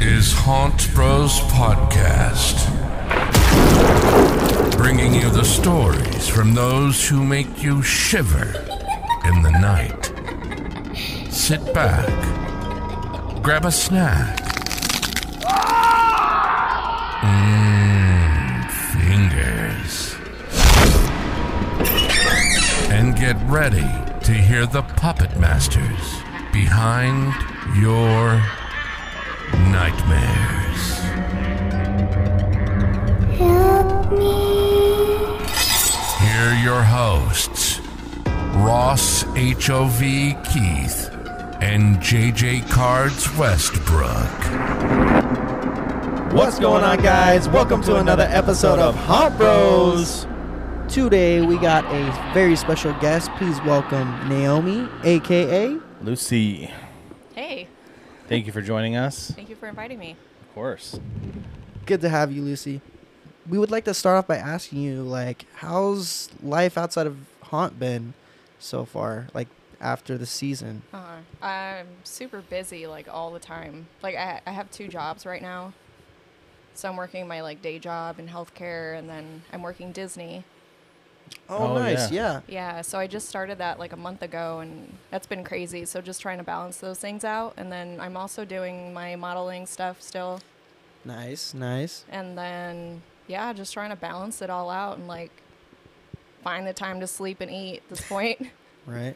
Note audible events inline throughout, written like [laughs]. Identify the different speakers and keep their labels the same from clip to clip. Speaker 1: is Haunt Bros Podcast, bringing you the stories from those who make you shiver in the night. Sit back, grab a snack. Mmm, fingers. And get ready to hear the puppet masters behind your nightmares.
Speaker 2: Help me.
Speaker 1: Here are your hosts, Ross HOV Keith and JJ Cards Westbrook.
Speaker 3: What's going on, guys? Welcome to another episode of Haunt Bros.
Speaker 4: Today we got a very special guest. Please welcome Naomi, aka
Speaker 3: Lucy,
Speaker 5: Hey,
Speaker 3: thank you for joining us.
Speaker 5: thank you for inviting me.
Speaker 3: Of course.
Speaker 4: Good to have you, Lucy. We would like to start off by asking you, like, how's life outside of Haunt been so far? Like after the season,
Speaker 5: Uh, I'm super busy like all the time. Like I, I have two jobs right now. So I'm working my like day job in healthcare, and then I'm working Disney.
Speaker 4: oh,
Speaker 3: Oh,
Speaker 4: nice, yeah.
Speaker 5: Yeah, so I just started that like a month ago, and that's been crazy. So just trying to balance those things out, and then I'm also doing my modeling stuff still,
Speaker 4: nice, nice.
Speaker 5: and then yeah, just trying to balance it all out and like find the time to sleep and eat. At this point,
Speaker 4: Right.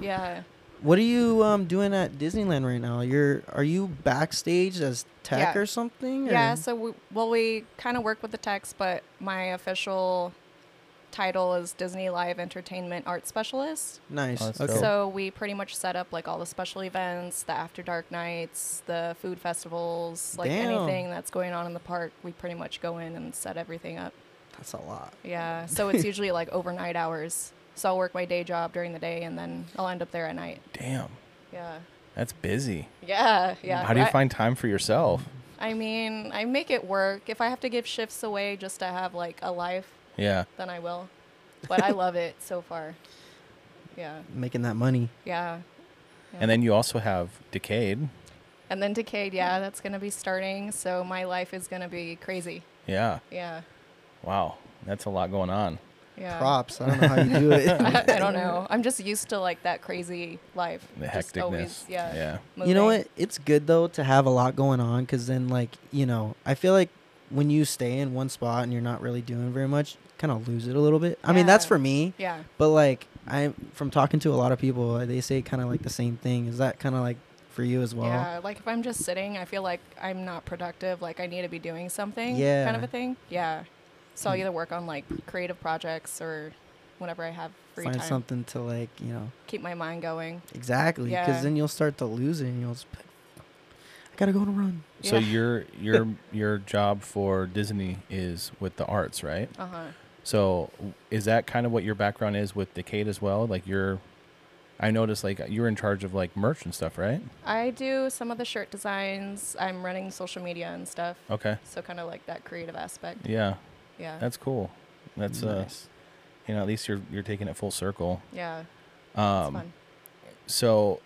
Speaker 5: yeah.
Speaker 4: what are you um doing at Disneyland right now? You're are you backstage as tech
Speaker 5: Yeah.
Speaker 4: or something? or-
Speaker 5: Yeah, so we, well, we kind of work with the text, but my official title is Disney Live Entertainment Art Specialist.
Speaker 4: nice.
Speaker 3: Oh, that's
Speaker 4: okay.
Speaker 3: dope.
Speaker 5: So we pretty much set up like all the special events, the after dark nights, the food festivals, like
Speaker 4: Damn.
Speaker 5: anything that's going on in the park. We pretty much go in and set everything up.
Speaker 4: that's a lot.
Speaker 5: Yeah, so
Speaker 3: [laughs]
Speaker 5: it's usually like overnight hours. So I'll work my day job during the day, and then I'll end up there at night.
Speaker 3: Damn,
Speaker 5: Yeah,
Speaker 3: that's busy.
Speaker 5: yeah, yeah.
Speaker 3: How do you
Speaker 5: I-
Speaker 3: find time for yourself?
Speaker 5: I mean, I make it work. If I have to give shifts away just to have like a life,
Speaker 3: Yeah.
Speaker 5: then I will. But I love it so far. Yeah,
Speaker 4: Making that money.
Speaker 5: yeah.
Speaker 3: And then you also have Decayed.
Speaker 5: And then Decayed, yeah, that's gonna be starting. So my life is gonna be crazy.
Speaker 3: Yeah.
Speaker 5: Yeah,
Speaker 3: Wow, that's a lot going on.
Speaker 5: yeah.
Speaker 4: Props. I don't know how you do it.
Speaker 5: [laughs] I don't know. I'm just used to like that crazy life.
Speaker 3: The
Speaker 5: Just
Speaker 3: hecticness.
Speaker 5: always, yeah.
Speaker 3: Yeah.
Speaker 4: You know
Speaker 5: moving.
Speaker 4: what? It's good though to have a lot going on because then, like, you know, I feel like when you stay in one spot and you're not really doing very much, kind of lose it a little bit. I mean, that's
Speaker 5: Yeah.
Speaker 4: for me,
Speaker 5: Yeah.
Speaker 4: but like, I'm from talking to a lot of people, uh, they say kind of like the same thing. Is that kind of like for you as well?
Speaker 5: yeah. Like if I'm just sitting, I feel like I'm not productive. Like I need to be doing something.
Speaker 4: Yeah.
Speaker 5: Kind of a thing. Yeah. So I'll either work on like creative projects or whenever I have free
Speaker 4: Find
Speaker 5: time.
Speaker 4: something to like, you know,
Speaker 5: Keep my mind going.
Speaker 4: exactly. Because
Speaker 5: Yeah.
Speaker 4: then you'll start to lose it and you'll just, be like, I gotta go on a run. [laughs]
Speaker 3: So
Speaker 5: Yeah.
Speaker 3: your your your job for Disney is with the arts, right?
Speaker 5: Uh huh.
Speaker 3: So is that kind of what your background is with Decade as well? Like you're I noticed like you're in charge of like merch and stuff, right?
Speaker 5: I do some of the shirt designs. I'm running social media and stuff.
Speaker 3: Okay.
Speaker 5: So kind of like that creative aspect.
Speaker 3: Yeah.
Speaker 5: Yeah.
Speaker 3: That's cool. That's uh
Speaker 4: Nice.
Speaker 3: you know, at least you're you're taking it full circle.
Speaker 5: yeah. It's
Speaker 3: Um
Speaker 5: fun.
Speaker 3: so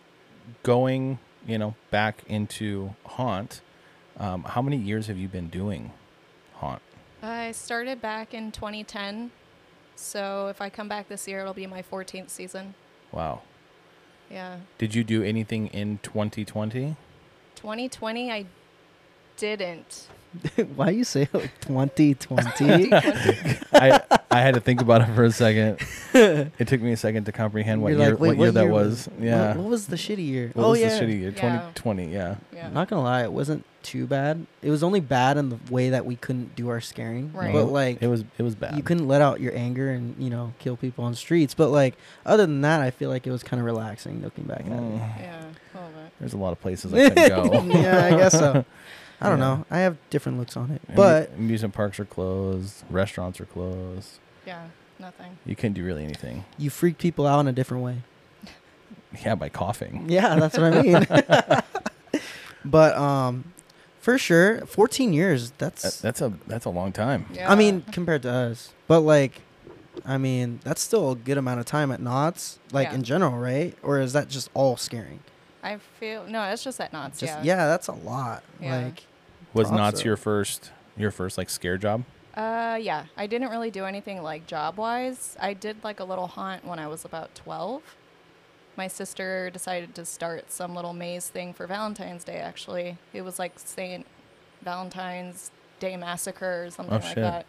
Speaker 3: going, you know, back into haunt, um, how many years have you been doing haunt?
Speaker 5: I started back in 2010. So if I come back this year, it'll be my 14th season.
Speaker 3: Wow.
Speaker 5: Yeah.
Speaker 3: Did you do anything in 2020?
Speaker 5: 2020, I didn't.
Speaker 4: Why you say like 2020?
Speaker 3: I I had to think about it for
Speaker 4: [laughs]
Speaker 3: a second. It took me a second to comprehend what
Speaker 4: You're
Speaker 3: year
Speaker 4: like,
Speaker 3: what,
Speaker 4: "Wait,
Speaker 3: year that was.
Speaker 4: was-
Speaker 3: [laughs] Yeah.
Speaker 4: What, what was the shitty year?
Speaker 3: What
Speaker 4: oh
Speaker 3: was
Speaker 4: yeah.
Speaker 3: the shitty year?
Speaker 5: Yeah.
Speaker 3: 2020, yeah.
Speaker 5: Yeah.
Speaker 4: I'm not gonna lie, it wasn't too bad. It was only bad in the way that we couldn't do our scaring.
Speaker 5: Right.
Speaker 4: But
Speaker 3: No,
Speaker 4: like
Speaker 3: it was it was bad.
Speaker 4: you couldn't let out your anger and, you know, kill people on the streets. But like other than that I feel like it was kinda relaxing looking back at it. [laughs]
Speaker 3: Mm,
Speaker 5: yeah. Oh, but-
Speaker 3: there's a lot of places I could go.
Speaker 4: yeah, I guess so.
Speaker 3: [laughs]
Speaker 4: I don't
Speaker 3: Yeah.
Speaker 4: know. I have different looks on it.
Speaker 3: Amuse-
Speaker 4: But
Speaker 3: amusement parks are closed, restaurants are closed.
Speaker 5: Yeah. Nothing.
Speaker 3: You couldn't do really anything.
Speaker 4: you freak people out in a different way.
Speaker 3: Yeah, by coughing. [laughs]
Speaker 4: Yeah, that's what I mean. [laughs] but um for sure, fourteen years,
Speaker 3: That,
Speaker 4: that's
Speaker 3: that's a that's a long time.
Speaker 5: Yeah.
Speaker 4: I mean, compared to us, but like, I mean, that's still a good amount of time at knots, like
Speaker 5: Yeah.
Speaker 4: in general, right? Or is that just all scaring?
Speaker 5: I feel no. That's just at knots.
Speaker 4: Just
Speaker 5: yeah.
Speaker 4: yeah, that's a lot.
Speaker 5: Yeah.
Speaker 4: Like,
Speaker 3: Was
Speaker 4: Thought
Speaker 3: knots
Speaker 4: so.
Speaker 3: your first your first like scare job?
Speaker 5: Uh, yeah, I didn't really do anything like job wise. I did like a little haunt when I was about 12. My sister decided to start some little maze thing for Valentine's Day, actually. It was like St. Valentine's Day Massacre or something
Speaker 3: Oh,
Speaker 5: like
Speaker 3: shit.
Speaker 5: that.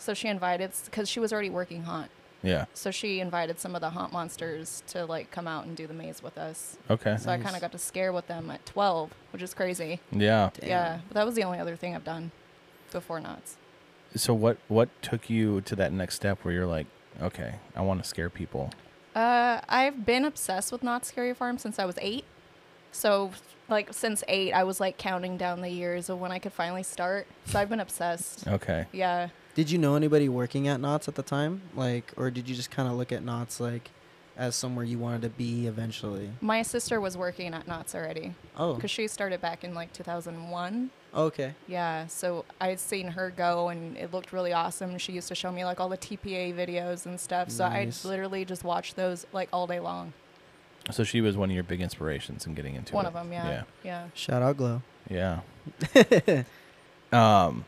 Speaker 5: So she invited, because she was already working haunt.
Speaker 3: Yeah.
Speaker 5: So she invited some of the haunt monsters to like come out and do the maze with us.
Speaker 3: Okay.
Speaker 5: So I kind of got to scare with them at 12, which is crazy.
Speaker 3: Yeah.
Speaker 5: Yeah, but that was the only other thing I've done before knots.
Speaker 3: So what what took you to that next step where you're like, okay, I want to scare people.
Speaker 5: Uh, I've been obsessed with Not Scary Farm since I was eight. So, like, since eight, I was like counting down the years of when I could finally start. So I've been obsessed.
Speaker 3: Okay.
Speaker 5: Yeah.
Speaker 4: Did you know anybody working at Knots at the time? Like, or did you just kind of look at Knots like as somewhere you wanted to be eventually?
Speaker 5: My sister was working at Knott's already
Speaker 4: Oh,
Speaker 5: because she started back in like 2001.
Speaker 4: okay.
Speaker 5: Yeah. So I'd seen her go and it looked really awesome. She used to show me like all the TPA videos and stuff. So
Speaker 4: Nice.
Speaker 5: I literally just watched those like all day long.
Speaker 3: So she was one of your big inspirations in getting into
Speaker 5: One
Speaker 3: it.
Speaker 5: of them. Yeah. Yeah.
Speaker 4: Shout out Glow.
Speaker 3: Yeah.
Speaker 5: [laughs]
Speaker 3: Yeah. um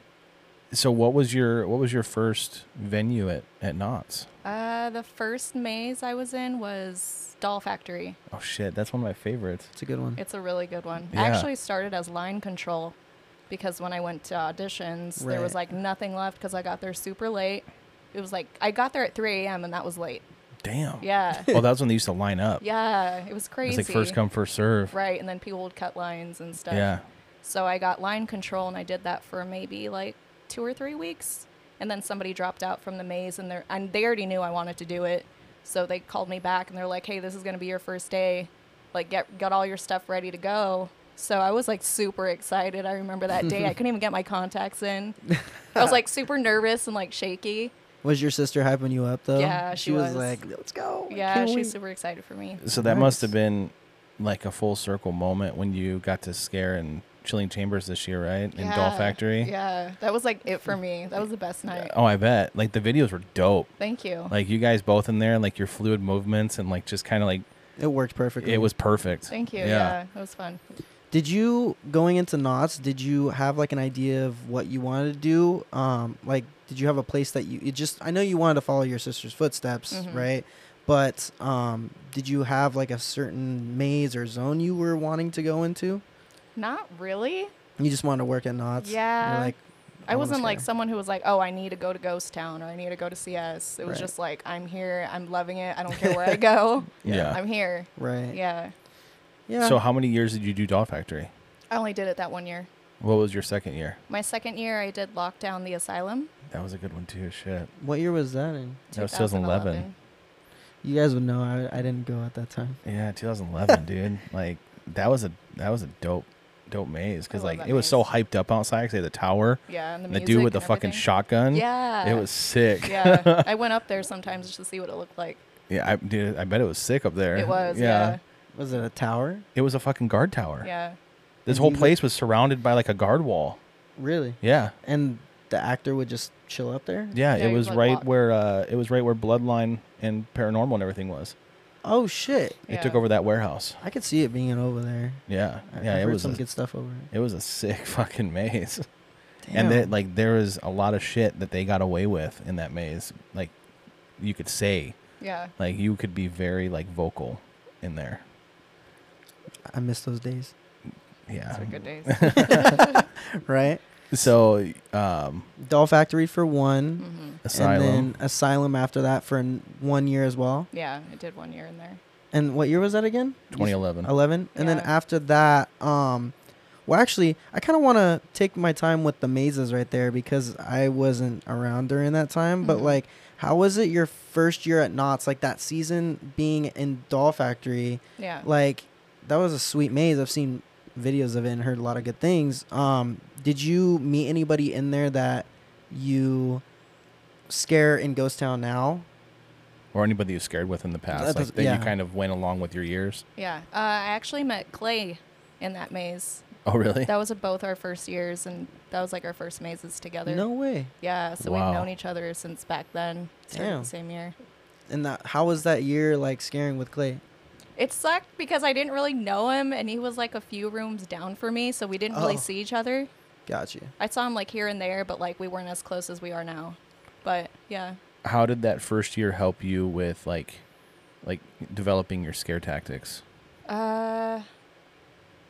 Speaker 3: so what was your what was your first venue at at Knott's?
Speaker 5: Uh, the first maze I was in was Doll Factory.
Speaker 3: Oh shit, that's one of my favorites.
Speaker 4: It's a good one.
Speaker 5: It's a really good one.
Speaker 3: Yeah.
Speaker 5: I actually started as line control because when I went to auditions, there was
Speaker 4: Right.
Speaker 5: like nothing left because I got there super late. It was like I got there at 3 a.m. and that was late.
Speaker 3: Damn.
Speaker 5: Yeah.
Speaker 3: [laughs] Well, that's when they used to line up.
Speaker 5: yeah. It was crazy.
Speaker 3: It's Oh. like first come first serve.
Speaker 5: Right. And then people would cut lines and stuff.
Speaker 3: Yeah.
Speaker 5: So I got line control and I did that for maybe like two or three weeks. And then somebody dropped out from the maze and, they're- and they already knew I wanted to do it. So they called me back and they're like, hey, this is going to be your first day. Like, get, got all your stuff ready to go. So I was like super excited. I remember that day. I couldn't even get my contacts in. I was like super nervous and like shaky.
Speaker 4: Was your sister hyping you up though?
Speaker 5: Yeah, she
Speaker 4: was.
Speaker 5: was.
Speaker 4: like, "Let's go." I
Speaker 5: Yeah,
Speaker 4: can't
Speaker 5: she's
Speaker 4: wait."
Speaker 5: super excited for me.
Speaker 3: So that must
Speaker 4: Nice.
Speaker 3: have been like a full circle moment when you got to scare in Chilling Chambers this year, right? In Doll
Speaker 5: Yeah,
Speaker 3: Factory.
Speaker 5: Yeah, that was like it for me. That was the best night.
Speaker 3: Oh, I bet. Like the videos were dope.
Speaker 5: Thank you.
Speaker 3: Like you guys both in there, and like your fluid movements, and like just kind of like
Speaker 4: It worked perfectly.
Speaker 3: it was perfect.
Speaker 5: Thank you. Yeah, it was fun.
Speaker 4: Did you going into knots? Did you have like an idea of what you wanted to do? Um, like, did you have a place that you it just? I know you wanted to follow your sister's footsteps,
Speaker 5: Mhm.
Speaker 4: right? But um, did you have like a certain maze or zone you were wanting to go into?
Speaker 5: Not really.
Speaker 4: You just wanted to work at knots. You're
Speaker 5: Yeah.
Speaker 4: like
Speaker 5: I
Speaker 4: wanna
Speaker 5: wasn't like
Speaker 4: scare.
Speaker 5: someone who was like, oh, I need to go to Ghost Town or I need to go to CS. It was
Speaker 4: Right.
Speaker 5: just like, I'm here. I'm loving it. I don't
Speaker 3: [laughs]
Speaker 5: care where I go.
Speaker 3: Yeah.
Speaker 5: I'm here.
Speaker 4: right.
Speaker 5: Yeah.
Speaker 4: Yeah.
Speaker 3: So how many years did you do Doll Factory?
Speaker 5: I only did it that one year.
Speaker 3: What was your second year?
Speaker 5: My second year, I did Lockdown the Asylum.
Speaker 3: That was a good one too. Shit.
Speaker 4: what year was that? In?
Speaker 3: That was 2011.
Speaker 4: You guys would know. I, I didn't go at that time.
Speaker 3: Yeah, 2011,
Speaker 5: [laughs]
Speaker 3: dude. Like that was a that was a dope dope maze because
Speaker 5: I love
Speaker 3: like it
Speaker 5: that
Speaker 3: was so
Speaker 5: maze.
Speaker 3: hyped up outside. 'cause they had the tower
Speaker 5: Yeah. And the,
Speaker 3: and the dude
Speaker 5: music
Speaker 3: with the
Speaker 5: and
Speaker 3: fucking
Speaker 5: everything.
Speaker 3: shotgun.
Speaker 5: Yeah.
Speaker 3: It was sick.
Speaker 5: yeah. I went
Speaker 3: [laughs]
Speaker 5: up there sometimes just to see what it looked like.
Speaker 3: Yeah, I, dude, I bet it was sick up there.
Speaker 5: It was. Yeah.
Speaker 4: Was it a tower?
Speaker 3: It was a fucking guard tower.
Speaker 5: Yeah.
Speaker 3: This
Speaker 4: And
Speaker 3: whole
Speaker 4: you look-
Speaker 3: place was surrounded by like a guard wall.
Speaker 4: Really?
Speaker 3: Yeah.
Speaker 4: And the actor would just chill up there.
Speaker 3: Yeah,
Speaker 5: Yeah,
Speaker 3: it
Speaker 5: you
Speaker 3: was
Speaker 5: like
Speaker 3: right
Speaker 5: walk.
Speaker 3: where uh it was right where Bloodline and Paranormal and everything was.
Speaker 4: Oh shit!
Speaker 3: It took
Speaker 5: Yeah.
Speaker 3: over that warehouse.
Speaker 4: I could see it being over there.
Speaker 3: Yeah.
Speaker 4: I-
Speaker 3: Yeah,
Speaker 4: I've
Speaker 3: it
Speaker 4: heard
Speaker 3: was
Speaker 4: some
Speaker 3: a,
Speaker 4: good stuff over
Speaker 3: it was a sick [laughs] fucking maze.
Speaker 4: Damn.
Speaker 3: And that like there was a lot of shit that they got away with in that maze. Like you could say
Speaker 5: Yeah.
Speaker 3: like you could be very like vocal in there.
Speaker 4: I miss those days,
Speaker 3: Yeah.
Speaker 5: Those are
Speaker 3: [laughs]
Speaker 5: good days.
Speaker 4: right?
Speaker 3: So um
Speaker 4: Doll Factory for one,
Speaker 5: hmm
Speaker 3: Asylum.
Speaker 4: and then Asylum after that for n- one year as well.
Speaker 5: Yeah. I did one year in there.
Speaker 4: And what year was that again?
Speaker 3: 2011.
Speaker 4: Eleven. And then
Speaker 5: Yeah.
Speaker 4: after that, um, well, actually, I kind of want to take my time with the mazes right there because I wasn't around during that time. But
Speaker 5: Mhm.
Speaker 4: like, how was it your first year at Knots? Like that season being in Doll Factory.
Speaker 5: Yeah.
Speaker 4: like that was a sweet maze i've seen videos of it and heard a lot of good things um did you meet anybody in there that you scare in ghost town now
Speaker 3: or anybody you scared with in the past.
Speaker 4: That
Speaker 3: like
Speaker 4: does-
Speaker 3: that
Speaker 4: yeah.
Speaker 3: you kind of went along with your years.
Speaker 5: Yeah. Uh, I actually met Clay in that maze.
Speaker 3: Oh
Speaker 4: [laughs]
Speaker 3: really?
Speaker 5: That was uh, both our first years, and that was like our first mazes together.
Speaker 4: no way
Speaker 5: Yeah, so
Speaker 3: Wow.
Speaker 5: we've known each other since back then. started
Speaker 4: Damn.
Speaker 5: The same year.
Speaker 4: and that how was that year like scaring with clay
Speaker 5: It sucked because I didn't really know him, and he was like a few rooms down for me, so we didn't really
Speaker 4: Oh.
Speaker 5: see each other.
Speaker 4: Got you.
Speaker 5: I saw him like here and there, but like we weren't as close as we are now. But yeah,
Speaker 3: How did that first year help you with like, like developing your scare tactics?
Speaker 5: Uh,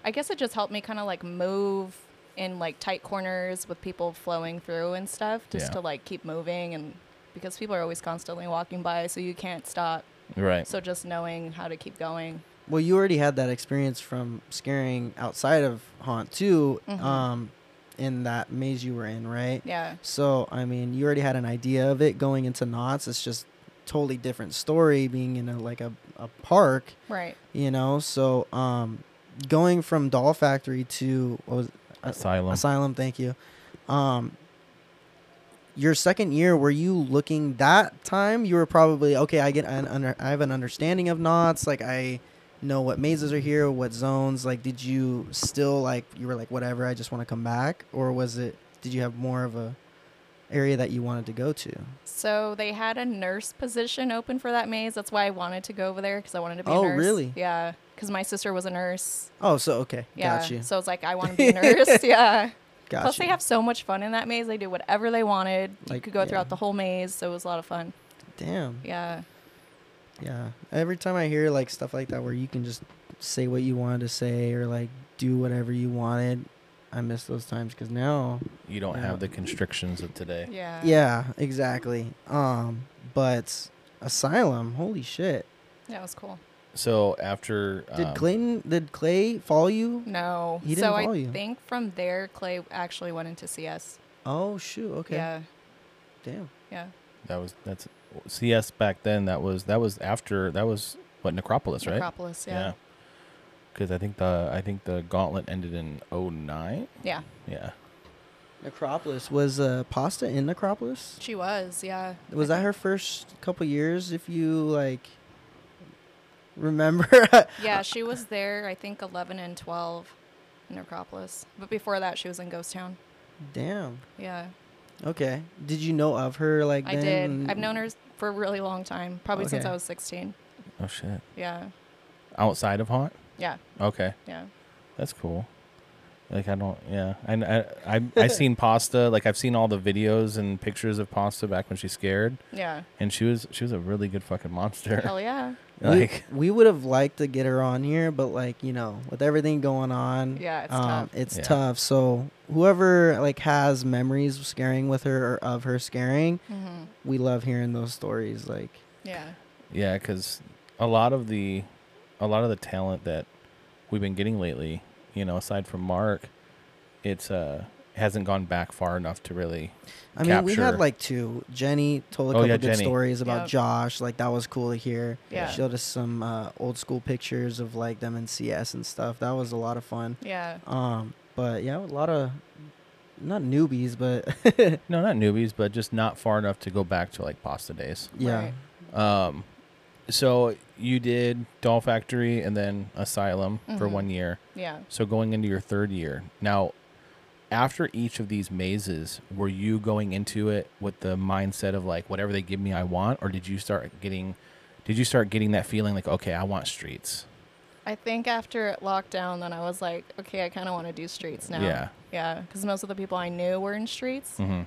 Speaker 5: I guess it just helped me kind of like move in like tight corners with people flowing through and stuff, just
Speaker 3: Yeah.
Speaker 5: to like keep moving and because people are always constantly walking by, so you can't stop.
Speaker 3: Right.
Speaker 5: So just knowing how to keep going.
Speaker 4: Well, you already had that experience from scaring outside of haunt too,
Speaker 5: Mhm.
Speaker 4: um, in that maze you were in, right?
Speaker 5: Yeah.
Speaker 4: So I mean, you already had an idea of it going into knots. It's just totally different story being in a like a, a park,
Speaker 5: Right.
Speaker 4: you know. So um, going from Doll Factory to what was it?
Speaker 3: Asylum.
Speaker 4: Asylum. Thank you. Um, your second year, were you looking that time? You were probably okay. I get an under, I have an understanding of knots. Like I know what mazes are here, what zones. Like, did you still like you were like whatever? I just want to come back, or was it? Did you have more of a area that you wanted to go to?
Speaker 5: So they had a nurse position open for that maze. That's why I wanted to go over there because I wanted to be
Speaker 4: Oh,
Speaker 5: a nurse.
Speaker 4: really?
Speaker 5: Yeah. Because my sister was a nurse.
Speaker 4: Oh, so okay,
Speaker 5: Yeah.
Speaker 4: got you,
Speaker 5: So it's like,
Speaker 4: [laughs]
Speaker 5: I want to be a nurse. [laughs] yeah.
Speaker 4: got
Speaker 5: Plus,
Speaker 4: you.
Speaker 5: they have so much fun in that maze. They do whatever they wanted. you
Speaker 4: Like,
Speaker 5: could go
Speaker 4: yeah.
Speaker 5: throughout the whole maze. So it was a lot of fun.
Speaker 4: Damn,
Speaker 5: Yeah.
Speaker 4: yeah. Every time I hear like stuff like that, where you can just say what you wanted to say or like do whatever you wanted. I miss those times because now
Speaker 3: you don't
Speaker 4: Yeah.
Speaker 3: have the constrictions of today.
Speaker 5: Yeah.
Speaker 4: Yeah, exactly. Um, but Asylum, holy shit.
Speaker 5: That was cool.
Speaker 3: So after
Speaker 4: Did
Speaker 3: um,
Speaker 4: Clayton did Clay follow you?
Speaker 5: No.
Speaker 4: He didn't
Speaker 5: so
Speaker 4: follow
Speaker 5: I
Speaker 4: you.
Speaker 5: think from there, Clay actually went into CS.
Speaker 4: Oh shoot, okay.
Speaker 5: Yeah.
Speaker 4: Damn.
Speaker 5: Yeah.
Speaker 3: that was that's CS back then. That was that was after that was what Necropolis, right?
Speaker 5: Necropolis. Yeah.
Speaker 3: Because I think the I think the Gauntlet ended in 09.
Speaker 5: yeah.
Speaker 3: Yeah.
Speaker 4: Necropolis was uh, Pasta in Necropolis.
Speaker 5: She was. Yeah.
Speaker 4: Was that her first couple years? If you like remember, [laughs]
Speaker 5: Yeah. She was there, I think, 11 and 12 in Necropolis. But before that, she was in Ghost Town.
Speaker 4: damn.
Speaker 5: Yeah.
Speaker 4: Okay. Did you know of her like
Speaker 5: I
Speaker 4: then?
Speaker 5: did. I've known her s- for a really long time, probably since
Speaker 4: Okay.
Speaker 5: I was 16.
Speaker 3: Oh shit.
Speaker 5: Yeah.
Speaker 3: Outside of Haunt.
Speaker 5: Yeah.
Speaker 3: Okay,
Speaker 5: Yeah.
Speaker 3: that's cool. Like I don't. Yeah. And I I I've
Speaker 5: [laughs]
Speaker 3: seen Pasta. Like I've seen all the videos and pictures of Pasta back when she's scared,
Speaker 5: Yeah.
Speaker 3: and she was she was a really good fucking monster.
Speaker 5: Hell yeah.
Speaker 4: We-
Speaker 3: [laughs] like
Speaker 4: we, would have liked to get her on here, but like you know, with everything going on, um,
Speaker 5: Yeah, it's tough.
Speaker 4: it's
Speaker 3: Yeah.
Speaker 4: tough. So whoever like has memories of scaring with her or of her scaring,
Speaker 5: hmm
Speaker 4: we love hearing those stories. Like,
Speaker 5: Yeah.
Speaker 3: Yeah, because a lot of the, a lot of the talent that we've been getting lately, you know, aside from Mark, it's uh hasn't gone back far enough to really.
Speaker 4: I mean, we
Speaker 3: Capture.
Speaker 4: had like two. Jenny told a
Speaker 3: Oh,
Speaker 4: couple
Speaker 3: yeah,
Speaker 4: good
Speaker 3: Jenny.
Speaker 4: stories about
Speaker 5: Yep.
Speaker 4: Josh. Like that was cool to hear.
Speaker 5: Yeah.
Speaker 4: Showed us some uh, old school pictures of like them in CS and stuff. That was a lot of fun.
Speaker 5: Yeah.
Speaker 4: Um, but yeah, a lot of not newbies, but [laughs]
Speaker 3: No, not newbies, but just not far enough to go back to like pasta days.
Speaker 4: yeah.
Speaker 5: Right.
Speaker 3: Um, so you did Doll Factory and then Asylum for
Speaker 5: Mhm.
Speaker 3: one year.
Speaker 5: Yeah.
Speaker 3: So going into your third year now. After each of these mazes, were you going into it with the mindset of like whatever they give me, I want, or did you start getting, did you start getting that feeling like okay, I want streets?
Speaker 5: I think after lockdown, then I was like, okay, I kind of want to do streets now.
Speaker 3: Yeah.
Speaker 5: Yeah. Because most of the people I knew were in streets.
Speaker 3: Mm-hmm.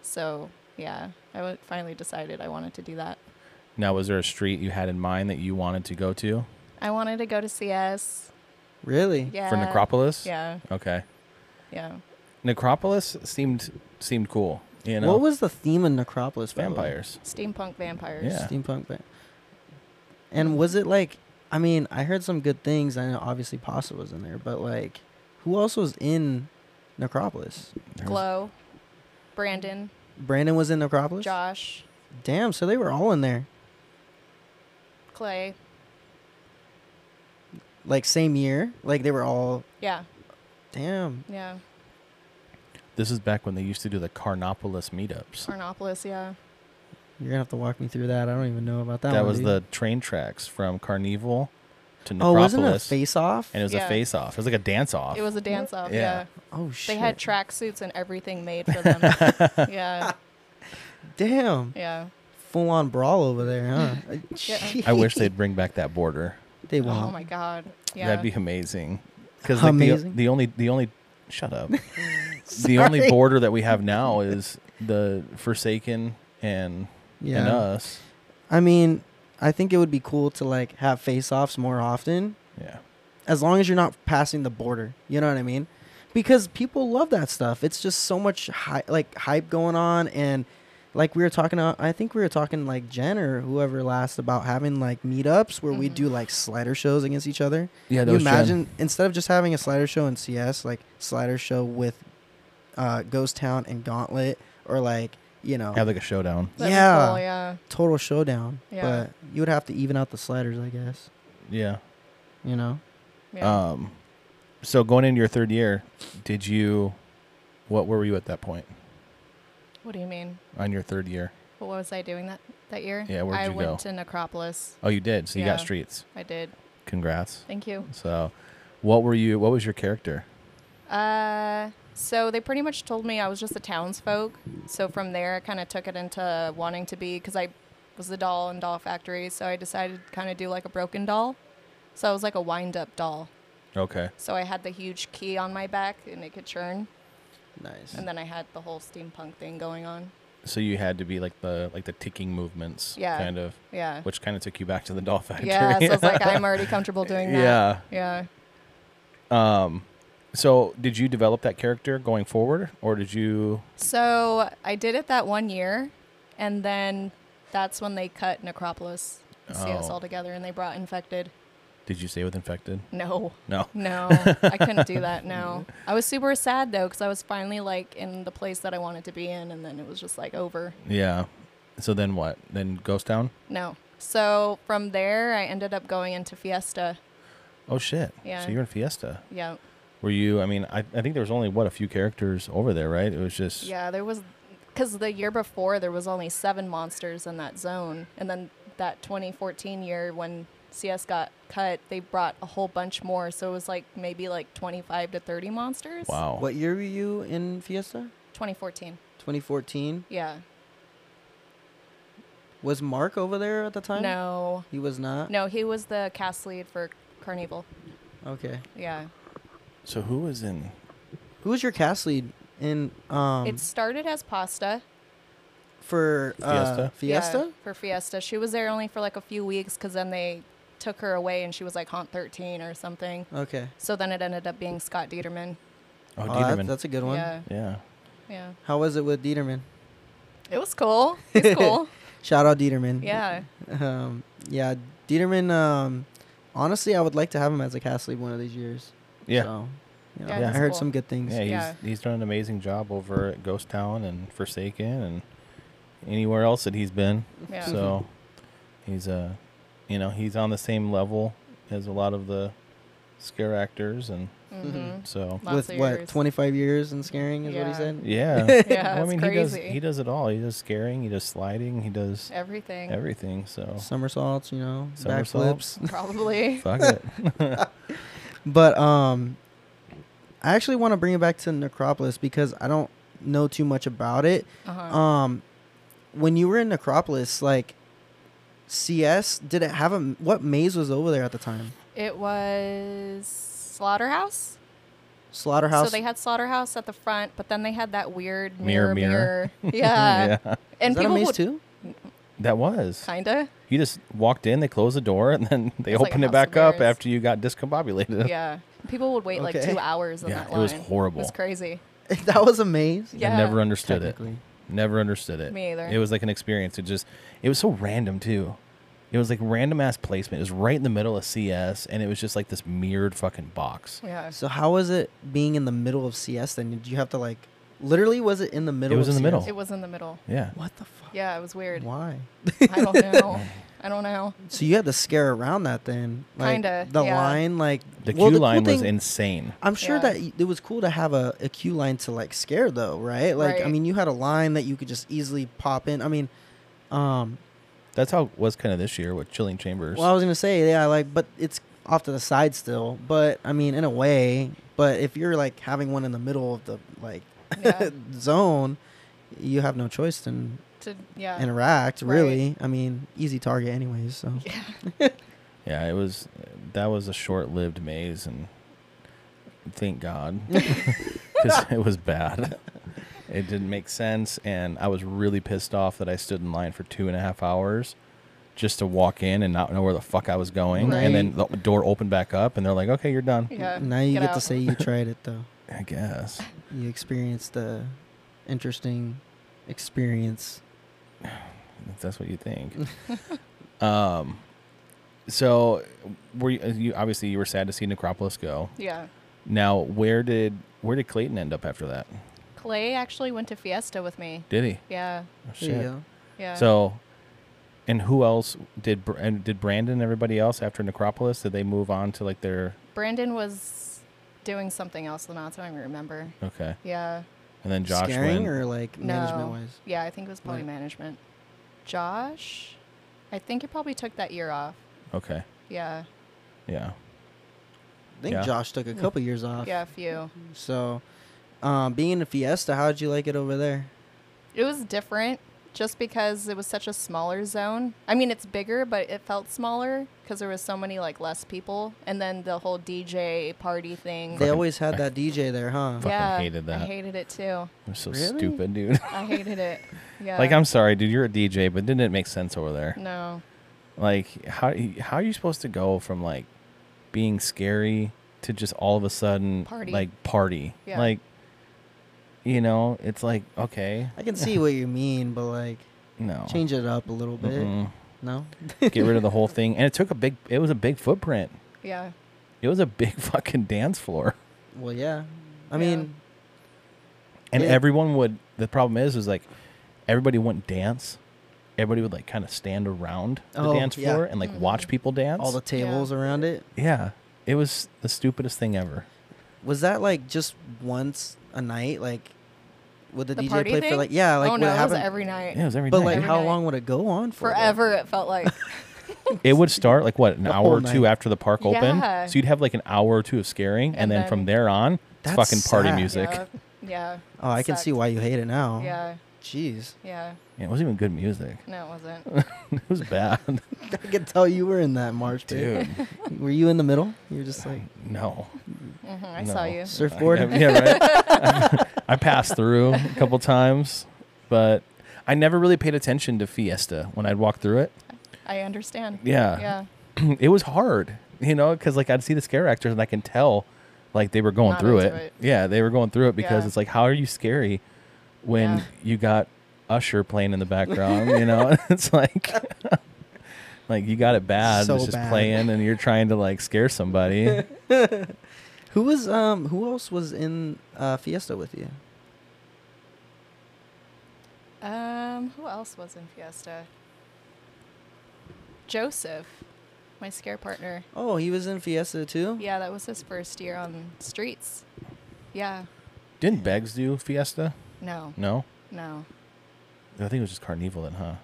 Speaker 5: So, yeah, I w- finally decided I wanted to do that.
Speaker 3: Now, was there a street you had in mind that you wanted to go to
Speaker 5: I wanted to go to CS.
Speaker 4: Really?
Speaker 5: Yeah.
Speaker 3: for Necropolis?
Speaker 5: Yeah.
Speaker 3: Okay.
Speaker 5: Yeah.
Speaker 3: Necropolis seemed seemed cool. You know,
Speaker 4: What was the theme of Necropolis? by the way?
Speaker 3: vampires?
Speaker 5: Steampunk vampires.
Speaker 3: Yeah.
Speaker 4: steampunk band. And was it like? I mean, I heard some good things. I know obviously Pasta was in there, but like, who else was in Necropolis?
Speaker 5: Glow, Brandon,
Speaker 4: Brandon was in Necropolis.
Speaker 5: Josh,
Speaker 4: Damn, so they were all in there,
Speaker 5: Clay.
Speaker 4: like same year. Like they were all.
Speaker 5: Yeah.
Speaker 4: Damn.
Speaker 5: Yeah.
Speaker 3: This is back when they used to do the Carnopolis meetups.
Speaker 5: Carnopolis. Yeah.
Speaker 4: You're gonna have to walk me through that. I don't even know about that.
Speaker 3: that
Speaker 4: one,
Speaker 3: was
Speaker 4: dude.
Speaker 3: the train tracks from Carnival to
Speaker 4: Oh,
Speaker 3: Necropolis,
Speaker 4: wasn't it a face off?
Speaker 3: and it was a
Speaker 5: Yeah.
Speaker 3: face off. It was like a dance off.
Speaker 5: It was a dance off.
Speaker 3: Yeah.
Speaker 5: Yeah.
Speaker 4: Oh shit.
Speaker 5: They had tracksuits and everything made
Speaker 3: [laughs]
Speaker 5: for them. yeah.
Speaker 4: Damn.
Speaker 5: Yeah.
Speaker 4: Full on brawl over there, huh?
Speaker 5: [laughs]
Speaker 4: [laughs]
Speaker 5: Yeah.
Speaker 3: I wish they'd bring back that border.
Speaker 4: they won't.
Speaker 5: Oh my God. Yeah.
Speaker 3: That'd be amazing. Because like, the,
Speaker 4: Amazing.
Speaker 3: the only the only Shut
Speaker 5: [laughs]
Speaker 3: up. the only
Speaker 4: Sorry.
Speaker 3: border that we have now is the Forsaken and and
Speaker 4: Yeah.
Speaker 3: us.
Speaker 4: I mean, I think it would be cool to like have face-offs more often,
Speaker 3: Yeah.
Speaker 4: as long as you're not passing the border. You know what I mean? Because people love that stuff. It's just so much hy- like hype going on, and like we were talking, uh, I think we were talking like Jen or whoever last about having like meetups where we do like slider shows against each other.
Speaker 3: Yeah,
Speaker 4: you imagine instead of just having a slider show in CS, like slider show with uh, Ghost Town and Gauntlet, or like you know
Speaker 3: have like a showdown.
Speaker 5: That'd be
Speaker 4: Yeah.
Speaker 5: cool, yeah.
Speaker 4: total showdown.
Speaker 5: Yeah.
Speaker 4: But you would have to even out the sliders, I guess.
Speaker 3: Yeah.
Speaker 4: You know.
Speaker 5: yeah.
Speaker 3: Um so going into your third year, did you what were you at that point
Speaker 5: what do you mean?
Speaker 3: on your third year?
Speaker 5: What was I doing that, that year?
Speaker 3: Yeah, where'd
Speaker 5: I
Speaker 3: you
Speaker 5: went
Speaker 3: go?
Speaker 5: to Necropolis.
Speaker 3: Oh, you did. So you
Speaker 5: Yeah.
Speaker 3: got streets.
Speaker 5: I did.
Speaker 3: Congrats.
Speaker 5: Thank you.
Speaker 3: So what were you what was your character?
Speaker 5: Uh, so they pretty much told me I was just a townsfolk. So from there, I kind of took it into wanting to be because I was the doll in Doll Factory. So I decided to kind of do like a broken doll. So I was like a wind up doll.
Speaker 3: Okay.
Speaker 5: So I had the huge key on my back and it could churn.
Speaker 4: Nice.
Speaker 5: And then I had the whole steampunk thing going on.
Speaker 3: So you had to be like the like the ticking movements
Speaker 5: Yeah.
Speaker 3: kind of
Speaker 5: Yeah.
Speaker 3: which kind of took you back to the doll factory.
Speaker 5: yeah.
Speaker 3: [laughs]
Speaker 5: So it's like I'm already comfortable doing that.
Speaker 3: Yeah.
Speaker 5: Yeah.
Speaker 3: So, did you develop that character going forward, or did you?
Speaker 5: So I did it that one year, and then that's when they cut Necropolis, CS
Speaker 3: Oh.
Speaker 5: all together, and they brought Infected.
Speaker 3: Did you stay with infected?
Speaker 5: No,
Speaker 3: No. [laughs]
Speaker 5: no, I couldn't do that. No, I was super sad though, because I was finally like in the place that I wanted to be in, and then it was just like over.
Speaker 3: Yeah. So then what? Then Ghost Town?
Speaker 5: No. So from there, I ended up going into Fiesta.
Speaker 3: Oh shit.
Speaker 5: Yeah.
Speaker 3: So you're in Fiesta.
Speaker 5: Yeah,
Speaker 3: Were you? I mean, I, I think there was only what a few characters over there, right? It was just.
Speaker 5: yeah. There was, because the year before there was only seven monsters in that zone, and then that 2014 year when CS got cut, they brought a whole bunch more. So it was like maybe like 25 to 30 monsters.
Speaker 3: Wow.
Speaker 4: What year were you in Fiesta?
Speaker 5: 2014.
Speaker 4: 2014.
Speaker 5: Yeah.
Speaker 4: Was Mark over there at the time?
Speaker 5: No.
Speaker 4: He was not.
Speaker 5: No, he was the cast lead for Carnival.
Speaker 4: Okay.
Speaker 5: Yeah.
Speaker 3: So who was in?
Speaker 4: Who was your cast lead in um
Speaker 5: it started as pasta.
Speaker 4: for uh,
Speaker 3: Fiesta?
Speaker 5: Yeah,
Speaker 4: Fiesta?
Speaker 5: for Fiesta. She was there only for like a few weeks because then they took her away and she was like Haunt 13 or something.
Speaker 4: Okay.
Speaker 5: So then it ended up being Scott Dieterman.
Speaker 3: Oh,
Speaker 4: Oh, that-
Speaker 3: Dieterman.
Speaker 4: that's a good one.
Speaker 5: Yeah.
Speaker 3: yeah.
Speaker 5: Yeah.
Speaker 4: How was it with Dieterman?
Speaker 5: It was cool.
Speaker 4: [laughs]
Speaker 5: It's cool.
Speaker 4: Shout out Dieterman.
Speaker 5: yeah.
Speaker 4: [laughs] Um, yeah, Dieterman. Um, honestly, I would like to have him as a cast lead one of these years.
Speaker 3: Yeah.
Speaker 4: So, you know,
Speaker 5: Yeah,
Speaker 4: I
Speaker 5: that's
Speaker 4: heard
Speaker 5: cool.
Speaker 4: some good things.
Speaker 3: Yeah. He's
Speaker 5: Yeah.
Speaker 3: he's done an amazing job over at Ghost Town and Forsaken and anywhere else that he's been.
Speaker 5: Yeah.
Speaker 3: So he's uh you know, he's on the same level as a lot of the scare actors and
Speaker 5: Mm-hmm.
Speaker 3: so
Speaker 5: Lots
Speaker 4: With
Speaker 5: of
Speaker 4: what,
Speaker 5: years.
Speaker 4: 25 years in scaring is what he
Speaker 5: Yeah.
Speaker 4: said?
Speaker 3: yeah.
Speaker 5: [laughs] Yeah,
Speaker 3: Well, I
Speaker 5: it's
Speaker 3: mean he
Speaker 5: crazy.
Speaker 3: does he does it all. He does scaring, he does sliding, he does
Speaker 5: Everything.
Speaker 3: everything. So
Speaker 4: Somersaults, you know,
Speaker 3: Somersaults.
Speaker 4: backflips.
Speaker 5: [laughs] Probably.
Speaker 3: fuck
Speaker 5: [laughs]
Speaker 3: it.
Speaker 4: But um, I actually want to bring it back to Necropolis because I don't know too much about it.
Speaker 5: Uh-huh.
Speaker 4: Um, when you were in Necropolis, like CS, did it have a what maze was over there at the time?
Speaker 5: it was Slaughterhouse.
Speaker 4: Slaughterhouse.
Speaker 5: So they had Slaughterhouse at the front, but then they had that weird
Speaker 3: Mirror,
Speaker 5: mirror,
Speaker 3: mirror.
Speaker 4: [laughs]
Speaker 5: mirror. Yeah.
Speaker 3: [laughs] yeah.
Speaker 5: And
Speaker 4: is that a
Speaker 5: people
Speaker 4: maze
Speaker 5: would
Speaker 4: too? [laughs]
Speaker 3: That was.
Speaker 5: kinda.
Speaker 3: You just walked in, they closed the door [laughs] and then they
Speaker 5: It's like a
Speaker 3: opened it
Speaker 5: house
Speaker 3: back
Speaker 5: of
Speaker 3: up
Speaker 5: mirrors.
Speaker 3: after you
Speaker 4: [laughs]
Speaker 3: got discombobulated. [laughs]
Speaker 5: Yeah. People would wait like
Speaker 4: Okay.
Speaker 5: two hours on
Speaker 3: Yeah,
Speaker 5: that
Speaker 3: it
Speaker 5: line.
Speaker 3: was
Speaker 5: It
Speaker 3: horrible.
Speaker 5: was crazy.
Speaker 4: that was a maze.
Speaker 5: Yeah.
Speaker 3: I never understood it.
Speaker 4: Technically.
Speaker 3: Never understood it.
Speaker 5: Me either.
Speaker 3: It was like an experience. It just it was so random too. It was like random ass placement. It was right in the middle of CS and it was just like this mirrored fucking box.
Speaker 5: Yeah.
Speaker 4: So how was it being in the middle of CS? Then did you have to like, literally, was it in the middle?
Speaker 3: was
Speaker 4: of
Speaker 3: in the
Speaker 4: CS?
Speaker 3: middle.
Speaker 5: It was in the middle.
Speaker 3: Yeah.
Speaker 4: What the fuck?
Speaker 5: Yeah, it was weird.
Speaker 4: Why?
Speaker 5: I don't know. [laughs] I don't know.
Speaker 4: So you had to scare around that then, like,
Speaker 5: Kinda,
Speaker 4: The
Speaker 5: yeah.
Speaker 4: line, like
Speaker 3: The
Speaker 4: well,
Speaker 3: queue
Speaker 4: cool
Speaker 3: line was
Speaker 4: thing-
Speaker 3: insane.
Speaker 4: I'm sure
Speaker 5: Yeah.
Speaker 4: that y- it was cool to have a, a queue line to like scare though, right? Like, I
Speaker 5: Right.
Speaker 4: mean, you had a line that you could just easily pop in. I mean, um,
Speaker 3: That's how it was kind of this year with Chilling Chambers.
Speaker 4: well, I was gonna say, yeah, like, but it's off to the side still. But I mean, in a way, but if you're like having one in the middle of the like
Speaker 5: Yeah.
Speaker 4: [laughs] zone, you have no choice than
Speaker 5: to, yeah.
Speaker 4: interact
Speaker 5: Right.
Speaker 4: really i mean easy target anyways so
Speaker 5: [laughs] yeah.
Speaker 3: yeah, it was that was a short lived maze and thank God. [laughs] because it was bad. It didn't make sense, and I was really pissed off that I stood in line for two and a half hours just to walk in and not know where the fuck I was going. And then the door opened back up, and they're like, "Okay, you're done."
Speaker 5: Yeah.
Speaker 4: Now you get
Speaker 5: out.
Speaker 4: to say you tried it though.
Speaker 3: I guess.
Speaker 4: You experienced the interesting experience.
Speaker 3: If that's what you think. um, so were you, you obviously you were sad to see Necropolis go.
Speaker 5: Yeah.
Speaker 3: Now where did where did Clayton end up after that?
Speaker 5: Clay actually went to Fiesta with me.
Speaker 3: Did he?
Speaker 5: Yeah.
Speaker 3: Oh,
Speaker 4: There you go.
Speaker 5: Yeah.
Speaker 3: So, and who else did Br- and did Brandon and everybody else after Necropolis? Did they move on to like their
Speaker 5: Brandon was doing something else than I don't even remember.
Speaker 3: okay?
Speaker 5: Yeah.
Speaker 3: And then Josh
Speaker 4: Scaring
Speaker 3: went.
Speaker 4: or like
Speaker 5: No.
Speaker 4: management wise?
Speaker 5: Yeah, I think it was probably
Speaker 4: Right.
Speaker 5: management. Josh, I think he probably took that year off.
Speaker 3: okay,
Speaker 5: Yeah.
Speaker 3: yeah,
Speaker 4: I think
Speaker 3: Yeah.
Speaker 4: Josh took a couple years off.
Speaker 5: Mm. Yeah, a few.
Speaker 4: So, um, being in a Fiesta, how'd you like it over there?
Speaker 5: It was different just because it was such a smaller zone. I mean, it's bigger, but it felt smaller because there was so many like less people, and then the whole DJ party thing.
Speaker 4: They
Speaker 3: Fucking-
Speaker 4: always had that DJ there, huh?
Speaker 3: Fucking hated
Speaker 5: I
Speaker 3: that.
Speaker 5: hated it too.
Speaker 3: I'm so
Speaker 4: Really?
Speaker 3: stupid, dude.
Speaker 5: I
Speaker 3: [laughs]
Speaker 5: hated it. Yeah.
Speaker 3: like I'm sorry, dude. You're a DJ, but didn't it make sense over there?
Speaker 5: No.
Speaker 3: Like how how are you supposed to go from like being scary to just all of a sudden
Speaker 5: Party.
Speaker 3: like party
Speaker 5: Yeah.
Speaker 3: like you know it's like okay
Speaker 4: I can see what you mean, but
Speaker 3: [laughs]
Speaker 4: like
Speaker 3: no
Speaker 4: change it up a little bit.
Speaker 3: Mm-mm.
Speaker 4: No,
Speaker 3: get rid of the whole thing and it took a big it was a big footprint
Speaker 5: Yeah.
Speaker 3: It was a big [laughs] fucking dance floor.
Speaker 4: well, yeah. I
Speaker 5: Yeah.
Speaker 4: mean,
Speaker 3: And
Speaker 4: Yeah.
Speaker 3: everyone would the problem is is like everybody wouldn't dance. Everybody would like kind of stand around the
Speaker 4: Oh,
Speaker 3: dance
Speaker 4: yeah.
Speaker 3: floor and like watch
Speaker 5: Mm-hmm.
Speaker 3: people dance.
Speaker 4: all the tables around it.
Speaker 3: yeah. It was the stupidest thing ever.
Speaker 4: Was that like just once a night? Like, would the,
Speaker 5: The
Speaker 4: DJ
Speaker 5: party
Speaker 4: play for
Speaker 5: thing?
Speaker 4: like yeah? Like
Speaker 5: oh
Speaker 4: what
Speaker 5: no, it was
Speaker 4: happened?
Speaker 5: every night.
Speaker 3: Yeah, it was every
Speaker 4: but
Speaker 3: night.
Speaker 4: like,
Speaker 5: Every
Speaker 4: how
Speaker 5: night.
Speaker 4: long would it go on for? though?
Speaker 5: Forever it
Speaker 3: [laughs]
Speaker 5: felt like.
Speaker 3: it would start like what an
Speaker 4: The
Speaker 3: hour
Speaker 4: whole
Speaker 3: or two
Speaker 4: night.
Speaker 3: after the park opened.
Speaker 5: Yeah.
Speaker 3: So you'd have like an hour or two of scaring, and,
Speaker 5: And
Speaker 3: then,
Speaker 5: then-
Speaker 3: from there on, it's
Speaker 4: That's
Speaker 3: fucking party
Speaker 4: sad.
Speaker 3: music.
Speaker 5: Yeah. Yeah.
Speaker 4: Oh, I can see
Speaker 5: Sucked.
Speaker 4: why you hate it now.
Speaker 5: Yeah.
Speaker 4: Jeez, [laughs]
Speaker 5: Yeah.
Speaker 3: Yeah, it wasn't even good music. [laughs]
Speaker 5: No, it wasn't.
Speaker 3: it was bad,
Speaker 4: I could tell you were in that march, [laughs] dude. were you in the middle? You were just like
Speaker 3: no.
Speaker 5: Mhm, I saw
Speaker 3: No.
Speaker 5: you.
Speaker 4: surfboard.
Speaker 3: Yeah, right.
Speaker 4: [laughs]
Speaker 3: I passed through a couple times, but I never really paid attention to Fiesta when I'd walk through it.
Speaker 5: I understand.
Speaker 3: Yeah. [clears throat]
Speaker 5: Yeah.
Speaker 3: it was hard, you know, because like I'd see the scare actors and I can tell like they were going
Speaker 5: Not
Speaker 3: through it.
Speaker 5: into it.
Speaker 3: Yeah, they were going through it because
Speaker 5: Yeah.
Speaker 3: it's like, how are you scary when
Speaker 5: Yeah.
Speaker 3: you got Usher playing in the background, you know? [laughs] it's like. Like you got it bad,
Speaker 4: So
Speaker 3: it's just
Speaker 4: bad.
Speaker 3: playing, and you're trying to like scare
Speaker 4: [laughs]
Speaker 3: somebody.
Speaker 4: Who was um? Who else was in uh, Fiesta with you?
Speaker 5: Um, who else was in Fiesta? Joseph, my scare partner.
Speaker 4: Oh, he was in Fiesta too.
Speaker 5: Yeah, that was his first year on streets. Yeah.
Speaker 3: Didn't Beggs do Fiesta?
Speaker 5: No.
Speaker 3: No,
Speaker 5: No.
Speaker 3: I think it was just Carnival then, huh?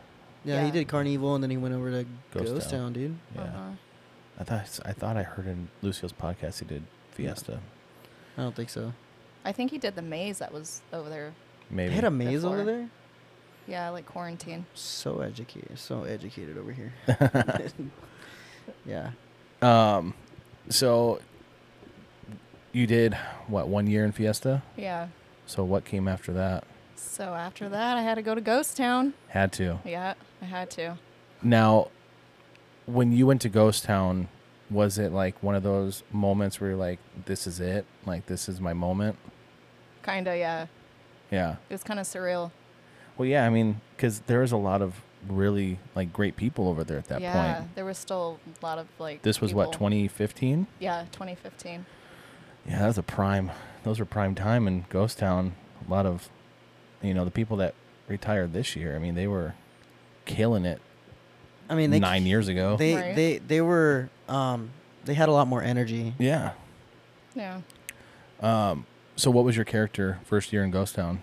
Speaker 4: Yeah, he
Speaker 5: Yeah.
Speaker 4: did Carnival and then he went over to Ghost,
Speaker 3: Ghost
Speaker 4: Town.
Speaker 3: Town.
Speaker 4: dude.
Speaker 3: Yeah,
Speaker 5: Uh-huh.
Speaker 3: I thought I thought I heard in Lucio's podcast he did Fiesta.
Speaker 4: I don't think so.
Speaker 5: I think he did the maze that was over there.
Speaker 4: They
Speaker 3: Maybe
Speaker 4: had a maze over
Speaker 5: Before.
Speaker 4: there.
Speaker 5: Yeah, like quarantine.
Speaker 4: So educated, so educated over
Speaker 3: [laughs]
Speaker 4: here. [laughs] yeah,
Speaker 3: [laughs] Um, so you did what one year in Fiesta?
Speaker 5: Yeah.
Speaker 3: So what came after that?
Speaker 5: So after that, I had to go to Ghost Town.
Speaker 3: Had to.
Speaker 5: Yeah, I had to.
Speaker 3: Now, when you went to Ghost Town, was it like one of those moments where you're like, "This is it. Like this is my moment."
Speaker 5: Kinda, yeah.
Speaker 3: Yeah.
Speaker 5: It was kind of surreal.
Speaker 3: Well, yeah. I mean, because there was a lot of really like great people over there at that
Speaker 5: yeah,
Speaker 3: point.
Speaker 5: there was still a lot of like.
Speaker 3: This was what
Speaker 5: people.
Speaker 3: 2015.
Speaker 5: Yeah, 2015.
Speaker 3: Yeah, that was a prime. Those were prime time in Ghost Town. A lot of, you know, the people that retired this year. I mean, they were killing it
Speaker 4: I mean they
Speaker 3: nine years ago.
Speaker 4: They
Speaker 5: Right.
Speaker 4: they they were um they had a lot more energy.
Speaker 3: yeah.
Speaker 5: Yeah,
Speaker 3: So, what was your character first year in Ghost Town?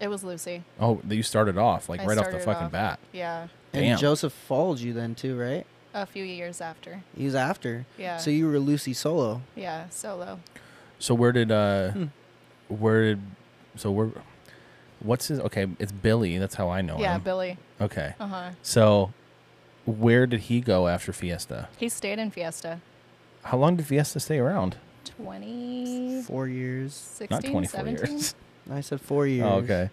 Speaker 5: it was Lucy.
Speaker 3: Oh, that you started off like
Speaker 5: I
Speaker 3: right off the
Speaker 5: started
Speaker 3: fucking
Speaker 5: off-
Speaker 3: bat.
Speaker 5: Yeah,
Speaker 4: And
Speaker 3: Damn.
Speaker 4: Joseph followed you then too, right?
Speaker 5: a few years after.
Speaker 4: He was after.
Speaker 5: Yeah.
Speaker 4: So you were Lucy solo.
Speaker 5: Yeah, solo.
Speaker 3: So, where did uh,
Speaker 4: Hmm.
Speaker 3: where did so where? What's his? Okay, it's Billy. That's how I know
Speaker 5: yeah,
Speaker 3: him.
Speaker 5: Billy.
Speaker 3: Okay.
Speaker 5: Uh huh.
Speaker 3: So, where did he go after Fiesta?
Speaker 5: He stayed in Fiesta.
Speaker 3: How long did Fiesta stay around?
Speaker 5: T- 20,
Speaker 4: Four years.
Speaker 5: 16,
Speaker 3: Not 24
Speaker 4: [laughs]
Speaker 5: 17?
Speaker 3: years.
Speaker 4: I said four years.
Speaker 3: Oh, okay.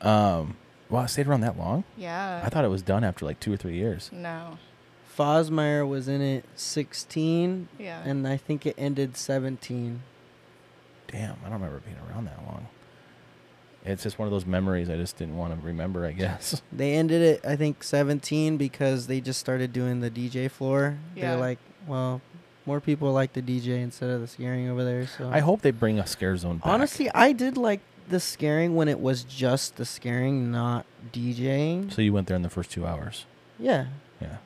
Speaker 3: Um, wow, I stayed around that long.
Speaker 5: Yeah.
Speaker 3: I thought it was done after like two or three years.
Speaker 5: no.
Speaker 4: Fosmeyer was in it 16,
Speaker 5: Yeah.
Speaker 4: and I think it ended 17.
Speaker 3: Damn, I don't remember being around that long. It's just one of those memories I just didn't want to remember. I
Speaker 4: [laughs]
Speaker 3: guess.
Speaker 4: They ended it, I think, 17 because they just started doing the DJ floor.
Speaker 5: Yeah.
Speaker 4: They're like, well, more people like the DJ instead of the scaring over there. So
Speaker 3: I hope they bring a scare zone back.
Speaker 4: honestly, I did like the scaring when it was just the scaring, not DJing.
Speaker 3: So you went there in the first two hours.
Speaker 4: yeah.
Speaker 3: Yeah.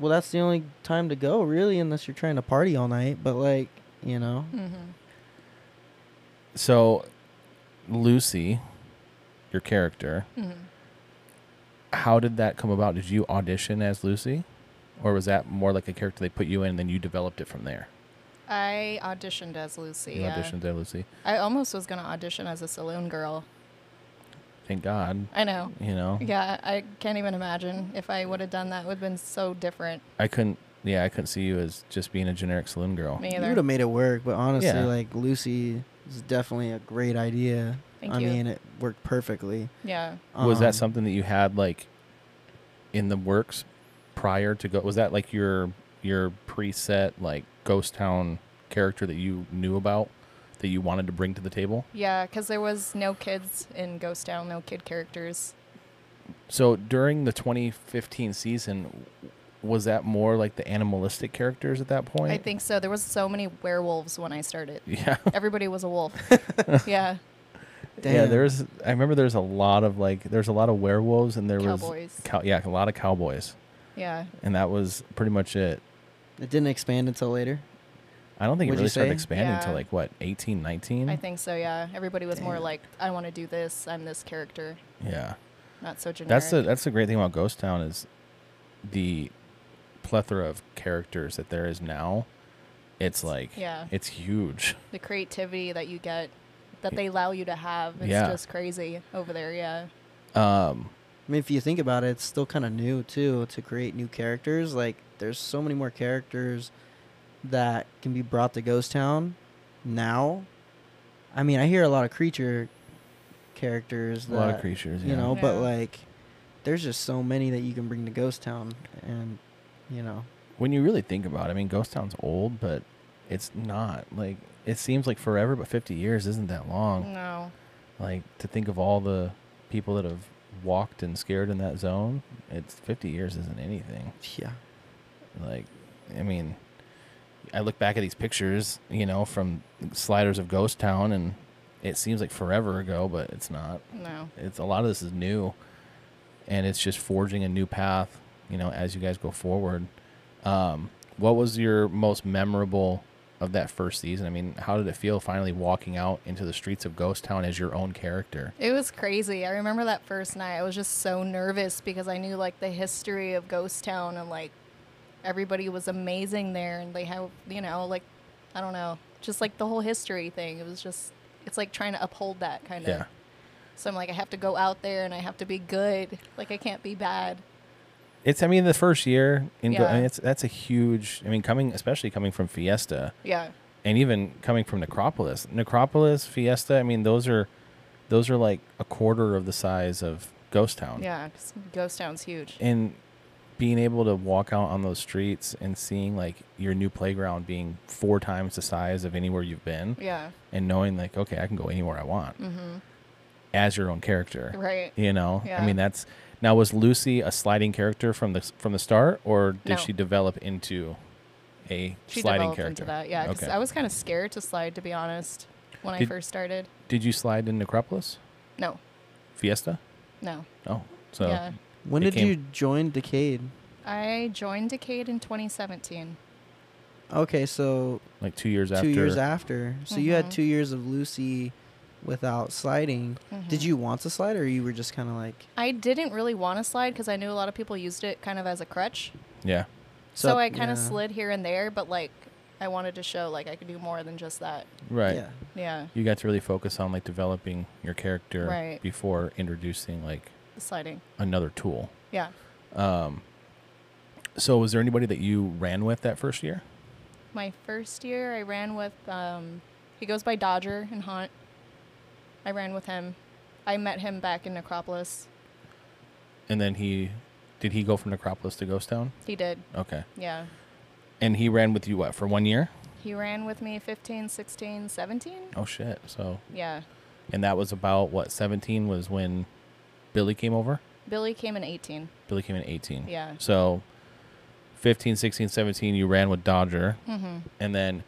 Speaker 4: Well, that's the only time to go, really, unless you're trying to party all night. But like, you know,
Speaker 5: Mm-hmm.
Speaker 3: So, Lucy, your character,
Speaker 5: Mm-hmm.
Speaker 3: how did that come about? Did you audition as Lucy, or was that more like a character they put you in and then you developed it from there?
Speaker 5: I auditioned as Lucy.
Speaker 3: You
Speaker 5: yeah.
Speaker 3: auditioned as Lucy.
Speaker 5: I almost was going to audition as a saloon girl.
Speaker 3: Thank God.
Speaker 5: I know.
Speaker 3: You know.
Speaker 5: Yeah, I can't even imagine if I would have done that. Would have been so different.
Speaker 3: I couldn't. Yeah, I couldn't see you as just being a generic saloon girl.
Speaker 5: Me
Speaker 4: you
Speaker 5: either.
Speaker 4: would have made it work. But honestly,
Speaker 3: Yeah.
Speaker 4: like Lucy is definitely a great idea.
Speaker 5: Thank
Speaker 4: I
Speaker 5: you.
Speaker 4: mean, it worked perfectly.
Speaker 5: yeah.
Speaker 3: was that
Speaker 4: Um,
Speaker 3: something that you had like in the works prior to go? Was that like your your preset like ghost town character that you knew about that you wanted to bring to the table?
Speaker 5: Yeah, because there was no kids in Ghost Town, no kid characters.
Speaker 3: So during the 2015 season, was that more like the animalistic characters at that point?
Speaker 5: I think so. There was so many werewolves when I started.
Speaker 3: Yeah.
Speaker 5: [laughs] Everybody was a wolf. yeah.
Speaker 3: [laughs] Yeah,
Speaker 4: Damn.
Speaker 3: there's. I remember there's a lot of like there's a lot of werewolves and there
Speaker 5: Cowboys.
Speaker 3: was cow, yeah a lot of cowboys
Speaker 5: Yeah.
Speaker 3: and that was pretty much it.
Speaker 4: It didn't expand until later.
Speaker 3: I don't think
Speaker 4: Would you
Speaker 3: it really started
Speaker 4: say?
Speaker 3: expanding until
Speaker 5: Yeah.
Speaker 3: like what 18, 19?
Speaker 5: I think so, yeah. Everybody was more
Speaker 4: Damn.
Speaker 5: like, I want to do this. I'm this character.
Speaker 3: Yeah.
Speaker 5: Not so generic.
Speaker 3: That's the that's the great thing about Ghost Town is the plethora of characters that there is now. It's like
Speaker 5: Yeah.
Speaker 3: it's huge.
Speaker 5: the creativity that you get, that they allow you to have. It's
Speaker 3: Yeah.
Speaker 5: just crazy over there, yeah.
Speaker 3: Um,
Speaker 4: I mean, if you think about it, it's still kind of new too to create new characters. Like, there's so many more characters that can be brought to Ghost Town now. I mean, I hear a lot of creature characters.
Speaker 3: a
Speaker 4: That,
Speaker 3: lot of creatures.
Speaker 4: you know, but
Speaker 5: Yeah.
Speaker 4: like, there's just so many that you can bring to Ghost Town, and you know,
Speaker 3: when you really think about it, I mean, Ghost Town's old, but it's not like it seems like forever, but fifty years isn't that long.
Speaker 5: No.
Speaker 3: Like to think of all the people that have walked and scared in that zone, it's fifty years isn't anything.
Speaker 4: yeah,
Speaker 3: Like, I mean, I look back at these pictures, you know, from sliders of Ghost Town, and it seems like forever ago, but it's not.
Speaker 5: No.
Speaker 3: It's a lot of this is new, and it's just forging a new path, you know, as you guys go forward. Um, what was your most memorable of that first season? I mean, how did it feel finally walking out into the streets of Ghost Town as your own character?
Speaker 5: It was crazy. I remember that first night. I was just so nervous because I knew like the history of Ghost Town and like everybody was amazing there and they have, you know, like I don't know, just like the whole history thing. It was just it's like trying to uphold that kind of.
Speaker 3: Yeah.
Speaker 5: So I'm like I have to go out there and I have to be good. Like I can't be bad.
Speaker 3: It's, I mean, the first year in, Go- I
Speaker 5: Yeah.
Speaker 3: mean, it's, that's a huge, I mean, coming, especially coming from Fiesta,
Speaker 5: Yeah.
Speaker 3: and even coming from Necropolis, Necropolis, Fiesta. I mean, those are those are like a quarter of the size of Ghost Town.
Speaker 5: Yeah, 'cause Ghost Town's huge.
Speaker 3: Um, And being able to walk out on those streets and seeing like your new playground being four times the size of anywhere you've been,
Speaker 5: Yeah. Mm-hmm.
Speaker 3: and knowing like, okay, I can go anywhere I want as your own character.
Speaker 5: Right.
Speaker 3: You know. I
Speaker 5: Yeah.
Speaker 3: mean, that's now was Lucy a sliding character from the from the start, or did
Speaker 5: No.
Speaker 3: she develop into a
Speaker 5: She
Speaker 3: sliding
Speaker 5: developed
Speaker 3: character?
Speaker 5: into that. Yeah, 'cause
Speaker 3: Okay.
Speaker 5: I was kind of scared to slide to be honest when I
Speaker 3: Did-
Speaker 5: first started.
Speaker 3: Did you slide in Necropolis?
Speaker 5: No.
Speaker 3: Fiesta?
Speaker 5: No.
Speaker 3: Oh, so
Speaker 5: Yeah.
Speaker 4: when
Speaker 3: It
Speaker 4: did
Speaker 3: came-
Speaker 4: you join Decade?
Speaker 5: I joined Decade in 2017.
Speaker 4: Okay, so
Speaker 3: like two years after.
Speaker 4: two years after, so you
Speaker 5: Mm-hmm.
Speaker 4: had two years of Lucy without sliding.
Speaker 5: Mm-hmm.
Speaker 4: Did you want to slide, or you were just kind of like?
Speaker 5: I didn't really want to slide because I knew a lot of people used it kind of as a crutch.
Speaker 3: Yeah.
Speaker 5: So,
Speaker 4: up-
Speaker 5: I kind
Speaker 4: yeah.
Speaker 5: of slid here and there, but like I wanted to show like I could do more than just that.
Speaker 3: Right.
Speaker 4: Yeah.
Speaker 5: Yeah,
Speaker 3: You got to really focus on like developing your character
Speaker 5: Right.
Speaker 3: before introducing like
Speaker 5: the sliding.
Speaker 3: another tool.
Speaker 5: Yeah.
Speaker 3: So was there anybody that you ran with that first year?
Speaker 5: my first year, I ran with, um, he goes by Dodger and Haunt. I ran with him. I met him back in Necropolis.
Speaker 3: And then he did he go from Necropolis to Ghost Town?
Speaker 5: He did.
Speaker 3: Okay.
Speaker 5: Yeah.
Speaker 3: And he ran with you what for one year?
Speaker 5: He ran with me 15, 16, 17.
Speaker 3: Oh shit. So
Speaker 5: Yeah.
Speaker 3: and that was about what 17 was when Billy came over.
Speaker 5: Billy came in 18.
Speaker 3: Billy came in 18.
Speaker 5: Yeah.
Speaker 3: So 15, 16, 17 you ran with Dodger.
Speaker 5: Mm-hmm.
Speaker 3: And then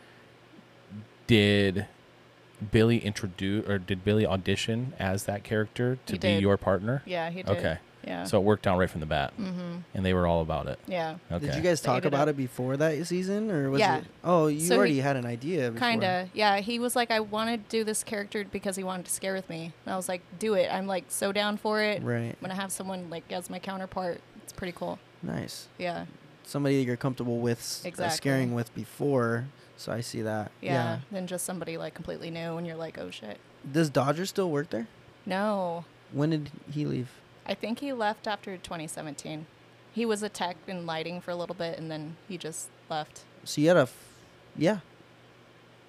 Speaker 3: did Billy introduce or did Billy audition as that character to
Speaker 5: He
Speaker 3: be
Speaker 5: did.
Speaker 3: your partner?
Speaker 5: Yeah, he did.
Speaker 3: Okay.
Speaker 5: Yeah.
Speaker 3: So it worked out right from the bat.
Speaker 5: Mm-hmm.
Speaker 3: And they were all about it.
Speaker 5: Yeah.
Speaker 3: Okay.
Speaker 4: Did you guys
Speaker 5: They
Speaker 4: talk
Speaker 5: ate it
Speaker 4: about
Speaker 5: up.
Speaker 4: it before that season, or was
Speaker 5: Yeah.
Speaker 4: it? Oh, you
Speaker 5: So he-
Speaker 4: already had an idea. before.
Speaker 5: Kinda. Yeah. He was like, I want to do this character because he wanted to scare with me. And I was like, do it. I'm like so down for it.
Speaker 4: Right.
Speaker 5: I'm going to have someone like as my counterpart. It's pretty cool.
Speaker 4: Nice.
Speaker 5: Yeah.
Speaker 4: Somebody that you're comfortable with, s- uh,
Speaker 5: Exactly.
Speaker 4: scaring with before. So I see that.
Speaker 5: Yeah. Than just somebody like completely new and you're like, oh shit.
Speaker 4: Does Dodger still work there?
Speaker 5: No.
Speaker 4: When did he leave?
Speaker 5: I think he left after 2017. He was a tech in lighting for a little bit and then he just left.
Speaker 4: So you had a, f- yeah.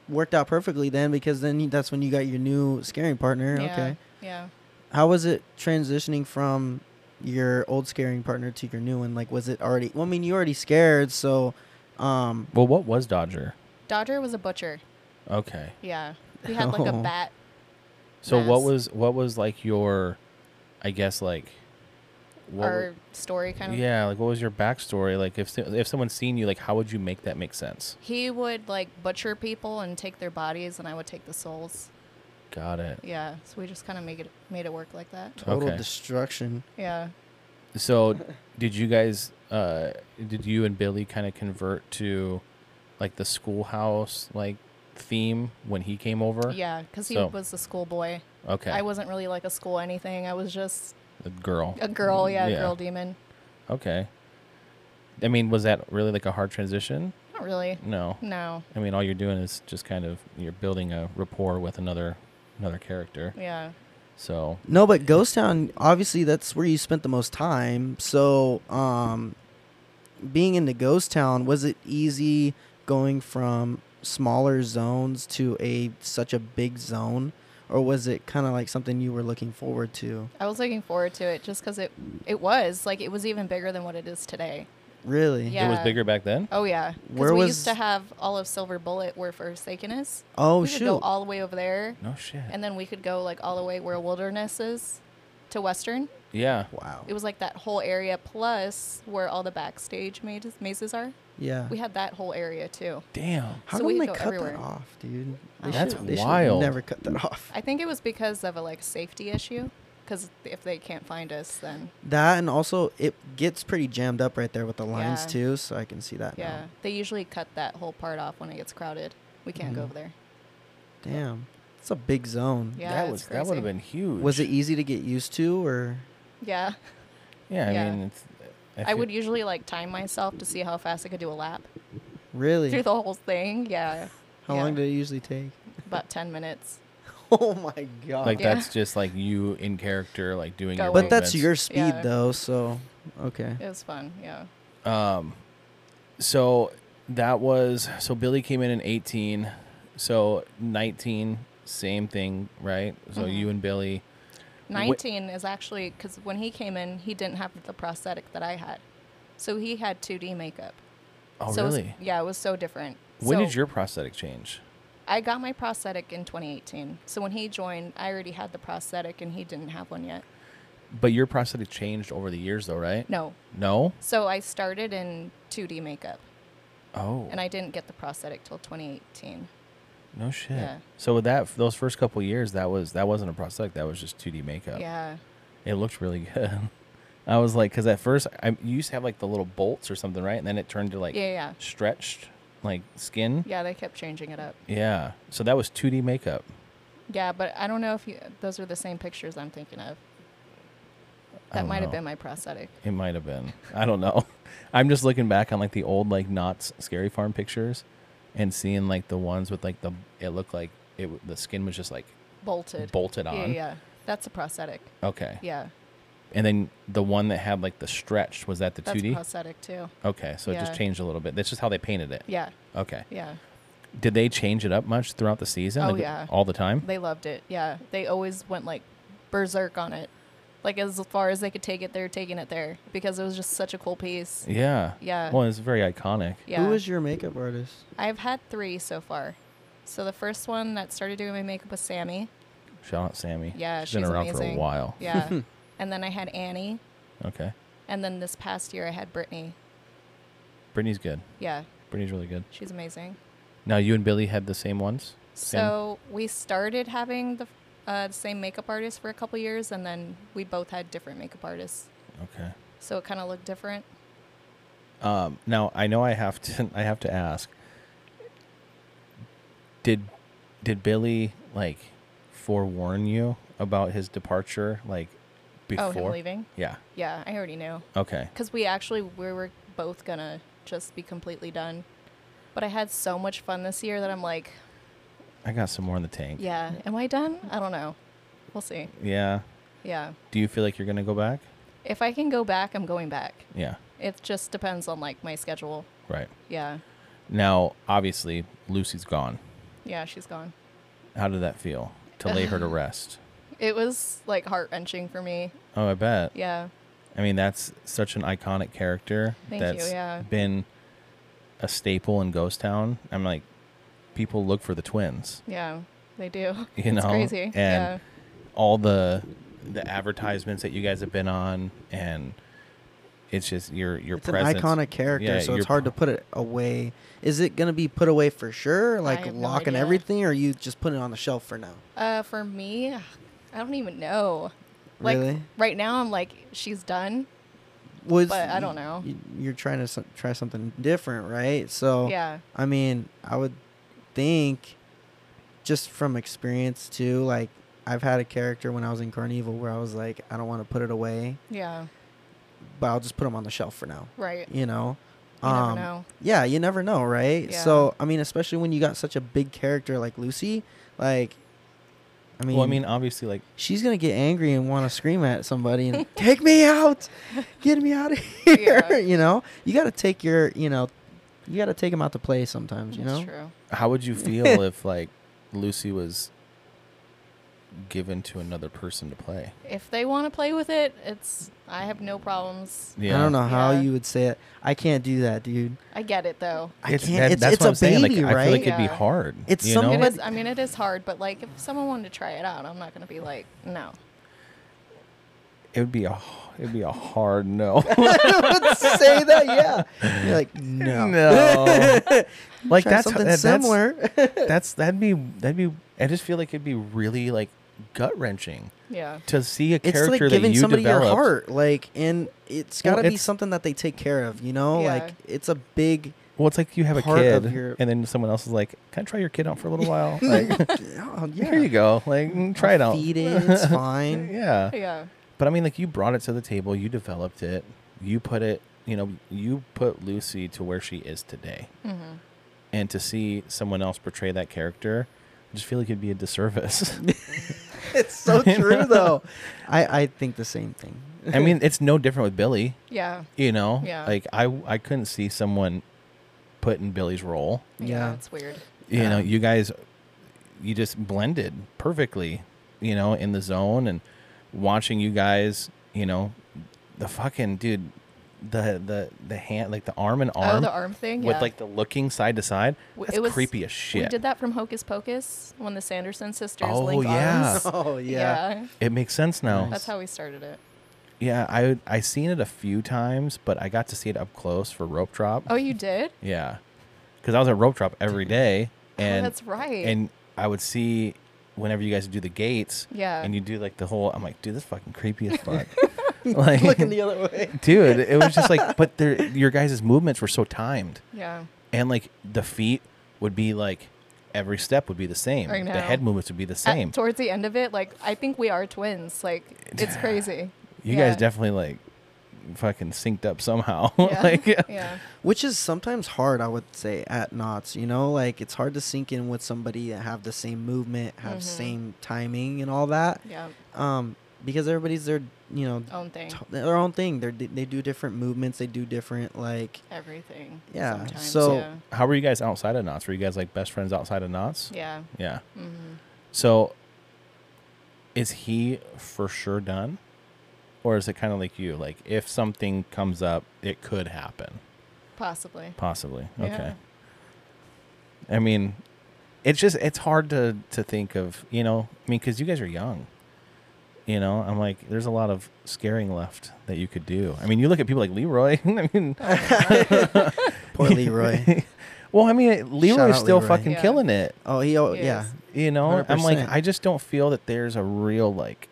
Speaker 4: Worked out perfectly then, because then you- that's when you got your new scaring partner.
Speaker 5: Yeah.
Speaker 4: Oh, Okay.
Speaker 5: Yeah.
Speaker 4: How was it transitioning from your old scaring partner to your new one? Like, was it already? Well, I mean, you already scared, so, um,
Speaker 3: Well, what was Dodger?
Speaker 5: Dodger was a butcher.
Speaker 3: Okay.
Speaker 5: Yeah. He had like
Speaker 4: [laughs] Oh.
Speaker 5: a bat.
Speaker 3: So what
Speaker 5: Mass.
Speaker 3: was what was like your, I guess like, what wa-
Speaker 5: or story kind of
Speaker 3: yeah, like what was your backstory? Like if so- if someone's seen you, like how would you make that make sense?
Speaker 5: He would like butcher people and take their bodies, and I would take the souls.
Speaker 3: Got it.
Speaker 5: Yeah, so we just kind of make it made it work like that.
Speaker 4: total
Speaker 3: Okay.
Speaker 4: destruction.
Speaker 5: Yeah,
Speaker 3: So did you guys, uh, did you and Billy kind of convert to, like the schoolhouse like theme when he came over?
Speaker 5: yeah, because he
Speaker 3: So-
Speaker 5: was a schoolboy.
Speaker 3: Okay.
Speaker 5: I wasn't really like a school anything. I was just
Speaker 3: the girl.
Speaker 5: a girl. Yeah,
Speaker 3: Yeah.
Speaker 5: a girl demon.
Speaker 3: Okay. I mean, was that really like a hard transition?
Speaker 5: Not really.
Speaker 3: No.
Speaker 5: No.
Speaker 3: I mean, all you're doing is just kind of you're building a rapport with another another character.
Speaker 5: Yeah.
Speaker 3: So
Speaker 4: No, but Ghost Town, obviously, that's where you spent the most time. So, um, being into Ghost Town, was it easy going from smaller zones to a such a big zone, or was it kind of like something you were looking forward to?
Speaker 5: I was looking forward to it just because it it was like it was even bigger than what it is today.
Speaker 4: Really?
Speaker 5: Yeah.
Speaker 3: it was bigger back then.
Speaker 5: Oh yeah, because
Speaker 4: Where
Speaker 5: we
Speaker 4: was-
Speaker 5: used to have all of Silver Bullet where Forsaken is.
Speaker 4: Oh
Speaker 5: we could go
Speaker 4: shoot!
Speaker 5: all the way over there,
Speaker 3: No shit.
Speaker 5: and then we could go like all the way where Wilderness is to Western.
Speaker 3: yeah.
Speaker 4: wow.
Speaker 5: It was like that whole area plus where all the backstage mazes, mazes are.
Speaker 4: Yeah.
Speaker 5: We had that whole area too.
Speaker 3: Damn.
Speaker 4: How
Speaker 5: so
Speaker 4: come
Speaker 5: we
Speaker 4: they
Speaker 5: go
Speaker 4: cut
Speaker 5: everywhere.
Speaker 4: that off, dude?
Speaker 5: I
Speaker 4: They
Speaker 5: That's
Speaker 4: should- they should
Speaker 3: wild.
Speaker 4: Never cut that off.
Speaker 5: I think it was because of a like safety issue because if they can't find us then
Speaker 4: That and also it gets pretty jammed up right there with the lines
Speaker 5: Yeah.
Speaker 4: too, so I can see that. now.
Speaker 5: yeah, they usually cut that whole part off when it gets crowded. We can't go
Speaker 4: Mhm.
Speaker 5: over there.
Speaker 4: Damn. It's a big zone.
Speaker 5: Yeah,
Speaker 3: that
Speaker 5: it's
Speaker 3: was that would have
Speaker 5: crazy.
Speaker 3: been huge.
Speaker 4: Was it easy to get used to or
Speaker 5: Yeah.
Speaker 3: Yeah. I
Speaker 5: yeah.
Speaker 3: mean, it's,
Speaker 5: I
Speaker 3: feel-
Speaker 5: would usually like time myself to see how fast I could do a lap
Speaker 4: really?
Speaker 5: through the whole thing. Yeah.
Speaker 4: How
Speaker 5: yeah.
Speaker 4: long did it usually take?
Speaker 5: About 10 minutes.
Speaker 4: [laughs] Oh my god.
Speaker 3: like
Speaker 5: Yeah.
Speaker 3: that's just like you in character, like doing. Your
Speaker 5: Going.
Speaker 4: but that's
Speaker 3: movements.
Speaker 4: your speed
Speaker 5: Yeah.
Speaker 4: though, so okay.
Speaker 5: It was fun. Yeah.
Speaker 3: Um, so that was so Billy came in in eighteen, so nineteen, same thing, right? So
Speaker 5: Mm-hmm.
Speaker 3: you and Billy,
Speaker 5: 19 is actually because when he came in, he didn't have the prosthetic that I had. So he had 2D makeup.
Speaker 3: oh
Speaker 5: so it was-
Speaker 3: really?
Speaker 5: yeah, it was so different.
Speaker 3: when
Speaker 5: So
Speaker 3: did your prosthetic change?
Speaker 5: I got my prosthetic in 2018. So when he joined, I already had the prosthetic and he didn't have one yet.
Speaker 3: But your prosthetic changed over the years, though, right?
Speaker 5: No.
Speaker 3: No.
Speaker 5: So I started in 2D makeup
Speaker 3: Oh.
Speaker 5: and I didn't get the prosthetic till 2018.
Speaker 3: no shit.
Speaker 5: Yeah.
Speaker 3: So with that, those first couple years, that was that wasn't a prosthetic. That was just two D makeup.
Speaker 5: Yeah.
Speaker 3: It looked really [laughs] good. I was like, because at first I you used to have like the little bolts or something, right? And then it turned to like
Speaker 5: Yeah, yeah.
Speaker 3: stretched like skin.
Speaker 5: Yeah, they kept changing it up.
Speaker 3: Yeah. So that was 2D makeup.
Speaker 5: Yeah, but I don't know if you, those are the same pictures I'm thinking of.
Speaker 3: I
Speaker 5: That
Speaker 3: don't
Speaker 5: might have
Speaker 3: know.
Speaker 5: been my prosthetic.
Speaker 3: It might have been. I don't know. [laughs] I'm just looking back on like the old like Knott's Scary Farm pictures, and seeing like the ones with like the it looked like it w- the skin was just like
Speaker 5: Bolted.
Speaker 3: bolted
Speaker 5: Yeah,
Speaker 3: on.
Speaker 5: yeah. That's a prosthetic.
Speaker 3: Okay.
Speaker 5: Yeah.
Speaker 3: And then the one that had like the stretched was that the
Speaker 5: That's
Speaker 3: two D?
Speaker 5: prosthetic too.
Speaker 3: Okay, so it just
Speaker 5: Yeah.
Speaker 3: changed a little bit. That's just how they painted it.
Speaker 5: Yeah,
Speaker 3: Okay.
Speaker 5: yeah.
Speaker 3: Did they change it up much throughout the season?
Speaker 5: Oh,
Speaker 3: Like,
Speaker 5: yeah.
Speaker 3: All the time.
Speaker 5: They loved it. Yeah, they always went like berserk on it. Like as far as they could take it, they were taking it there because it was just such a cool piece.
Speaker 3: yeah.
Speaker 5: Yeah.
Speaker 3: Well, it's very iconic.
Speaker 5: Yeah.
Speaker 4: Who was your makeup artist?
Speaker 5: I've had three so far. So the first one that started doing my makeup was Sammy.
Speaker 3: Shout out Sammy.
Speaker 5: Yeah,
Speaker 3: been
Speaker 5: she's
Speaker 3: around for a
Speaker 5: amazing.
Speaker 3: while. [laughs]
Speaker 5: Yeah. and then I had Annie.
Speaker 3: Okay.
Speaker 5: And then this past year I had Brittany.
Speaker 3: Brittany's good.
Speaker 5: Yeah,
Speaker 3: Brittany's really good.
Speaker 5: she's amazing.
Speaker 3: Now you and Billy had the same ones. Same-
Speaker 5: So we started having the uh, same makeup artist for a couple years, and then we both had different makeup artists.
Speaker 3: Okay.
Speaker 5: So it kind of looked different.
Speaker 3: Um, now I know I have to. [laughs] I have to ask. Did did Billy like forewarn you about his departure? Like before?
Speaker 5: Oh, him leaving?
Speaker 3: Yeah.
Speaker 5: Yeah, I already knew.
Speaker 3: Okay.
Speaker 5: Because we actually we were both gonna just be completely done. But I had so much fun this year that I'm like,
Speaker 3: I got some more in the tank.
Speaker 5: yeah, am I done? I don't know. We'll see.
Speaker 3: Yeah.
Speaker 5: Yeah.
Speaker 3: Do you feel like you're gonna go back?
Speaker 5: If I can go back, I'm going back.
Speaker 3: Yeah.
Speaker 5: It just depends on like my schedule.
Speaker 3: Right.
Speaker 5: Yeah.
Speaker 3: Now, obviously, Lucy's gone.
Speaker 5: Yeah, she's gone.
Speaker 3: How did that feel to lay
Speaker 5: [sighs]
Speaker 3: her to rest?
Speaker 5: It was like heart wrenching for me.
Speaker 3: Oh, I bet.
Speaker 5: Yeah.
Speaker 3: I mean, that's such an iconic character
Speaker 5: Thank
Speaker 3: that's
Speaker 5: you, yeah.
Speaker 3: been a staple in Ghost Town. I'm like, people look for the twins,
Speaker 5: Yeah. They do.
Speaker 3: [laughs] you
Speaker 5: it's
Speaker 3: know,
Speaker 5: crazy.
Speaker 3: and
Speaker 5: yeah.
Speaker 3: all the the advertisements that you guys have been on, and it's just your your
Speaker 4: It's
Speaker 3: presence.
Speaker 4: an iconic character,
Speaker 3: Yeah,
Speaker 4: so
Speaker 3: your
Speaker 4: it's hard to
Speaker 3: p-
Speaker 4: put it away. Is it gonna be put away for sure, like
Speaker 5: have no
Speaker 4: locking
Speaker 5: idea.
Speaker 4: everything, or are you just putting it on the shelf for now?
Speaker 5: Uh, for me, I don't even know. Like
Speaker 4: Really?
Speaker 5: right now, I'm like she's done.
Speaker 4: Was
Speaker 5: But I don't know.
Speaker 4: You're trying to so- try something different, right? So
Speaker 5: Yeah.
Speaker 4: I mean, I would think just from experience too. Like I've had a character when I was in Carnival where I was like, I don't want to put it away,
Speaker 5: Yeah.
Speaker 4: but I'll just put them on the shelf for now.
Speaker 5: Right.
Speaker 4: You know. Um,
Speaker 5: You never know.
Speaker 4: Yeah, you never know, right?
Speaker 5: Yeah.
Speaker 4: So I mean, especially when you got such a big character like Lucy, like. I mean,
Speaker 3: well, I mean, obviously, like
Speaker 4: she's gonna get angry and
Speaker 5: [laughs]
Speaker 4: want to scream at somebody and take me out, get me out of [laughs] here.
Speaker 5: Yeah.
Speaker 4: You know, you got to take your, you know, you got to take them out to play sometimes. You
Speaker 5: That's
Speaker 4: know,
Speaker 5: true.
Speaker 3: how would
Speaker 4: [laughs]
Speaker 3: you feel if like Lucy was given to another person to play?
Speaker 5: If they want to play with it, it's I have no problems.
Speaker 3: Yeah.
Speaker 4: I don't know how
Speaker 5: Yeah.
Speaker 4: you would say it. I can't do that, [laughs] dude.
Speaker 5: I get it though.
Speaker 4: I
Speaker 3: It's-
Speaker 4: can't.
Speaker 3: that-
Speaker 4: it's
Speaker 3: that's
Speaker 4: it's
Speaker 3: what
Speaker 4: a
Speaker 3: I'm saying.
Speaker 4: baby,
Speaker 3: like, I
Speaker 4: right?
Speaker 3: feel like it'd be
Speaker 5: Yeah.
Speaker 3: hard.
Speaker 4: It's
Speaker 3: you know?
Speaker 4: something-
Speaker 5: It
Speaker 4: But-
Speaker 5: is. I mean, it is hard, but like if someone wanted to try it out, I'm not gonna be like no.
Speaker 3: It would be a it'd be a
Speaker 4: [laughs]
Speaker 3: hard no.
Speaker 4: Let's say that, yeah. [laughs] You're like, no.
Speaker 3: No. [laughs]
Speaker 4: [laughs]
Speaker 3: like
Speaker 4: Try
Speaker 3: that's
Speaker 4: something
Speaker 3: that-
Speaker 4: similar. [laughs]
Speaker 3: That's, that's that'd be that'd be. I just feel like it'd be really like gut wrenching
Speaker 5: Yeah.
Speaker 3: to see a
Speaker 4: it's like
Speaker 3: character that
Speaker 4: giving
Speaker 3: you
Speaker 4: somebody
Speaker 3: developed.
Speaker 4: your heart, like, and it's got to
Speaker 3: Well,
Speaker 4: be
Speaker 3: it's-
Speaker 4: something that they take care of. You know,
Speaker 5: Yeah.
Speaker 4: like it's a [laughs] big.
Speaker 3: Well, it's like you have a
Speaker 4: Part of
Speaker 3: kid,
Speaker 4: your-
Speaker 3: and then someone else is like, "Can I try your kid out
Speaker 4: [laughs]
Speaker 3: for a little while?" Like, [laughs]
Speaker 4: Oh, yeah.
Speaker 3: here you go. Like, mm, try it out.
Speaker 4: Feed it.
Speaker 3: [laughs]
Speaker 4: It's fine.
Speaker 3: Yeah.
Speaker 5: Yeah.
Speaker 3: But I mean, like you brought it to the table, you developed it, you put it, you know, you put Lucy to where she is today,
Speaker 5: Mm-hmm.
Speaker 3: and to see someone else portray that character, I just feel like it'd be a
Speaker 5: [laughs]
Speaker 3: disservice.
Speaker 4: It's so true though. [laughs] I, I think the same thing.
Speaker 3: I mean, it's no different with Billy,
Speaker 5: Yeah.
Speaker 3: you know.
Speaker 5: Yeah.
Speaker 3: Like I, I couldn't see someone put in Billy's role.
Speaker 4: Yeah.
Speaker 5: It's weird.
Speaker 3: You
Speaker 4: Yeah.
Speaker 3: know, you guys, you just blended perfectly, you know, in the zone and watching you guys, you know, the fucking dude, the the the hand, like the arm and arm.
Speaker 5: Oh, the arm thing.
Speaker 3: with
Speaker 5: yeah.
Speaker 3: like the looking side to side.
Speaker 5: W-
Speaker 3: That's creepy as shit.
Speaker 5: We did that from Hocus Pocus when the Sanderson sisters
Speaker 3: Oh,
Speaker 5: linked
Speaker 3: yeah.
Speaker 5: arms.
Speaker 4: [laughs] [laughs] Oh yeah.
Speaker 5: yeah.
Speaker 3: It makes sense now.
Speaker 5: That's how we started it.
Speaker 3: Yeah, I I seen it a few times, but I got to see it up close for rope drop.
Speaker 5: Oh, you did?
Speaker 3: Yeah, because I was at rope drop every day, and
Speaker 5: Oh, that's right.
Speaker 3: And I would see whenever you guys do the gates.
Speaker 5: Yeah.
Speaker 3: and you do like the whole. I'm like, dude, this is fucking creepy
Speaker 5: [laughs]
Speaker 3: as fuck. like,
Speaker 4: Looking the other way.
Speaker 3: [laughs] dude, it was just like, but their your guys' movements were so timed.
Speaker 5: Yeah.
Speaker 3: and like the feet would be like every step would be the same.
Speaker 5: I
Speaker 3: The
Speaker 5: know.
Speaker 3: head movements would be the
Speaker 5: At-
Speaker 3: same.
Speaker 5: towards the end of it, like I think we are twins. Like it's crazy.
Speaker 3: you
Speaker 5: Yeah.
Speaker 3: guys definitely like fucking synced up somehow. [laughs]
Speaker 5: Yeah.
Speaker 3: like [laughs]
Speaker 5: yeah.
Speaker 4: Which is sometimes hard, I would say, at knots. You know, like it's hard to sync in with somebody that have the same movement, have same timing, and all that.
Speaker 5: Mm-hmm. Yeah.
Speaker 4: Um, because everybody's their you know,
Speaker 5: own thing,
Speaker 4: t- their own thing. They they do different movements. They do different like
Speaker 5: everything.
Speaker 4: Yeah,
Speaker 5: sometimes,
Speaker 4: so-
Speaker 5: yeah.
Speaker 3: How were you guys outside of knots? Were you guys like best friends outside of knots?
Speaker 5: yeah.
Speaker 3: Yeah.
Speaker 5: Mhm.
Speaker 3: So is he for sure done? Or is it kind of like you? Like if something comes up, it could happen.
Speaker 5: possibly.
Speaker 3: Possibly. Okay.
Speaker 5: Yeah.
Speaker 3: I mean, it's just it's hard to to think of, you know, I mean cuz you guys are young. You know, I'm like there's a lot of scaring left that you could do. I mean, you look at people like Leroy. [laughs] I
Speaker 5: [laughs]
Speaker 3: mean,
Speaker 4: poor Leroy.
Speaker 3: well, I mean,
Speaker 4: out
Speaker 3: Leroy's still
Speaker 4: Leroy.
Speaker 3: fucking
Speaker 5: Yeah.
Speaker 3: killing it.
Speaker 4: Oh, he. Oh,
Speaker 5: He
Speaker 4: yeah.
Speaker 5: is.
Speaker 3: You know, I'm like,
Speaker 4: 100%.
Speaker 3: I just don't feel that there's a real like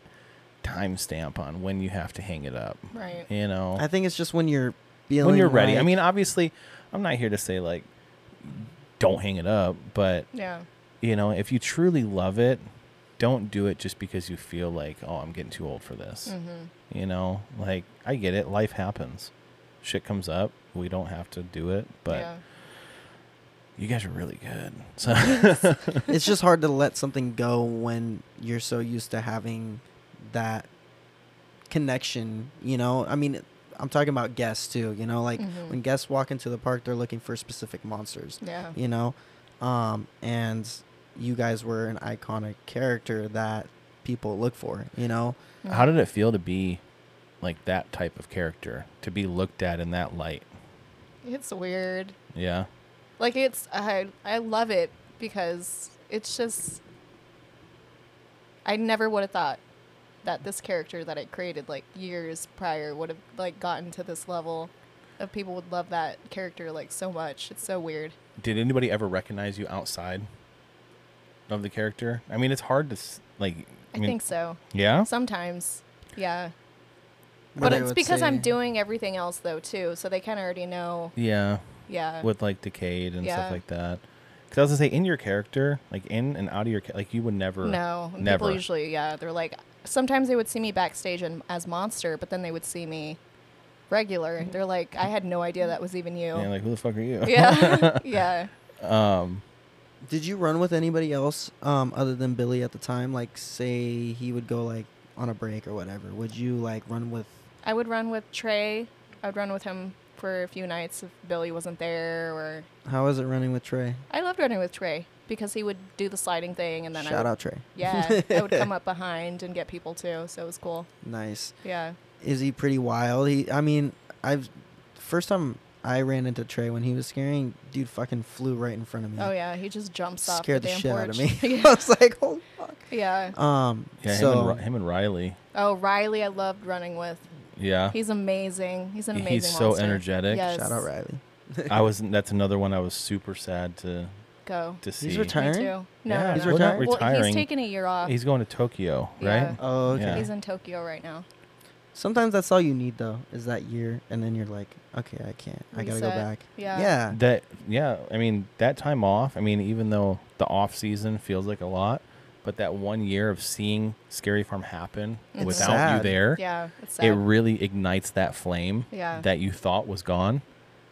Speaker 3: timestamp on when you have to hang it up.
Speaker 5: Right.
Speaker 3: You know,
Speaker 4: I think it's just when you're feeling
Speaker 3: when you're ready. I
Speaker 4: like-
Speaker 3: mean, obviously, I'm not here to say like don't hang it up, but
Speaker 5: Yeah.
Speaker 3: you know, if you truly love it, don't do it just because you feel like, oh, I'm getting too old for this.
Speaker 5: Mm. Mm-hmm.
Speaker 3: You know, like I get it. Life happens. Shit comes up. We don't have to do it, but
Speaker 5: yeah.
Speaker 3: you guys are really good. So
Speaker 4: it's just hard to let something go when you're so used to having that connection, you know? I mean, I'm talking about guests too, you know? Like
Speaker 5: Mhm.
Speaker 4: when guests walk into the park, they're looking for specific monsters,
Speaker 5: Yeah.
Speaker 4: you know? Um, and you guys were an iconic character that people look for, you know?
Speaker 3: How did it feel to be like that type of character, to be looked at in that light?
Speaker 5: It's weird.
Speaker 3: Yeah.
Speaker 5: Like it's I I love it because it's just I never would have thought that this character that I created like years prior would have like gotten to this level of people would love that character like so much. It's so weird.
Speaker 3: Did anybody ever recognize you outside of the character? I mean, it's hard to s- like.
Speaker 5: I, think so.
Speaker 3: Yeah.
Speaker 5: Sometimes. Yeah.
Speaker 4: What
Speaker 5: But
Speaker 4: I
Speaker 5: it's
Speaker 4: would
Speaker 5: because I'm
Speaker 4: say-
Speaker 5: doing everything else though too, so they kind of already know.
Speaker 3: Yeah.
Speaker 5: Yeah.
Speaker 3: with like decayed and
Speaker 5: Yeah.
Speaker 3: stuff like that. Because I was gonna say in your character, like in and out of your, ca- like you would never.
Speaker 5: No,
Speaker 3: never.
Speaker 5: people usually yeah. They're like sometimes they would see me backstage and, as monster, but then they would see me regular. They're like, I had no idea that was even you.
Speaker 3: Yeah, like who the fuck are you?
Speaker 5: [laughs] yeah, yeah.
Speaker 3: [laughs] Um,
Speaker 4: Did you run with anybody else um, other than Billy at the time? Like, say he would go like on a break or whatever. Would you like run with?
Speaker 5: I would run with Trey. I would run with him for a few nights if Billy wasn't there. Or
Speaker 4: How was it running with Trey?
Speaker 5: I loved running with Trey because he would do the sliding thing, and then I
Speaker 4: Shout
Speaker 5: would,
Speaker 4: out Trey. [laughs]
Speaker 5: Yeah, I would come up behind and get people too. So it was cool.
Speaker 4: Nice.
Speaker 5: Yeah,
Speaker 4: Is he pretty wild? He, I mean, I've first time I ran into Trey when he was scaring, dude, fucking flew right in front of me.
Speaker 5: Oh yeah, he just jumps off.
Speaker 4: Mm. scared the,
Speaker 5: damn
Speaker 4: shit out of me. [laughs]
Speaker 5: porch.
Speaker 4: I
Speaker 5: [laughs] yeah.
Speaker 4: was like, oh fuck.
Speaker 5: yeah.
Speaker 4: Um,
Speaker 3: yeah, him,
Speaker 4: so
Speaker 3: and, Ri- him and Riley.
Speaker 5: Oh, Riley, I loved running with.
Speaker 3: Yeah,
Speaker 5: He's amazing. He's an
Speaker 3: He's
Speaker 5: amazing.
Speaker 3: so
Speaker 5: monster.
Speaker 3: energetic.
Speaker 5: Yes.
Speaker 4: shout out Riley.
Speaker 3: I was. That's another one I was super sad to
Speaker 5: Go.
Speaker 3: to see.
Speaker 4: He's
Speaker 5: Me
Speaker 4: retiring.
Speaker 5: too. No, no,
Speaker 3: Yeah,
Speaker 4: He's
Speaker 5: no.
Speaker 3: well, not
Speaker 4: retiring?
Speaker 5: Well,
Speaker 3: retiring.
Speaker 5: he's taking a year off.
Speaker 3: He's going to Tokyo,
Speaker 5: Yeah.
Speaker 3: right?
Speaker 4: Oh, okay.
Speaker 3: Yeah.
Speaker 5: He's in Tokyo right now.
Speaker 4: Sometimes that's all you need though, is that year, and then you're like, okay, I can't. I gotta go
Speaker 5: Reset.
Speaker 4: back.
Speaker 5: Yeah.
Speaker 4: Yeah.
Speaker 3: That yeah, I mean that time off. I mean, even though the off season feels like a lot, but that one year of seeing Scary Farm happen
Speaker 5: It's
Speaker 3: without you
Speaker 4: sad.
Speaker 3: there,
Speaker 5: Yeah. It's sad.
Speaker 3: it really ignites that flame
Speaker 5: Yeah.
Speaker 3: that you thought was gone.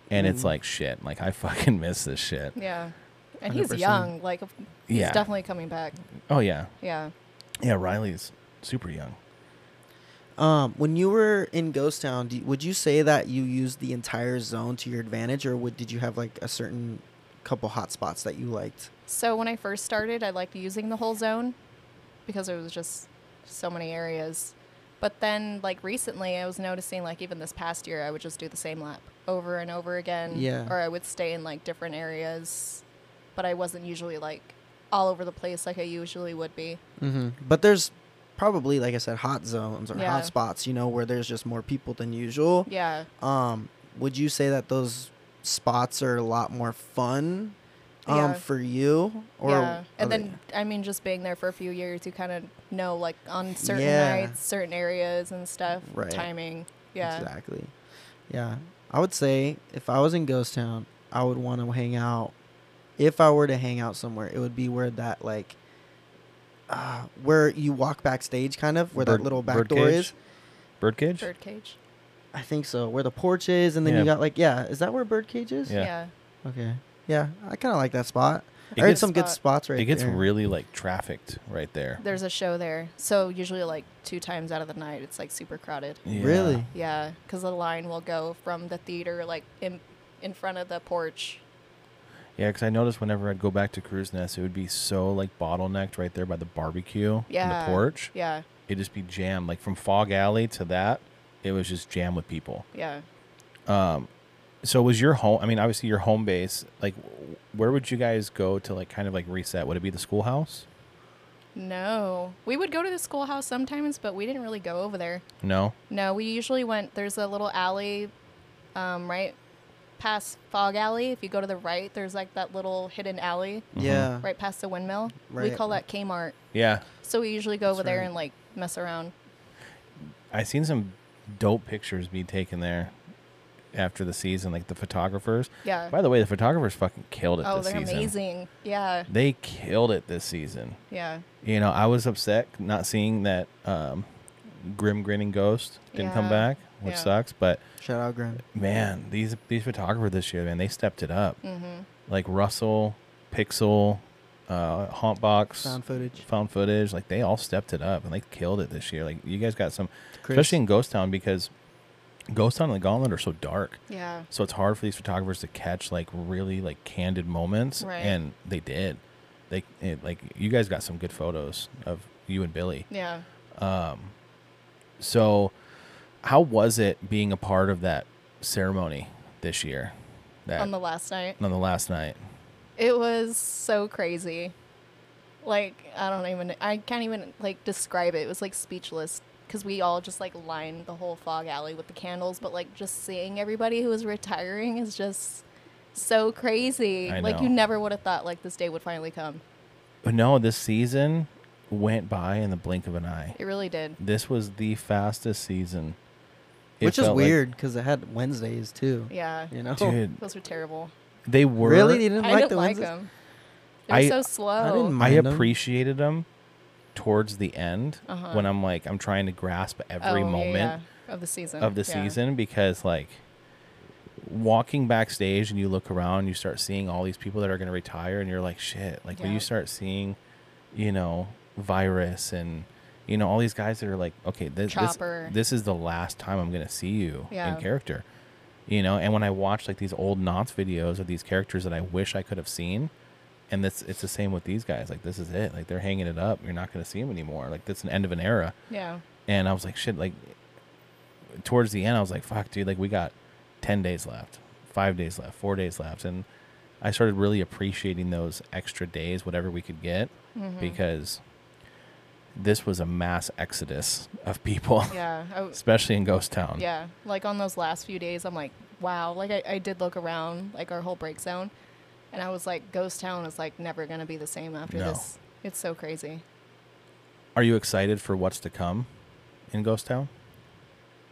Speaker 3: And it's like shit. Like I [laughs] fucking miss this shit.
Speaker 5: yeah. And he's
Speaker 4: 100%.
Speaker 5: young. Like of- he's
Speaker 3: Yeah.
Speaker 5: definitely coming back.
Speaker 3: Oh yeah,
Speaker 5: Yeah.
Speaker 3: yeah. Riley's super young.
Speaker 4: Um, when you were in Ghost Town, do, would you say that you used the entire zone to your advantage, or would, did you have like a certain couple hot spots that you liked?
Speaker 5: So when I first started, I liked using the whole zone because there was just so many areas. But then, like recently, I was noticing, like even this past year, I would just do the same lap over and over again.
Speaker 4: Yeah.
Speaker 5: Or I would stay in like different areas, but I wasn't usually like all over the place like I usually would be.
Speaker 4: Mm-hmm. But there's probably, like I said, hot zones or
Speaker 5: Yeah.
Speaker 4: hot spots, you know, where there's just more people than usual.
Speaker 5: Yeah.
Speaker 4: Um, would you say that those spots are a lot more fun, um,
Speaker 5: Yeah.
Speaker 4: for you? Or
Speaker 5: yeah. And
Speaker 4: okay.
Speaker 5: then, I mean, just being there for a few years, you kind of know like on certain
Speaker 4: Yeah.
Speaker 5: nights, certain areas and stuff,
Speaker 4: Right.
Speaker 5: timing. Yeah.
Speaker 4: Exactly. Yeah. I would say if I was in Ghost Town, I would want to hang out. If I were to hang out somewhere, it would be where that like uh, where you walk backstage kind of where that
Speaker 3: Bird-
Speaker 4: little back
Speaker 3: bird
Speaker 4: door
Speaker 3: cage?
Speaker 4: is.
Speaker 3: Birdcage.
Speaker 5: Birdcage.
Speaker 4: I think so. Where the porch is and then
Speaker 3: Yeah.
Speaker 4: you got like yeah, is that where birdcage is?
Speaker 3: Yeah.
Speaker 5: yeah.
Speaker 4: Okay. Yeah, I kind of like that spot.
Speaker 3: It
Speaker 4: I heard
Speaker 3: gets-
Speaker 4: some good
Speaker 5: Spot.
Speaker 4: spots right
Speaker 3: it gets
Speaker 4: there.
Speaker 3: really like trafficked right there.
Speaker 5: There's a show there, so usually like two times out of the night, it's like super crowded.
Speaker 3: Yeah.
Speaker 4: Really?
Speaker 5: Yeah, because the line will go from the theater like in in front of the porch.
Speaker 3: Yeah, because I noticed whenever I'd go back to Cruise Nest, it would be so like bottlenecked right there by the barbecue and
Speaker 5: Yeah.
Speaker 3: the porch.
Speaker 5: Yeah,
Speaker 3: It'd just be jammed. Like from Fog Alley to that, it was just jammed with people.
Speaker 5: yeah.
Speaker 3: So was your home? I mean, obviously your home base. Like, w- where would you guys go to like kind of like reset? Would it be the schoolhouse?
Speaker 5: No, we would go to the schoolhouse sometimes, but we didn't really go over there.
Speaker 3: No.
Speaker 5: No, we usually went. There's a little alley, um, right past Fog Alley. If you go to the right, there's like that little hidden alley
Speaker 3: Mm-hmm.
Speaker 4: Yeah.
Speaker 5: right past the windmill. We
Speaker 4: Right.
Speaker 5: call that Kmart.
Speaker 3: Yeah,
Speaker 5: So we usually go over there
Speaker 4: right.
Speaker 5: and like mess around.
Speaker 3: I seen some dope pictures be taken there after the season. Like the photographers.
Speaker 5: Yeah.
Speaker 3: By the way, the photographers fucking killed it.
Speaker 5: Uh. Oh,
Speaker 3: this
Speaker 5: they're
Speaker 3: season.
Speaker 5: amazing. Yeah,
Speaker 3: They killed it this season.
Speaker 5: yeah.
Speaker 3: you know, I was upset not seeing that um, grim grinning ghost didn't come
Speaker 5: Yeah.
Speaker 3: back, which
Speaker 5: Yeah.
Speaker 3: sucks. But
Speaker 4: Shout out, Grim.
Speaker 3: man, these these photographers this year, man, they stepped it up.
Speaker 5: Mm-hmm.
Speaker 3: Like Russell, Pixel, uh, Hauntbox,
Speaker 4: Found footage.
Speaker 3: found footage, like they all stepped it up and they killed it this year. Like you guys got some,
Speaker 4: Chris.
Speaker 3: especially in Ghost Town because Ghost Town and the Gauntlet are so dark.
Speaker 5: Yeah.
Speaker 3: So it's hard for these photographers to catch like really like candid moments,
Speaker 5: Right.
Speaker 3: and they did. They it, like you guys got some good photos of you and Billy.
Speaker 5: Yeah.
Speaker 3: So, how was it being a part of that ceremony this year? That
Speaker 5: On the last night.
Speaker 3: on the last night.
Speaker 5: It was so crazy. Like, I don't even I can't even like describe it. It was like speechless cuz we all just like lined the whole fog alley with the candles, but like just seeing everybody who was retiring is just so crazy.
Speaker 3: I
Speaker 5: like you
Speaker 3: know.
Speaker 5: never would have thought like this day would finally come.
Speaker 3: But no, this season went by in the blink of an eye.
Speaker 5: It really did.
Speaker 3: This was the fastest season. It
Speaker 4: Which is
Speaker 3: felt like-
Speaker 4: weird because it had Wednesdays too.
Speaker 5: Yeah.
Speaker 4: You know?
Speaker 3: dude.
Speaker 5: Those were terrible.
Speaker 3: They were
Speaker 4: Really? You didn't
Speaker 5: I
Speaker 4: like
Speaker 5: didn't
Speaker 4: the
Speaker 5: like
Speaker 4: Wednesdays?
Speaker 5: them. They're
Speaker 3: I-
Speaker 5: so slow.
Speaker 4: I didn't
Speaker 3: I
Speaker 4: mind 'em.
Speaker 3: appreciated them towards the end
Speaker 5: Uh-huh.
Speaker 3: when I'm like I'm trying to grasp every
Speaker 5: Oh, yeah,
Speaker 3: moment
Speaker 5: yeah, of the season.
Speaker 3: of the
Speaker 5: Yeah.
Speaker 3: season because like walking backstage and you look around you start seeing all these people that are going to retire and you're like shit like when you
Speaker 5: Yeah.
Speaker 3: start seeing you know virus and you know all these guys that are like okay this this,
Speaker 5: Chopper.
Speaker 3: this is the last time i'm going to see you
Speaker 5: Yeah.
Speaker 3: in character you know and when i watch like these old knots videos of these characters that i wish i could have seen and this it's the same with these guys like this is it like they're hanging it up you're not going to see them anymore like that's an end of an era
Speaker 5: Yeah.
Speaker 3: and I was like, shit, like towards the end, I was like, fuck, dude, like we got 10 days left, five days left, four days left. And I started really appreciating those extra days, whatever we could get,
Speaker 5: Mm-hmm.
Speaker 3: because this was a mass exodus of people,
Speaker 5: Yeah.
Speaker 3: [laughs]
Speaker 5: I-
Speaker 3: especially in Ghost Town.
Speaker 5: Yeah, like on those last few days, I'm like, wow. Like I, I did look around, like our whole break zone, and I was like, Ghost Town is like never gonna be the same after
Speaker 3: No.
Speaker 5: this. It's so crazy.
Speaker 3: Are you excited for what's to come in Ghost Town?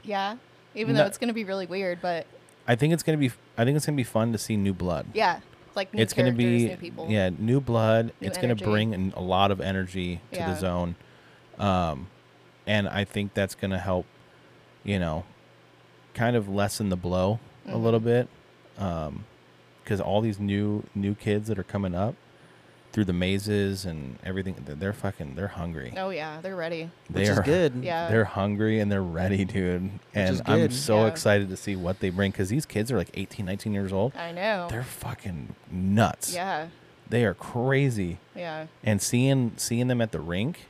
Speaker 5: Yeah, even
Speaker 3: No.
Speaker 5: though it's gonna be really weird, but
Speaker 3: I think it's gonna be. I think it's gonna be fun to see new blood.
Speaker 5: yeah, like new
Speaker 3: it's gonna
Speaker 5: characters,
Speaker 3: be
Speaker 5: new people.
Speaker 3: yeah, new blood.
Speaker 5: New
Speaker 3: it's
Speaker 5: energy.
Speaker 3: gonna bring an- a lot of energy to
Speaker 5: Yeah.
Speaker 3: the zone, um, and I think that's gonna help. You know, kind of lessen the blow a little bit,
Speaker 5: Mm-hmm.
Speaker 3: because all these new new kids that are coming up through the mazes and everything, they're, they're fucking they're hungry.
Speaker 5: Oh yeah, they're ready.
Speaker 3: they
Speaker 4: Which is
Speaker 3: are
Speaker 4: good.
Speaker 5: Yeah.
Speaker 3: They're hungry and they're ready, dude. And
Speaker 4: is
Speaker 3: I'm
Speaker 4: good.
Speaker 3: so
Speaker 5: Yeah.
Speaker 3: excited to see what they bring because these kids are like 18, 19 years old.
Speaker 5: I know.
Speaker 3: They're fucking nuts.
Speaker 5: yeah,
Speaker 3: They are crazy.
Speaker 5: yeah,
Speaker 3: And seeing seeing them at the rink,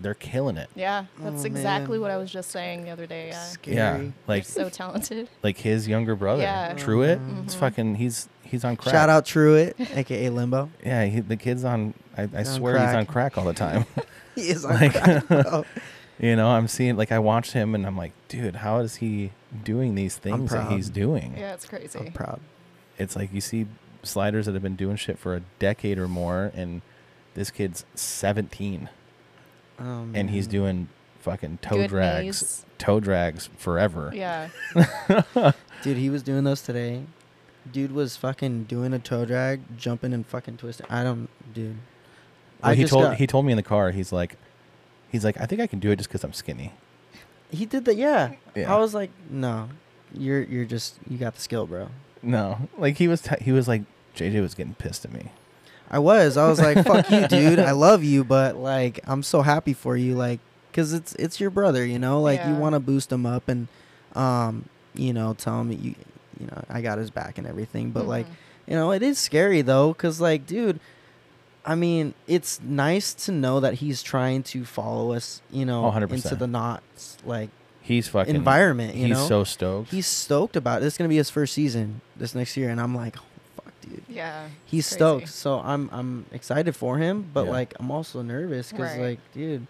Speaker 3: they're killing it.
Speaker 5: Mm-hmm. yeah. That's
Speaker 4: Oh,
Speaker 5: exactly
Speaker 4: man.
Speaker 5: what I was just saying the other day. Yeah,
Speaker 4: Scary.
Speaker 5: like,
Speaker 3: Like
Speaker 5: so talented. [laughs]
Speaker 3: like his younger brother,
Speaker 5: Yeah.
Speaker 3: Truitt. It's fucking he's he's on crack.
Speaker 4: Mm-hmm. Shout out Truitt,
Speaker 5: [laughs]
Speaker 4: aka Limbo. [laughs]
Speaker 3: Yeah, he, the kid's on I, I
Speaker 4: on
Speaker 3: swear he's
Speaker 4: crack.
Speaker 3: on
Speaker 4: [laughs]
Speaker 3: crack all the time. [laughs]
Speaker 4: He is on [laughs]
Speaker 3: Like-
Speaker 4: crack,
Speaker 3: [laughs]
Speaker 4: bro.
Speaker 3: you know, I'm seeing like I watched him and I'm like, dude, how is he doing these things that
Speaker 4: proud.
Speaker 3: he's doing?
Speaker 5: Yeah, it's crazy.
Speaker 4: I'm proud.
Speaker 3: It's like you see sliders that have been doing shit for a decade or more and this kid's 17
Speaker 4: Um,
Speaker 3: and he's doing fucking toe
Speaker 5: Good
Speaker 3: drags,
Speaker 5: maze.
Speaker 3: toe drags forever.
Speaker 5: Yeah,
Speaker 4: dude, he was doing those today. Dude was fucking doing a toe drag, jumping and fucking twisting. I don't, dude.
Speaker 3: Well,
Speaker 4: I
Speaker 3: he
Speaker 4: just
Speaker 3: told
Speaker 4: got-
Speaker 3: he told me in the car. He's like, he's like, I think I can do it just because I'm skinny.
Speaker 4: He did that, yeah.
Speaker 3: Yeah.
Speaker 4: I was like, no, you're you're just you got the skill, bro.
Speaker 3: No, like he was t- he was like JJ was getting pissed at me.
Speaker 4: I was. I was like, "Fuck you, dude. I love you, but like, I'm so happy for you, like, cause it's it's your brother, you know. Like, you
Speaker 5: Yeah.
Speaker 4: want to boost him up and, um, you know, tell him you, you know, I got his back and everything. But like,
Speaker 5: Mhm.
Speaker 4: you know, it is scary though, cause like, dude, I mean, it's nice to know that he's trying to follow us, you know,
Speaker 3: Oh, 100%.
Speaker 4: into the knots, like
Speaker 3: He's fucking
Speaker 4: environment. You
Speaker 3: he's
Speaker 4: know,
Speaker 3: so stoked.
Speaker 4: he's stoked about it. It's gonna be his first season this next year, and I'm like, oh, fuck, dude
Speaker 5: Yeah.
Speaker 4: he's
Speaker 5: It's crazy.
Speaker 4: stoked. So I'm I'm excited for him, but
Speaker 3: Yeah.
Speaker 4: like I'm also nervous because
Speaker 5: Right.
Speaker 4: like, dude,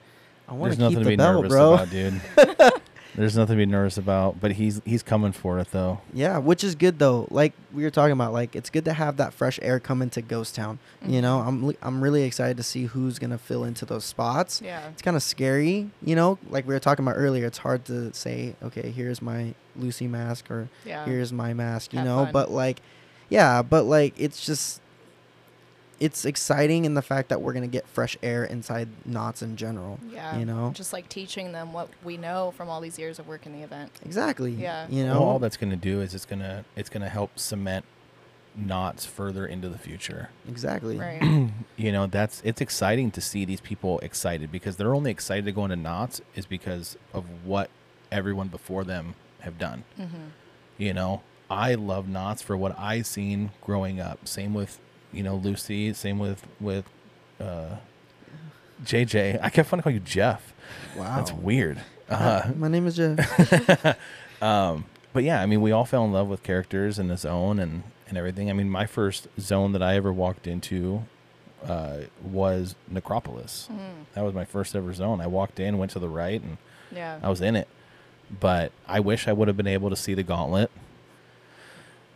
Speaker 4: I want
Speaker 3: There's
Speaker 4: to
Speaker 3: nothing
Speaker 4: keep
Speaker 3: to be
Speaker 4: the belt,
Speaker 3: nervous
Speaker 4: bro.
Speaker 3: about, dude.
Speaker 4: [laughs]
Speaker 3: There's nothing to be nervous about, but he's he's coming for it though.
Speaker 4: Yeah, which is good though. Like we were talking about, like it's good to have that fresh air come into Ghost Town.
Speaker 5: Mm-hmm.
Speaker 4: You know, I'm li- I'm really excited to see who's gonna fill into those spots.
Speaker 5: Yeah.
Speaker 4: It's kind of scary, you know. Like we were talking about earlier, it's hard to say, okay, here's my Lucy mask or
Speaker 5: Yeah.
Speaker 4: here's my mask, you
Speaker 5: Have
Speaker 4: know.
Speaker 5: fun.
Speaker 4: But like, yeah, but like, it's just, it's exciting in the fact that we're gonna get fresh air inside knots in general.
Speaker 5: yeah.
Speaker 4: you know?
Speaker 5: Just like teaching them what we know from all these years of work in the event.
Speaker 4: Exactly.
Speaker 5: Yeah.
Speaker 4: You know.
Speaker 3: Well, all that's going to do is it's going to it's going to help cement knots further into the future.
Speaker 4: exactly.
Speaker 5: Right.
Speaker 3: You know, that's it's exciting to see these people excited because they're only excited to go into knots is because of what everyone before them have done. You know, I love knots for what I seen growing up. Same with you know Lucy. Same with with uh, JJ. I kept wanting to call you Jeff.
Speaker 4: Wow.
Speaker 3: That's weird. [laughs]
Speaker 4: Uh, my name is Jeff.
Speaker 3: but yeah, I mean, we all fell in love with characters and the zone and and everything. I mean, my first zone that I ever walked into uh, was Necropolis. That was my first ever zone. I walked in, went to the right, and
Speaker 5: Yeah.
Speaker 4: [clears throat]
Speaker 3: I was in it. But I wish I would have been able to see the gauntlet.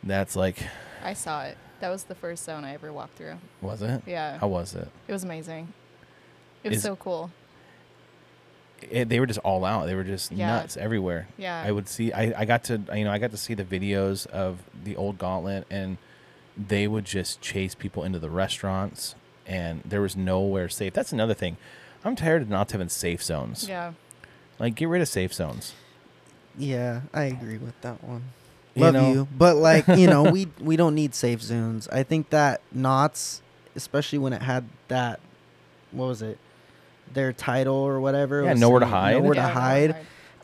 Speaker 3: That's like,
Speaker 5: I saw it. That was the first zone I ever walked through.
Speaker 3: was it?
Speaker 5: Yeah.
Speaker 3: How was it?
Speaker 5: It was amazing. It was
Speaker 3: Is-
Speaker 5: so cool.
Speaker 3: it, they were just all out. They were just
Speaker 5: Yeah.
Speaker 3: nuts everywhere.
Speaker 5: Yeah.
Speaker 3: I would see. I, I got to you know I got to see the videos of the old gauntlet, and they would just chase people into the restaurants, and there was nowhere safe. That's another thing. I'm tired of not having safe zones.
Speaker 5: Yeah.
Speaker 3: Like get rid of safe zones.
Speaker 4: yeah, I agree with that one.
Speaker 3: You
Speaker 4: Love you,
Speaker 3: know?
Speaker 4: but like you
Speaker 3: [laughs]
Speaker 4: know, we we don't need safe zones. I think that knots, especially when it had that, what was it, their title or whatever. it
Speaker 3: Yeah,
Speaker 4: was
Speaker 3: nowhere to
Speaker 4: saying
Speaker 3: hide.
Speaker 4: Nowhere
Speaker 5: Yeah,
Speaker 4: to hide.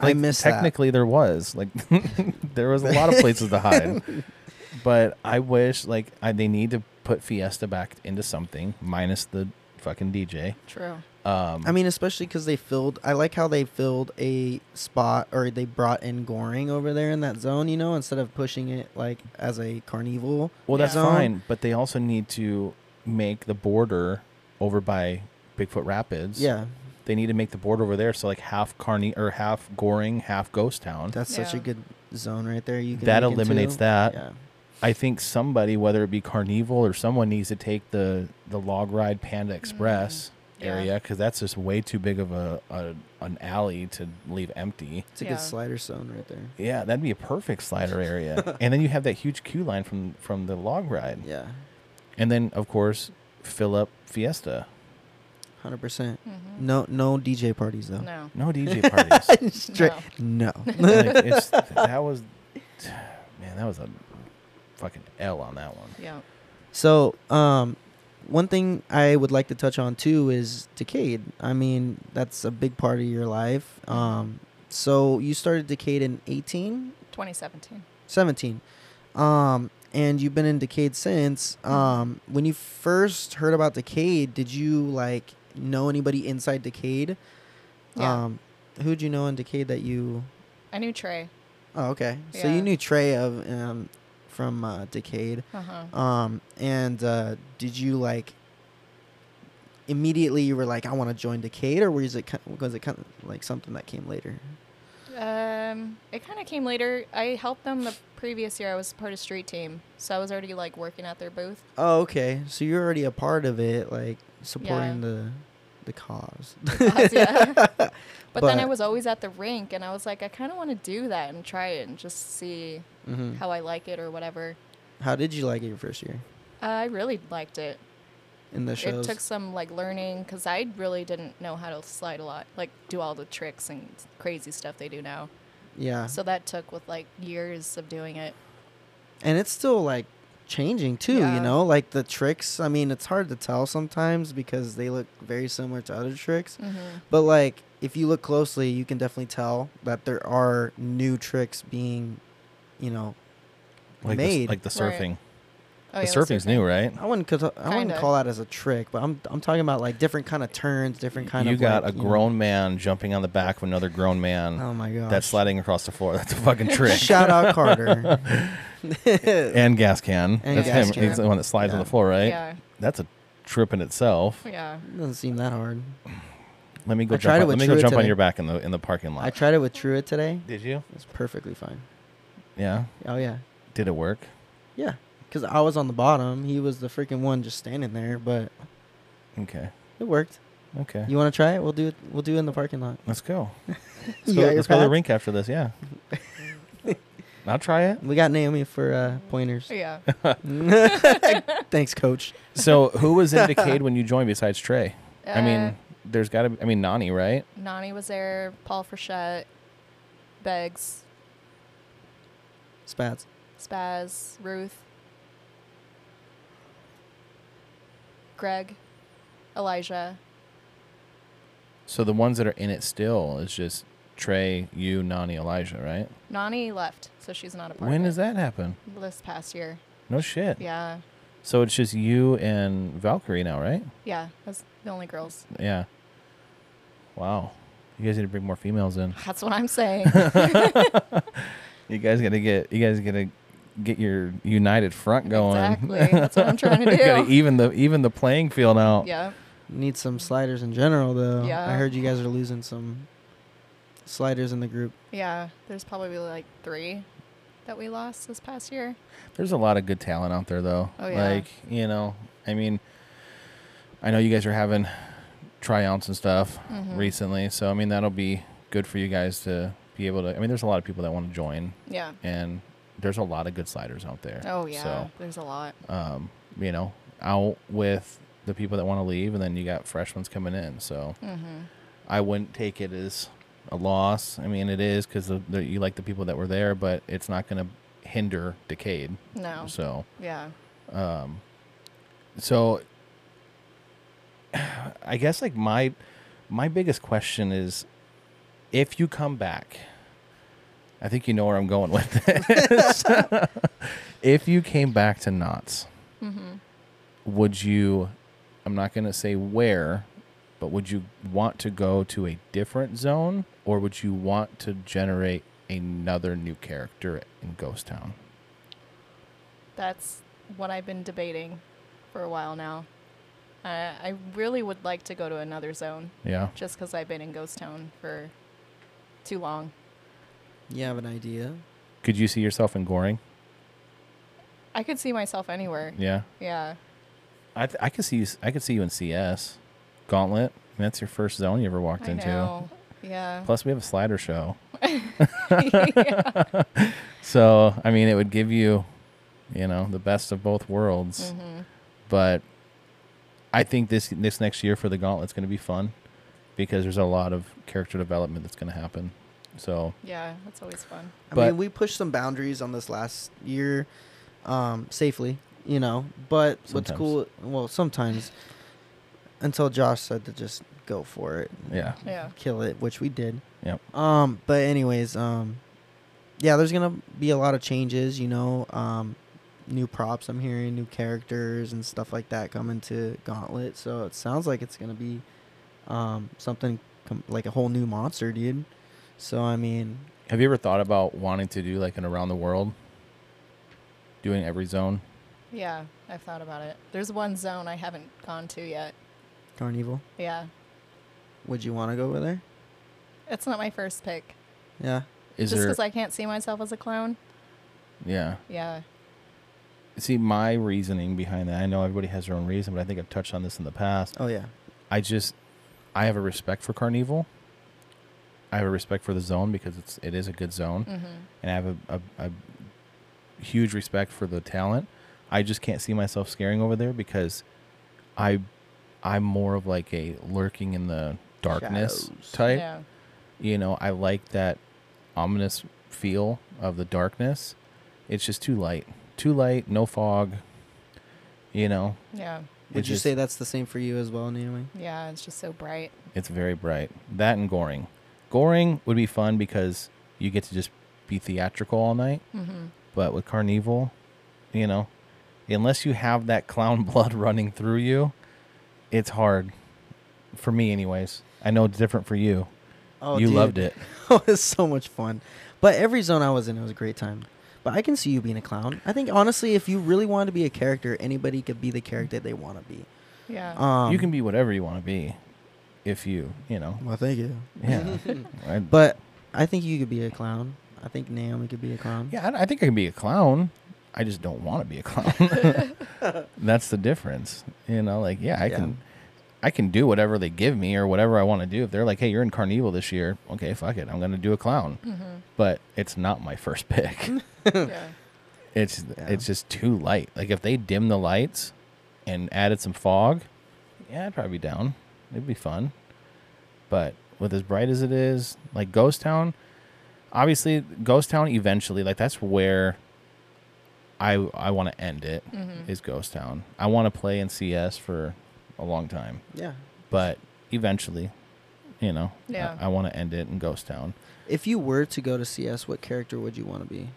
Speaker 4: I
Speaker 3: Like,
Speaker 4: miss that.
Speaker 3: Technically, there was like [laughs] there was a lot of places to
Speaker 4: [laughs]
Speaker 3: hide, but I wish like I, they need to put Fiesta back into something minus the fucking DJ.
Speaker 5: True.
Speaker 3: Um,
Speaker 4: I mean, especially because they filled. I like how they filled a spot, or they brought in Goring over there in that zone. You know, instead of pushing it like as a carnival.
Speaker 3: Well, that's
Speaker 5: Yeah.
Speaker 3: fine, but they also need to make the border over by Bigfoot Rapids.
Speaker 4: Yeah,
Speaker 3: they need to make the border over there so like half Carney or half Goring, half Ghost Town.
Speaker 4: that's such a
Speaker 5: Yeah.
Speaker 4: good zone right there. You can
Speaker 3: That
Speaker 4: make it
Speaker 3: eliminates
Speaker 4: to.
Speaker 3: that.
Speaker 4: Yeah,
Speaker 3: I think somebody, whether it be Carnival or someone, needs to take the the log ride Panda Express
Speaker 5: Mm-hmm. yeah.
Speaker 3: area because that's just way too big of a, a an alley to leave empty.
Speaker 4: it's a
Speaker 5: Yeah.
Speaker 4: good slider zone right there.
Speaker 3: Yeah, that'd be a perfect
Speaker 4: [laughs]
Speaker 3: slider area, and then you have that huge queue line from from the log ride,
Speaker 4: Yeah,
Speaker 3: and then of course fill up Fiesta.
Speaker 4: hundred percent.
Speaker 5: Mm-hmm.
Speaker 4: No, no DJ parties though.
Speaker 5: No.
Speaker 3: No DJ parties.
Speaker 4: [laughs] Straight. No.
Speaker 3: like it's that was man that was a fucking l on that one
Speaker 5: Yeah.
Speaker 4: so, um, one thing I would like to touch on too is Decade. I mean, that's a big part of your life. Um, so you started Decade in eighteen.
Speaker 5: 2017.
Speaker 4: 17 um and you've been in decade since um when you first heard about decade did you like know anybody inside decade
Speaker 5: Yeah.
Speaker 4: um who'd you know in decade that you
Speaker 5: I knew Trey.
Speaker 4: oh okay so
Speaker 5: Yeah.
Speaker 4: you knew trey of um from uh, decade
Speaker 5: Uh huh.
Speaker 4: um and uh did you like immediately you were like i want to join decade or was it kind was it kind of like something that came later
Speaker 5: Um, it kind of came later. I helped them the previous year. I was part of street team, so I was already like working at their booth.
Speaker 4: oh okay so you're already a part of it like supporting the the cause [laughs]
Speaker 3: [laughs]
Speaker 5: Yeah. [laughs] but, then I
Speaker 4: But-
Speaker 5: was always at the rink, and I was like, I kind of want to do that and try it and just see
Speaker 4: hmm
Speaker 5: how I like it or whatever. Uh,
Speaker 4: How did you like it your first year
Speaker 5: I really liked it.
Speaker 4: in the shows?
Speaker 5: It took some like learning because I really didn't know how to slide a lot, like do all the tricks and crazy stuff they do now.
Speaker 4: yeah,
Speaker 3: Uh-huh.
Speaker 5: So that took with like years of doing it.
Speaker 4: and it's still like changing too.
Speaker 5: Yeah.
Speaker 4: You know, like the tricks. I mean, it's hard to tell sometimes because they look very similar to other tricks.
Speaker 5: Mm-hmm.
Speaker 3: Mm-hmm.
Speaker 5: Oh,
Speaker 4: But like, if you look closely, you can definitely tell that there are new tricks being, you know,
Speaker 3: Like the,
Speaker 4: made.
Speaker 3: like the
Speaker 5: Right.
Speaker 3: surfing.
Speaker 5: Oh,
Speaker 3: the
Speaker 5: yeah,
Speaker 3: surfing's new, right?
Speaker 4: I wouldn't. Cause I wouldn't
Speaker 5: Kinda.
Speaker 4: call that as a trick, but I'm I'm talking about like different kind of turns, different kind
Speaker 3: you
Speaker 4: of.
Speaker 3: got
Speaker 4: like,
Speaker 3: a
Speaker 4: you know-
Speaker 3: grown man jumping on the back of another grown man
Speaker 4: oh my god.
Speaker 3: that's sliding across the floor. That's a fucking trick.
Speaker 4: [laughs] Shout out Carter.
Speaker 3: [laughs] and gas can.
Speaker 4: And
Speaker 3: that's
Speaker 4: gas
Speaker 3: him.
Speaker 4: can.
Speaker 3: He's the one that slides on
Speaker 4: Yeah.
Speaker 3: the floor, right?
Speaker 5: Yeah.
Speaker 3: That's a trip in itself.
Speaker 5: Yeah.
Speaker 4: [laughs] Doesn't seem that hard.
Speaker 3: Let me go
Speaker 4: I tried
Speaker 3: jump,
Speaker 4: it
Speaker 3: on,
Speaker 4: with
Speaker 3: let me go
Speaker 4: Truett
Speaker 3: jump on
Speaker 4: today.
Speaker 3: your back in the in the parking lot.
Speaker 4: I tried it with Truett today. [laughs]
Speaker 3: Did you?
Speaker 4: It's perfectly fine.
Speaker 3: Yeah.
Speaker 4: Oh yeah,
Speaker 3: Did it work?
Speaker 4: yeah. Because I was on the bottom. He was the freaking one just standing there, but
Speaker 3: Okay.
Speaker 4: it worked.
Speaker 3: Okay.
Speaker 4: You want to try it? We'll do it. We'll do it in the parking lot.
Speaker 3: Let's [laughs] go. Let's,
Speaker 4: You
Speaker 3: go,
Speaker 4: got your
Speaker 3: let's go to the
Speaker 4: pads?
Speaker 3: rink after this. [laughs] Yeah. I'll try it.
Speaker 4: We got Naomi for uh, pointers.
Speaker 5: Yeah.
Speaker 4: Thanks, Coach.
Speaker 3: So, who was in Decade when you joined besides Trey? [laughs] I
Speaker 5: Uh,
Speaker 3: mean, there's got to be, I mean, Nani, right?
Speaker 5: Nani was there, Paul Frechette, Beggs,
Speaker 4: Spats.
Speaker 5: Spaz, Ruth, Greg, Elijah.
Speaker 3: So, the ones that are in it still is just Trey, you, Nani, Elijah, right?
Speaker 5: Nani left, so she's not a part.
Speaker 3: When
Speaker 5: of it.
Speaker 3: does that happen?
Speaker 5: This past year.
Speaker 3: No shit.
Speaker 5: Yeah.
Speaker 3: So, it's just you and Valkyrie now, right?
Speaker 5: Yeah. That's the only girls. [laughs]
Speaker 3: Yeah. Wow. You guys need to bring more females in.
Speaker 5: That's what I'm
Speaker 3: [laughs]
Speaker 5: saying.
Speaker 3: You guys got to get, you guys got to get your united front going. [laughs]
Speaker 5: exactly. That's what I'm trying to
Speaker 3: We gotta
Speaker 5: do.
Speaker 3: even the even the playing field out.
Speaker 5: Yeah.
Speaker 4: Need some sliders in general, though.
Speaker 5: Yeah.
Speaker 4: I heard you guys are losing some sliders in the group.
Speaker 5: Yeah. There's probably like three that we lost this past year.
Speaker 3: There's a lot of good talent out there though.
Speaker 5: Oh, yeah.
Speaker 3: Like, you know, I mean I know you guys are having tryouts and stuff
Speaker 5: Mm-hmm.
Speaker 3: recently, so I mean that'll be good for you guys to be able to I mean there's a lot of people that want to join
Speaker 5: Yeah.
Speaker 3: and there's a lot of good sliders out there.
Speaker 5: Oh yeah.
Speaker 3: So
Speaker 5: There's a lot.
Speaker 3: um, you know, out with the people that want to leave and then you got fresh ones coming in. So
Speaker 5: Mm-hmm.
Speaker 3: I wouldn't take it as a loss. I mean, it is because the, the, you like the people that were there, but it's not going to hinder Decade.
Speaker 5: No.
Speaker 3: So,
Speaker 5: Yeah.
Speaker 3: so [sighs] I guess like my my biggest question is if you come back. I think you know where I'm going with this. [laughs] if you came back to Knots, would you? I'm not going to say where, but would you want to go to a different zone, or would you want to generate another new character in Ghost Town?
Speaker 5: That's what I've been debating for a while now. Uh, I really would like to go to another zone
Speaker 3: Yeah.
Speaker 5: just because I've been in Ghost Town for too long.
Speaker 4: You have an idea?
Speaker 3: Could you see yourself in Goring?
Speaker 5: I could see myself anywhere.
Speaker 3: Yeah.
Speaker 5: Yeah.
Speaker 3: I th- I could see you, s- I could see you in CS, Gauntlet. and That's your first zone you ever walked
Speaker 5: I
Speaker 3: into.
Speaker 5: know.
Speaker 3: [laughs]
Speaker 5: Yeah. [laughs]
Speaker 3: Plus, we have a slider show. so I mean, it would give you, you know, the best of both worlds.
Speaker 5: Mm-hmm.
Speaker 3: But I think this this next year for the Gauntlet's going to be fun because there's a lot of character development that's going to happen. So
Speaker 5: Yeah. That's always fun.
Speaker 4: I
Speaker 3: But-
Speaker 4: mean, we pushed some boundaries on this last year, um, safely, you know. But what's
Speaker 3: Sometimes.
Speaker 4: cool? Well, sometimes, until Josh said to just go for it,
Speaker 3: yeah,
Speaker 5: Yeah.
Speaker 4: kill it, which we did.
Speaker 3: Yep.
Speaker 4: Um, but anyways, um, yeah, there's gonna be a lot of changes, you know. Um, new props I'm hearing, new characters and stuff like that coming to Gauntlet. So it sounds like it's gonna be, um, something com- like a whole new monster, dude. So I mean,
Speaker 3: Have you ever thought about wanting to do like an around the world, doing every zone?
Speaker 5: Yeah. I've thought about it. There's one zone I haven't gone to yet.
Speaker 4: Carnival.
Speaker 5: Yeah.
Speaker 4: Would you want to go over there?
Speaker 5: It's not my first pick.
Speaker 4: Yeah.
Speaker 3: Is
Speaker 5: Just 'cause
Speaker 3: there?
Speaker 5: I can't see myself as a clone.
Speaker 3: yeah.
Speaker 5: Yeah.
Speaker 3: See, my reasoning behind that, I know everybody has their own reason, but I think I've touched on this in the past.
Speaker 4: Oh yeah.
Speaker 3: I just, I have a respect for Carnival. I have a respect for the zone because it's it is a good zone,
Speaker 4: Mm.
Speaker 5: Mm-hmm.
Speaker 3: and I have a, a, a huge respect for the talent. I just can't see myself scaring over there because I, I'm more of like a lurking in the darkness
Speaker 4: Shadows.
Speaker 3: type
Speaker 5: Yeah.
Speaker 3: you know i like that ominous feel of the darkness it's just too light too light, no fog. You know,
Speaker 5: Yeah.
Speaker 4: Would
Speaker 3: It
Speaker 4: you
Speaker 3: just-
Speaker 4: say that's the same for you as well, Naomi?
Speaker 5: Yeah. It's just so bright.
Speaker 3: It's very bright. That and Goring. Goring would be fun because you get to just be theatrical all night. But with Carnival, you know, unless you have that clown [laughs] blood running through you, it's hard. For me, anyways. I know it's different for you.
Speaker 4: Oh,
Speaker 3: you
Speaker 4: dude.
Speaker 3: loved it.
Speaker 4: [laughs] Oh, it's so much fun. But every zone I was in, it was a great time. But I can see you being a clown. I think honestly, if you really want to be a character, anybody could be the character they want to be.
Speaker 5: Yeah.
Speaker 4: Um,
Speaker 3: you can be whatever you want to be if you, you know.
Speaker 4: Well, thank you.
Speaker 3: Yeah. I, Mm-hmm.
Speaker 4: [laughs]
Speaker 3: but
Speaker 4: But I think you could be a clown. I think Naomi could be a clown.
Speaker 3: yeah, I, I think I can be a clown. I just don't want to be a [laughs] clown. That's the difference. You know, like yeah, I
Speaker 4: Yeah.
Speaker 3: can I can do whatever they give me or whatever I want to do. If they're like, "Hey, you're in Carnival this year." Okay, fuck it. I'm going to do a clown. But it's not my first [laughs] pick.
Speaker 5: yeah.
Speaker 3: it's
Speaker 4: Yeah.
Speaker 3: it's just too light. Like if they dim the lights and added some fog, yeah, I'd probably be down. It'd be fun. But with as bright as it is, like Ghost Town, obviously Ghost Town eventually, like that's where I I want to end it. Is Ghost Town. I want to play in CS for a long time,
Speaker 4: Yeah.
Speaker 3: but eventually, you know, I-
Speaker 5: Yeah.
Speaker 3: I want to end it in Ghost Town.
Speaker 4: If you were to go to CS, what character would you want to be?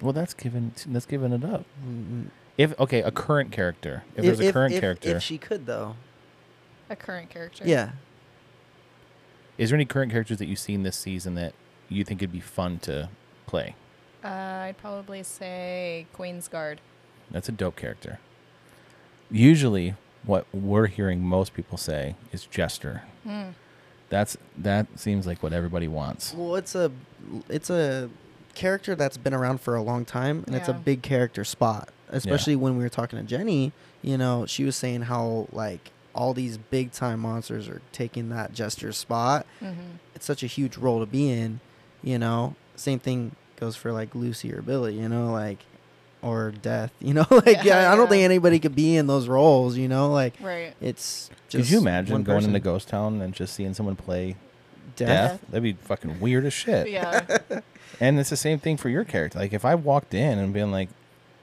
Speaker 3: Well, that's giving that's giving it up.
Speaker 4: Mm, mm.
Speaker 3: If okay, a current character. If, there's a current
Speaker 4: if-
Speaker 3: character,
Speaker 4: if she could though.
Speaker 5: A current character.
Speaker 4: Yeah.
Speaker 3: is there any current characters that you've seen this season that you think it'd be fun to play?
Speaker 5: Uh, I'd probably say Queen's Guard.
Speaker 3: That's a dope character. Usually, what we're hearing most people say is Jester.
Speaker 5: Hmm,
Speaker 3: That's that seems like what everybody wants.
Speaker 4: Well, it's a it's a character that's been around for a long time, and it's a
Speaker 5: Yeah.
Speaker 4: big character spot. Especially when we were talking to Jenny, you know, she was saying how like all these big time monsters are taking that jester spot.
Speaker 5: mm-hmm.
Speaker 4: [laughs] It's such a huge role to be in, you know. Same thing goes for like Lucy or Billy, you know, like or Death, [laughs] you know, like yeah,
Speaker 5: Yeah,
Speaker 4: I don't
Speaker 5: yeah.
Speaker 4: think anybody could be in those roles, you know, like
Speaker 5: Right.
Speaker 4: it's just
Speaker 3: Could you imagine
Speaker 4: one
Speaker 3: going
Speaker 4: person.
Speaker 3: into Ghost Town and just seeing someone play
Speaker 4: Death?
Speaker 3: Death? That'd be fucking weird as shit.
Speaker 5: Yeah.
Speaker 3: And it's the same thing for your character. Like if I walked in and been like,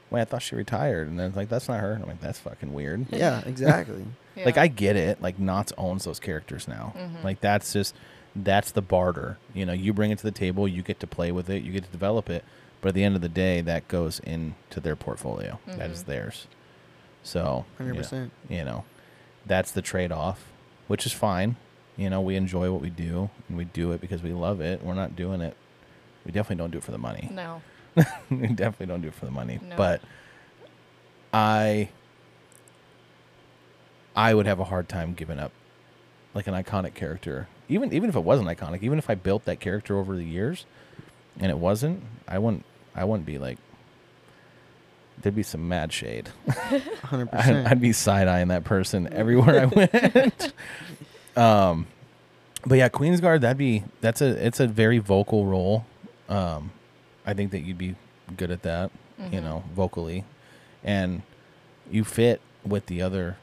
Speaker 3: "Wait, I thought she retired," and then it's like, "That's not her," and I'm like, "That's fucking weird."
Speaker 4: Yeah, exactly.
Speaker 5: yeah.
Speaker 3: Like [laughs] I get it. Like Knotts owns those characters now. Like that's just that's the barter. You know, you bring it to the table, you get to play with it, you get to develop it. But at the end of the day, that goes into their portfolio. That is theirs. So you know-
Speaker 4: 100%.
Speaker 3: You know, that's the trade off, which is fine. You know, we enjoy what we do and we do it because we love it. We're not doing it. We definitely don't do it for the money.
Speaker 5: No.
Speaker 3: [laughs] We definitely don't do it for the money.
Speaker 5: No.
Speaker 3: But I I would have a hard time giving up like an iconic character. Even even if it wasn't iconic, even if I built that character over the years and it wasn't, I wouldn't I wouldn't be like there'd be some mad shade.
Speaker 4: 100%.
Speaker 3: I'd, I'd be side eyeing that person everywhere I went. [laughs] um, but yeah, Queensguard, that'd be that's a it's a very vocal role. Um, I think that you'd be good at that, you know, vocally, and you fit with the other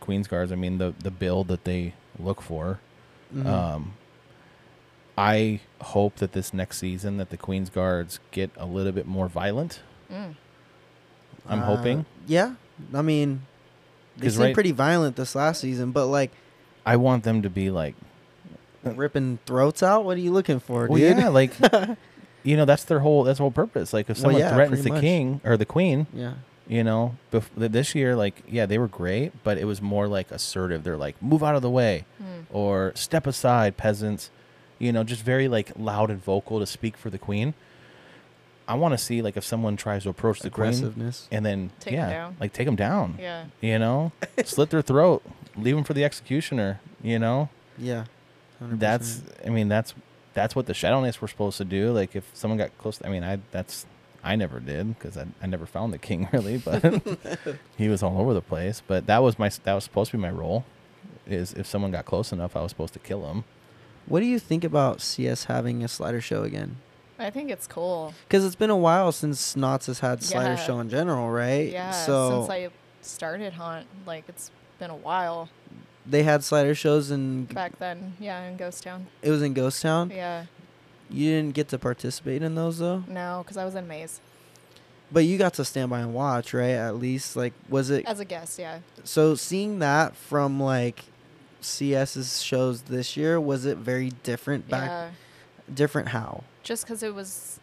Speaker 3: Queensguards. I mean, the the build that they look for.
Speaker 4: Mm-hmm.
Speaker 3: Um, I hope that this next season that the Queens guards get a little bit more violent. I'm
Speaker 4: Uh,
Speaker 3: hoping.
Speaker 4: Yeah, I mean, they
Speaker 3: 'Cause
Speaker 4: seemed
Speaker 3: right-
Speaker 4: pretty violent this last season, but like
Speaker 3: I want them to be like,
Speaker 4: ripping throats out. What are you looking for,
Speaker 3: well,
Speaker 4: dude?
Speaker 3: yeah, like, [laughs] you know, that's their whole that's the whole purpose. Like, if
Speaker 4: Well,
Speaker 3: someone
Speaker 4: yeah, pretty
Speaker 3: threatens the
Speaker 4: much.
Speaker 3: king or the queen,
Speaker 4: Yeah.
Speaker 3: you know, bef- th- this year, like, yeah, they were great, but it was more like assertive. They're like, move out of the way,
Speaker 5: Hmm.
Speaker 3: or step aside, peasants. You know, just very like loud and vocal to speak for the queen. I want to see like if someone tries to approach the queen
Speaker 4: aggressiveness.
Speaker 3: and then
Speaker 5: Take 'em
Speaker 3: yeah,
Speaker 5: down.
Speaker 3: like take them down.
Speaker 5: Yeah.
Speaker 3: You
Speaker 5: [laughs]
Speaker 3: know, slit their throat, leave them for the executioner. You know,
Speaker 4: Yeah, 100%.
Speaker 3: that's i mean that's that's what the shadow knights were supposed to do like if someone got close i mean i that's i never did because I, I never found the king [laughs] really but he was all over the place but that was my that was supposed to be my role is if someone got close enough i was supposed to kill him
Speaker 4: What do you think about CS having a slider show again?
Speaker 5: I think it's cool.
Speaker 4: Because it's been a while since Knots has had slider
Speaker 5: Yeah.
Speaker 4: show in general, right?
Speaker 5: Yeah.
Speaker 4: So
Speaker 5: Since I started Haunt, like it's been a while
Speaker 4: they had slider shows, and
Speaker 5: back then. Yeah, in Ghost Town.
Speaker 4: it was in Ghost Town.
Speaker 5: Yeah.
Speaker 4: You didn't get to participate in those though.
Speaker 5: No, because I was in Maze.
Speaker 4: But you got to stand by and watch, right? At least like was it
Speaker 5: As a guest, yeah.
Speaker 4: so seeing that from like CS's shows this year was it very different back
Speaker 5: Yeah.
Speaker 4: different how?
Speaker 5: Just because it was,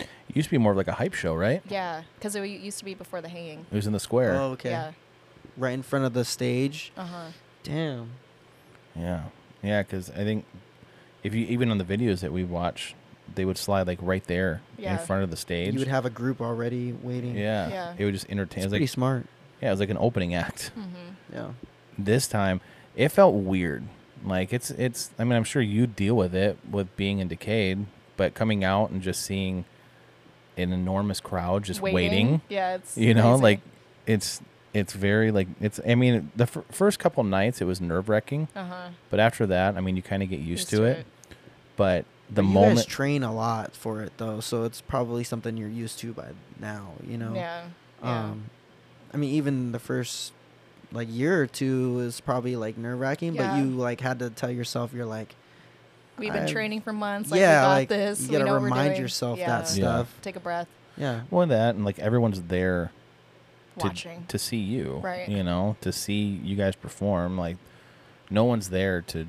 Speaker 3: It used to be more of like a hype show, right?
Speaker 5: yeah, because it used to be before the hanging.
Speaker 3: It was in the square.
Speaker 4: Oh, okay.
Speaker 5: Yeah.
Speaker 4: Right in front of the stage.
Speaker 5: Uh huh.
Speaker 4: Damn.
Speaker 3: Yeah, yeah. Because I think if you even on the videos that we watch, they would slide like right there
Speaker 5: Yeah.
Speaker 3: in front of the stage.
Speaker 4: You would have a group already waiting.
Speaker 3: yeah.
Speaker 5: Yeah.
Speaker 3: It would just entertain.
Speaker 4: It's
Speaker 3: It was
Speaker 4: pretty
Speaker 3: like
Speaker 4: smart.
Speaker 3: yeah, it was like an opening
Speaker 5: [laughs]
Speaker 3: act.
Speaker 5: Mm-hmm.
Speaker 4: Yeah.
Speaker 3: This time, it felt weird. Like it's it's. I mean, I'm sure you deal with it with being in Decade, but coming out and just seeing an enormous crowd just waiting
Speaker 5: Yeah, it's.
Speaker 3: you know
Speaker 5: crazy.
Speaker 3: like it's it's very like it's i mean the f- first couple nights it was nerve-wracking
Speaker 5: Uh-huh.
Speaker 3: but after that i mean you kind of get used, to, it, but the
Speaker 4: But you guys
Speaker 3: moment
Speaker 4: train a lot for it though, so it's probably something you're used to by now, you know.
Speaker 5: Yeah. Yeah.
Speaker 4: Um I mean even the first like year or two was probably like nerve wracking,
Speaker 5: Yeah.
Speaker 4: but you like had to tell yourself you're like
Speaker 5: We've been
Speaker 4: I've-
Speaker 5: training for months. Like,
Speaker 4: yeah,
Speaker 5: we got
Speaker 4: like
Speaker 5: this.
Speaker 4: you
Speaker 5: we
Speaker 4: gotta
Speaker 5: know what we're
Speaker 4: remind
Speaker 5: doing.
Speaker 4: yourself
Speaker 5: yeah.
Speaker 4: that
Speaker 3: Yeah.
Speaker 4: stuff.
Speaker 5: Take a breath.
Speaker 4: Yeah.
Speaker 3: well that and like everyone's there to,
Speaker 5: Watching.
Speaker 3: to see you
Speaker 5: Right.
Speaker 3: you know to see you guys perform like no one's there to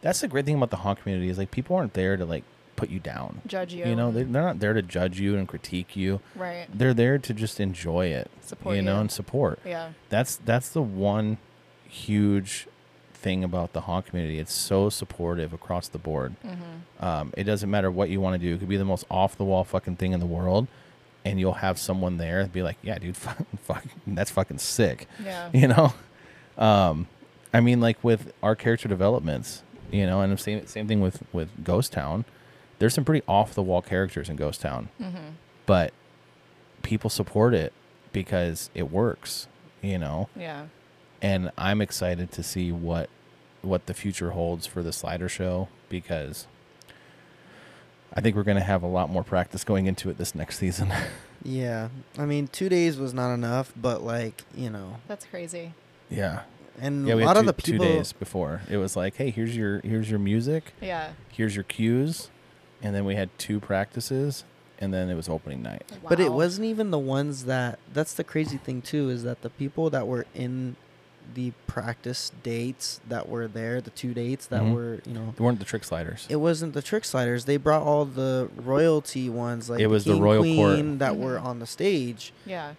Speaker 3: that's the great thing about the haunt community is like people aren't there to like put you down
Speaker 5: Judge you.
Speaker 3: you know they, they're not there to judge you and critique you
Speaker 5: Right.
Speaker 3: they're there to just enjoy it
Speaker 5: Support
Speaker 3: you know
Speaker 5: you.
Speaker 3: and support
Speaker 5: Yeah.
Speaker 3: that's that's the one huge thing about the haunt community. It's so supportive across the board. Um, it doesn't matter what you want to do. It could be the most off the wall fucking thing in the world, and you'll have someone there and be like, "Yeah, dude, [laughs] fucking, fucking that's fucking sick."
Speaker 5: Yeah.
Speaker 3: You know, um, I mean, like with our character developments, you know, and the same same thing with with Ghost Town. There's some pretty off the wall characters in Ghost Town, but people support it because it works. You know,
Speaker 5: Yeah.
Speaker 3: and I'm excited to see what what the future holds for the slider show because I think we're going to have a lot more practice going into it this next season. [laughs]
Speaker 4: Yeah. I mean, two days was not enough, but like, you know,
Speaker 5: That's crazy.
Speaker 3: yeah.
Speaker 4: and
Speaker 3: Yeah,
Speaker 4: a
Speaker 3: we
Speaker 4: lot
Speaker 3: had two,
Speaker 4: of the
Speaker 3: two
Speaker 4: people
Speaker 3: days before. It was like, "Hey, here's your here's your music,
Speaker 5: Yeah.
Speaker 3: here's your cues." And then we had two practices and then it was opening night.
Speaker 5: Wow.
Speaker 4: But it wasn't even the ones that that's the crazy thing too is that the people that were in the practice dates that were there, the two dates that
Speaker 3: Mhm.
Speaker 4: were, you know,
Speaker 3: They weren't the trick sliders.
Speaker 4: it wasn't the trick sliders. They brought all the royalty ones like
Speaker 3: It was the
Speaker 4: king,
Speaker 3: royal
Speaker 4: queen
Speaker 3: court.
Speaker 4: that were
Speaker 5: Mhm.
Speaker 4: on the stage,
Speaker 5: Yeah.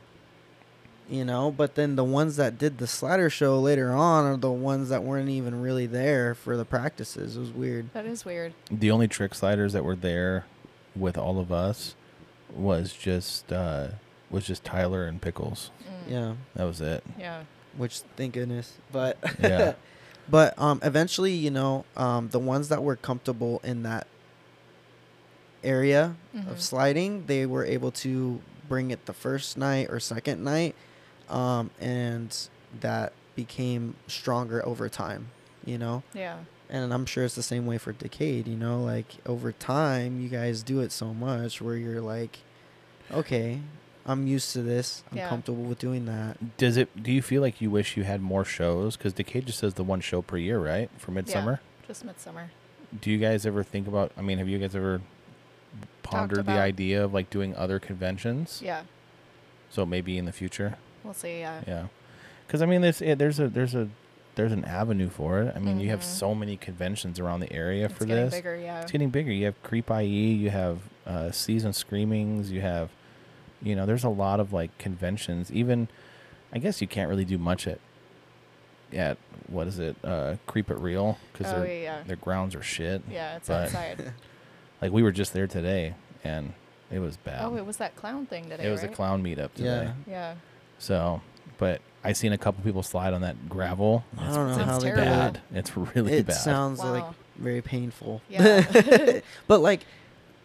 Speaker 4: you know, but then the ones that did the slider show later on are the ones that weren't even really there for the practices. It was weird.
Speaker 5: That is weird.
Speaker 3: the only trick sliders that were there with all of us was just uh was just Tyler and Pickles.
Speaker 4: Yeah.
Speaker 3: That was it.
Speaker 5: Yeah.
Speaker 4: Which thank goodness. But
Speaker 3: Yeah.
Speaker 4: [laughs] But um, eventually, you know, um, the ones that were comfortable in that area
Speaker 5: Mhm.
Speaker 4: of sliding, they were able to bring it the first night or second night, um, and that became stronger over time. You know,
Speaker 5: Yeah.
Speaker 4: and I'm sure it's the same way for Decade. You know, like over time, you guys do it so much where you're like, okay, I'm used to this. I'm
Speaker 5: Yeah.
Speaker 4: comfortable with doing that.
Speaker 3: Does it? Do you feel like you wish you had more shows? Because Decade just does the one show per year, right? For Midsummer.
Speaker 5: Just midsummer.
Speaker 3: Do you guys ever think about? I mean, have you guys ever pondered the
Speaker 5: about-
Speaker 3: idea of like doing other conventions?
Speaker 5: Yeah.
Speaker 3: So maybe in the future.
Speaker 5: We'll see. Yeah.
Speaker 3: Yeah. Because I mean, there's it, there's a there's a there's an avenue for it. I mean, you have
Speaker 5: Mhm.
Speaker 3: so many conventions around the area
Speaker 5: It's
Speaker 3: for
Speaker 5: getting
Speaker 3: this.
Speaker 5: bigger. Yeah.
Speaker 3: It's getting bigger. You have Creep IE. You have uh, Season Screamings. You have, you know, there's a lot of like conventions. Even, I guess you can't really do much at, at what is it, uh, Creep It Real, because
Speaker 5: Oh,
Speaker 3: their
Speaker 5: yeah.
Speaker 3: their grounds are shit.
Speaker 5: Yeah. It's
Speaker 3: but- um,
Speaker 5: outside.
Speaker 3: Like we were just there today, and it was bad.
Speaker 5: oh, it was that clown thing today.
Speaker 3: It was
Speaker 5: right?
Speaker 3: a clown meetup today.
Speaker 4: Yeah.
Speaker 5: Yeah.
Speaker 3: So, but I seen a couple people slide on that gravel.
Speaker 4: I
Speaker 3: It's
Speaker 4: don't know
Speaker 5: Sounds
Speaker 4: how they do
Speaker 5: terrible.
Speaker 4: it.
Speaker 3: bad. It's really
Speaker 4: it
Speaker 3: bad.
Speaker 4: sounds like
Speaker 5: Wow.
Speaker 4: very painful.
Speaker 5: Yeah.
Speaker 4: [laughs]
Speaker 5: [laughs]
Speaker 4: but like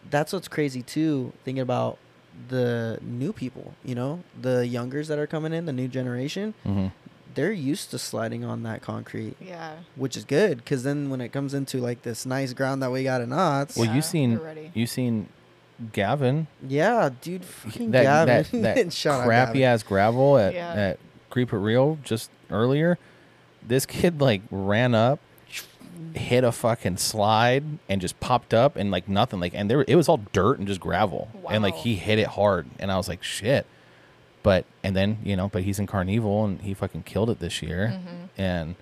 Speaker 4: that's what's crazy too, thinking about the new people, you know, the youngers that are coming in, the new generation,
Speaker 3: hmm
Speaker 4: they're used to sliding on that concrete,
Speaker 5: Yeah.
Speaker 4: which is good because then when it comes into like this nice ground that we got in knots,
Speaker 3: Well,
Speaker 5: Yeah,
Speaker 3: you seen
Speaker 5: they're ready.
Speaker 3: you seen Gavin
Speaker 4: yeah, dude, fucking
Speaker 3: that,
Speaker 4: Gavin. [laughs]
Speaker 3: that, that
Speaker 4: Shout out
Speaker 3: crappy
Speaker 4: Gavin.
Speaker 3: ass gravel at,
Speaker 5: Yeah.
Speaker 3: at Creep It Real just earlier. This kid like ran up, hit a fucking slide and just popped up and like nothing like and there it was all dirt and just gravel and like
Speaker 5: Wow.
Speaker 3: he hit it hard and I was like shit but and then you know but he's in Carnival and he fucking killed it this year
Speaker 5: Mm-hmm.
Speaker 3: and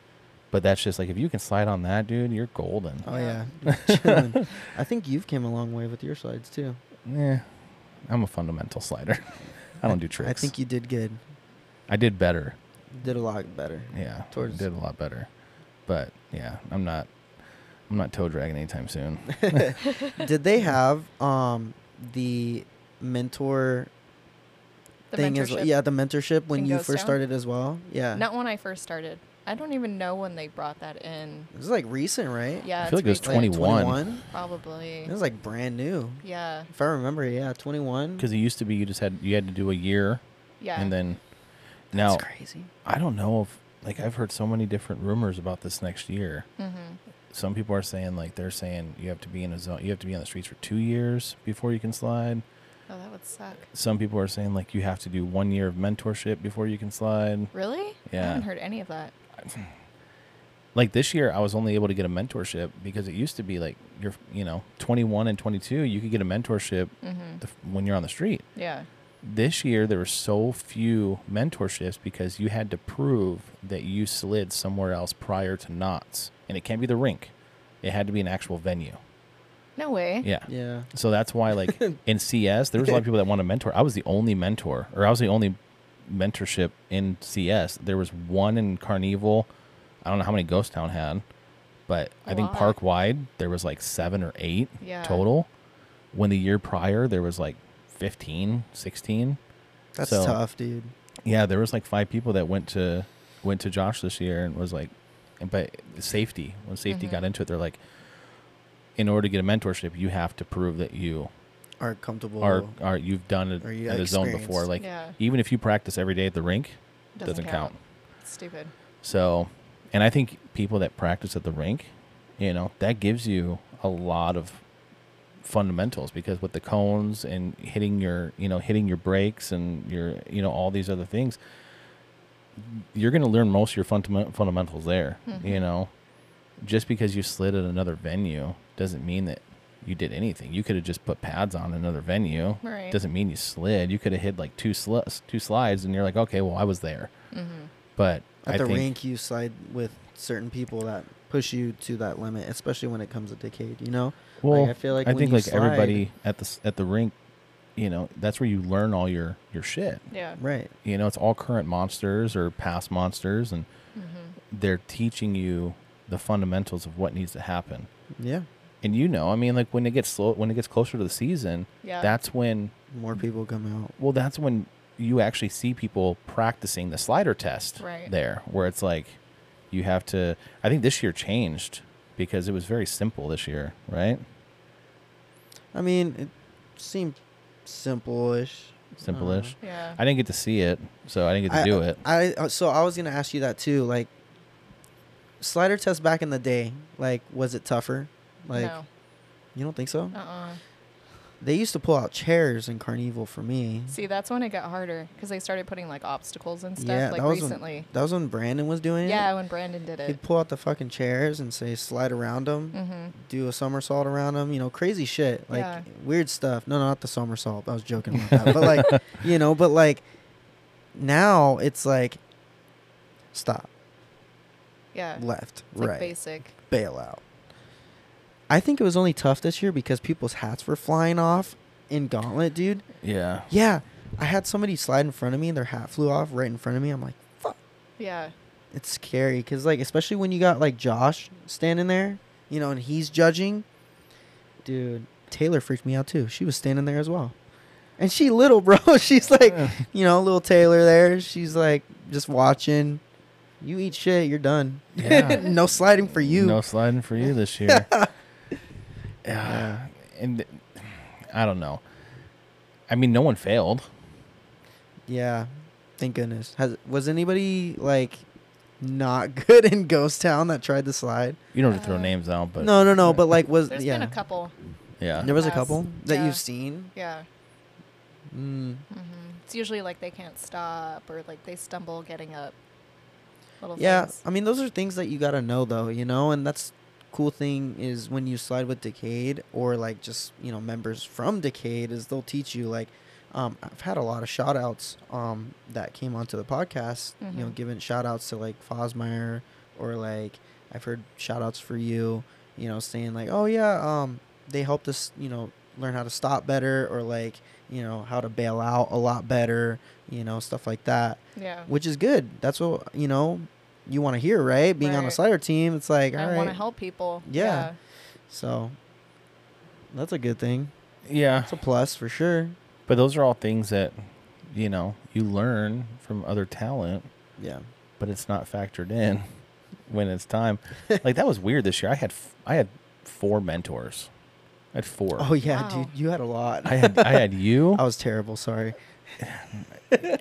Speaker 3: but that's just like if you can slide on that dude you're golden
Speaker 4: Oh
Speaker 3: [laughs]
Speaker 4: yeah, [laughs] Chilling. I think you've came a long way with your slides too.
Speaker 3: yeah I'm a fundamental slider [laughs] I don't do tricks
Speaker 4: I think you did good.
Speaker 3: I did better
Speaker 4: Did a lot better.
Speaker 3: yeah
Speaker 4: Towards-
Speaker 3: did a lot better but yeah I'm not I'm not toe dragging anytime soon
Speaker 4: [laughs] did they have um the mentor
Speaker 5: The
Speaker 4: thing as well?
Speaker 5: mentorship.
Speaker 4: Yeah, the mentorship when
Speaker 5: thing
Speaker 4: you
Speaker 5: goes
Speaker 4: first
Speaker 5: down?
Speaker 4: started as well. Yeah,
Speaker 5: Not when I first started. I don't even know when they brought that in.
Speaker 4: it was like recent, right?
Speaker 5: Yeah,
Speaker 3: I feel like it was
Speaker 5: it's
Speaker 4: Like,
Speaker 3: 21.
Speaker 4: 21?
Speaker 5: Probably.
Speaker 4: It was like brand new,
Speaker 5: Yeah.
Speaker 4: if I remember. Yeah, twenty one.
Speaker 3: because it used to be you just had you had to do a year
Speaker 5: Yeah.
Speaker 3: and then now
Speaker 4: That's crazy.
Speaker 3: I don't know if like I've heard so many different rumors about this next year.
Speaker 5: Mm-hmm.
Speaker 3: Some people are saying like they're saying you have to be in a zone, you have to be on the streets for two years before you can slide.
Speaker 5: oh, that would suck.
Speaker 3: Some people are saying like you have to do one year of mentorship before you can slide.
Speaker 5: Really? I
Speaker 3: Yeah.
Speaker 5: haven't heard any of that.
Speaker 3: Like this year, I was only able to get a mentorship because it used to be like you're you know 21 and 22, you could get a mentorship the f when you're on the street.
Speaker 5: Yeah.
Speaker 3: this year there were so few mentorships because you had to prove that you slid somewhere else prior to knots and it can't be the rink it had to be an actual venue
Speaker 5: No way.
Speaker 3: yeah
Speaker 4: Yeah,
Speaker 3: so that's why like in cs there was a lot of people that want to mentor i was the only mentor or i was the only mentorship in cs there was one in carnival i don't know how many ghost town had but i
Speaker 5: A
Speaker 3: think
Speaker 5: lot.
Speaker 3: park wide there was like seven or eight
Speaker 5: Yeah.
Speaker 3: total when the year prior there was like 15 16
Speaker 4: that's
Speaker 3: So-
Speaker 4: tough, dude.
Speaker 3: yeah, there was like five people that went to went to Josh this year and was like, and but safety when safety
Speaker 5: Mm-hmm.
Speaker 3: got into it, they're like, in order to get a mentorship, you have to prove that you
Speaker 4: Are comfortable.
Speaker 3: are are you've done it
Speaker 4: Are you
Speaker 3: at a zone before.
Speaker 4: experienced?
Speaker 3: Like
Speaker 5: Yeah.
Speaker 3: even if you practice every day at the rink, doesn't, count.
Speaker 5: Stupid.
Speaker 3: So, and I think people that practice at the rink, you know, that gives you a lot of fundamentals because with the cones and hitting your, you know, hitting your brakes and your, you know, all these other things, you're going to learn most of your fundament- fundamentals there, you know. Just because you slid at another venue doesn't mean that you did anything. You could have just put pads on another venue.
Speaker 5: Right.
Speaker 3: Doesn't mean you slid. You could have hit like two sl- two slides and you're like, "Okay, well, I was there." But
Speaker 4: at
Speaker 3: I
Speaker 4: the
Speaker 3: think,
Speaker 4: rink you side with certain people that push you to that limit especially when it comes to decade you know
Speaker 3: Well,
Speaker 4: i feel like
Speaker 3: I
Speaker 4: when
Speaker 3: think
Speaker 4: you
Speaker 3: like
Speaker 4: slide-
Speaker 3: everybody at the s- at the rink, you know, that's where you learn all your your shit.
Speaker 5: Yeah.
Speaker 4: right
Speaker 3: You know, it's all current monsters or past monsters, and
Speaker 5: Mm-hmm.
Speaker 3: they're teaching you the fundamentals of what needs to happen.
Speaker 4: yeah
Speaker 3: And you know, I mean, like when it gets slow, when it gets closer to the season,
Speaker 5: Yeah.
Speaker 3: that's when
Speaker 4: more people come out
Speaker 3: well, that's when you actually see people practicing the slider test
Speaker 5: Right.
Speaker 3: there, where it's like you have to. I think this year changed because it was very simple this year, right?
Speaker 4: i mean it seemed simple-ish Uh-huh.
Speaker 3: Simple-ish.
Speaker 5: Yeah.
Speaker 3: I didn't get to see it, so I didn't get to
Speaker 4: I,
Speaker 3: do it.
Speaker 4: I uh, so i was gonna ask you that too like slider test back in the day like was it tougher like
Speaker 5: no.
Speaker 4: you don't think so
Speaker 5: Uh. uh
Speaker 4: they used to pull out chairs in carnival for me
Speaker 5: See, that's when it got harder because they started putting like obstacles and stuff
Speaker 4: yeah
Speaker 5: like
Speaker 4: that was
Speaker 5: recently.
Speaker 4: when, that was when brandon was doing it
Speaker 5: yeah, when Brandon did it.
Speaker 4: He'd pull out the fucking chairs and say slide around them,
Speaker 5: Mm-hmm.
Speaker 4: do a somersault around them, you know, crazy shit, like
Speaker 5: Yeah.
Speaker 4: weird stuff. No, no, not the somersault. I was joking about that, but
Speaker 5: [laughs]
Speaker 4: like, you know, but like now it's like stop,
Speaker 5: Yeah.
Speaker 4: left,
Speaker 5: It's like
Speaker 4: right,
Speaker 5: basic.
Speaker 4: bail out. I think it was only tough this year because people's hats were flying off in Gauntlet, dude.
Speaker 3: Yeah.
Speaker 4: Yeah, I had somebody slide in front of me and their hat flew off right in front of me. I'm like, fuck.
Speaker 5: Yeah.
Speaker 4: it's scary because like especially when you got like josh standing there you know and he's judging dude taylor freaked me out too she was standing there as well and she little [laughs] bro she's like you know little taylor there she's like just watching you eat shit you're done
Speaker 3: Yeah.
Speaker 4: [laughs] no sliding for you
Speaker 3: No sliding for you
Speaker 4: [laughs]
Speaker 3: this year. yeah. And I don't know. I mean, no one failed.
Speaker 4: yeah thank goodness has was anybody like not [laughs] good in ghost town that tried to slide
Speaker 3: You don't have to throw names out, but
Speaker 4: Uh,
Speaker 3: Uh-huh.
Speaker 4: no no no but like was
Speaker 5: There's
Speaker 4: yeah
Speaker 5: been a couple.
Speaker 3: yeah.
Speaker 4: there was a
Speaker 5: Yes.
Speaker 4: couple that
Speaker 5: Yeah.
Speaker 4: you've seen
Speaker 5: Yeah.
Speaker 4: mm.
Speaker 5: It's usually like they can't stop or like they stumble getting up. Little
Speaker 4: Yeah,
Speaker 5: things.
Speaker 4: I mean those are things that you got to know though, you know, and that's cool thing is when you slide with Decade or like just you know members from Decade is they'll teach you like um, I've had a lot of shout outs um, that came onto the podcast you know
Speaker 5: Mhm.
Speaker 4: giving shout outs to like Fosmeyer or like I've heard shout outs for you you know saying like oh yeah um, they helped us you know learn how to stop better or like you know how to bail out a lot better you know stuff like that
Speaker 5: Yeah.
Speaker 4: which is good. That's what you know you want to hear, right? Being on a
Speaker 5: Right.
Speaker 4: slider team, it's like all
Speaker 5: I
Speaker 4: right.
Speaker 5: want to help people.
Speaker 4: Yeah. So that's a good thing.
Speaker 3: Yeah.
Speaker 4: It's a plus for sure.
Speaker 3: But those are all things that, you know, you learn from other talent,
Speaker 4: Yeah.
Speaker 3: but it's not factored in [laughs] when it's time.
Speaker 4: [laughs]
Speaker 3: like that was weird this year. I had f- I had four mentors. I had four.
Speaker 4: Oh yeah, Oh.
Speaker 5: Wow.
Speaker 4: dude, you had a lot.
Speaker 3: I had I
Speaker 4: [laughs]
Speaker 3: had you.
Speaker 4: I was terrible. Sorry.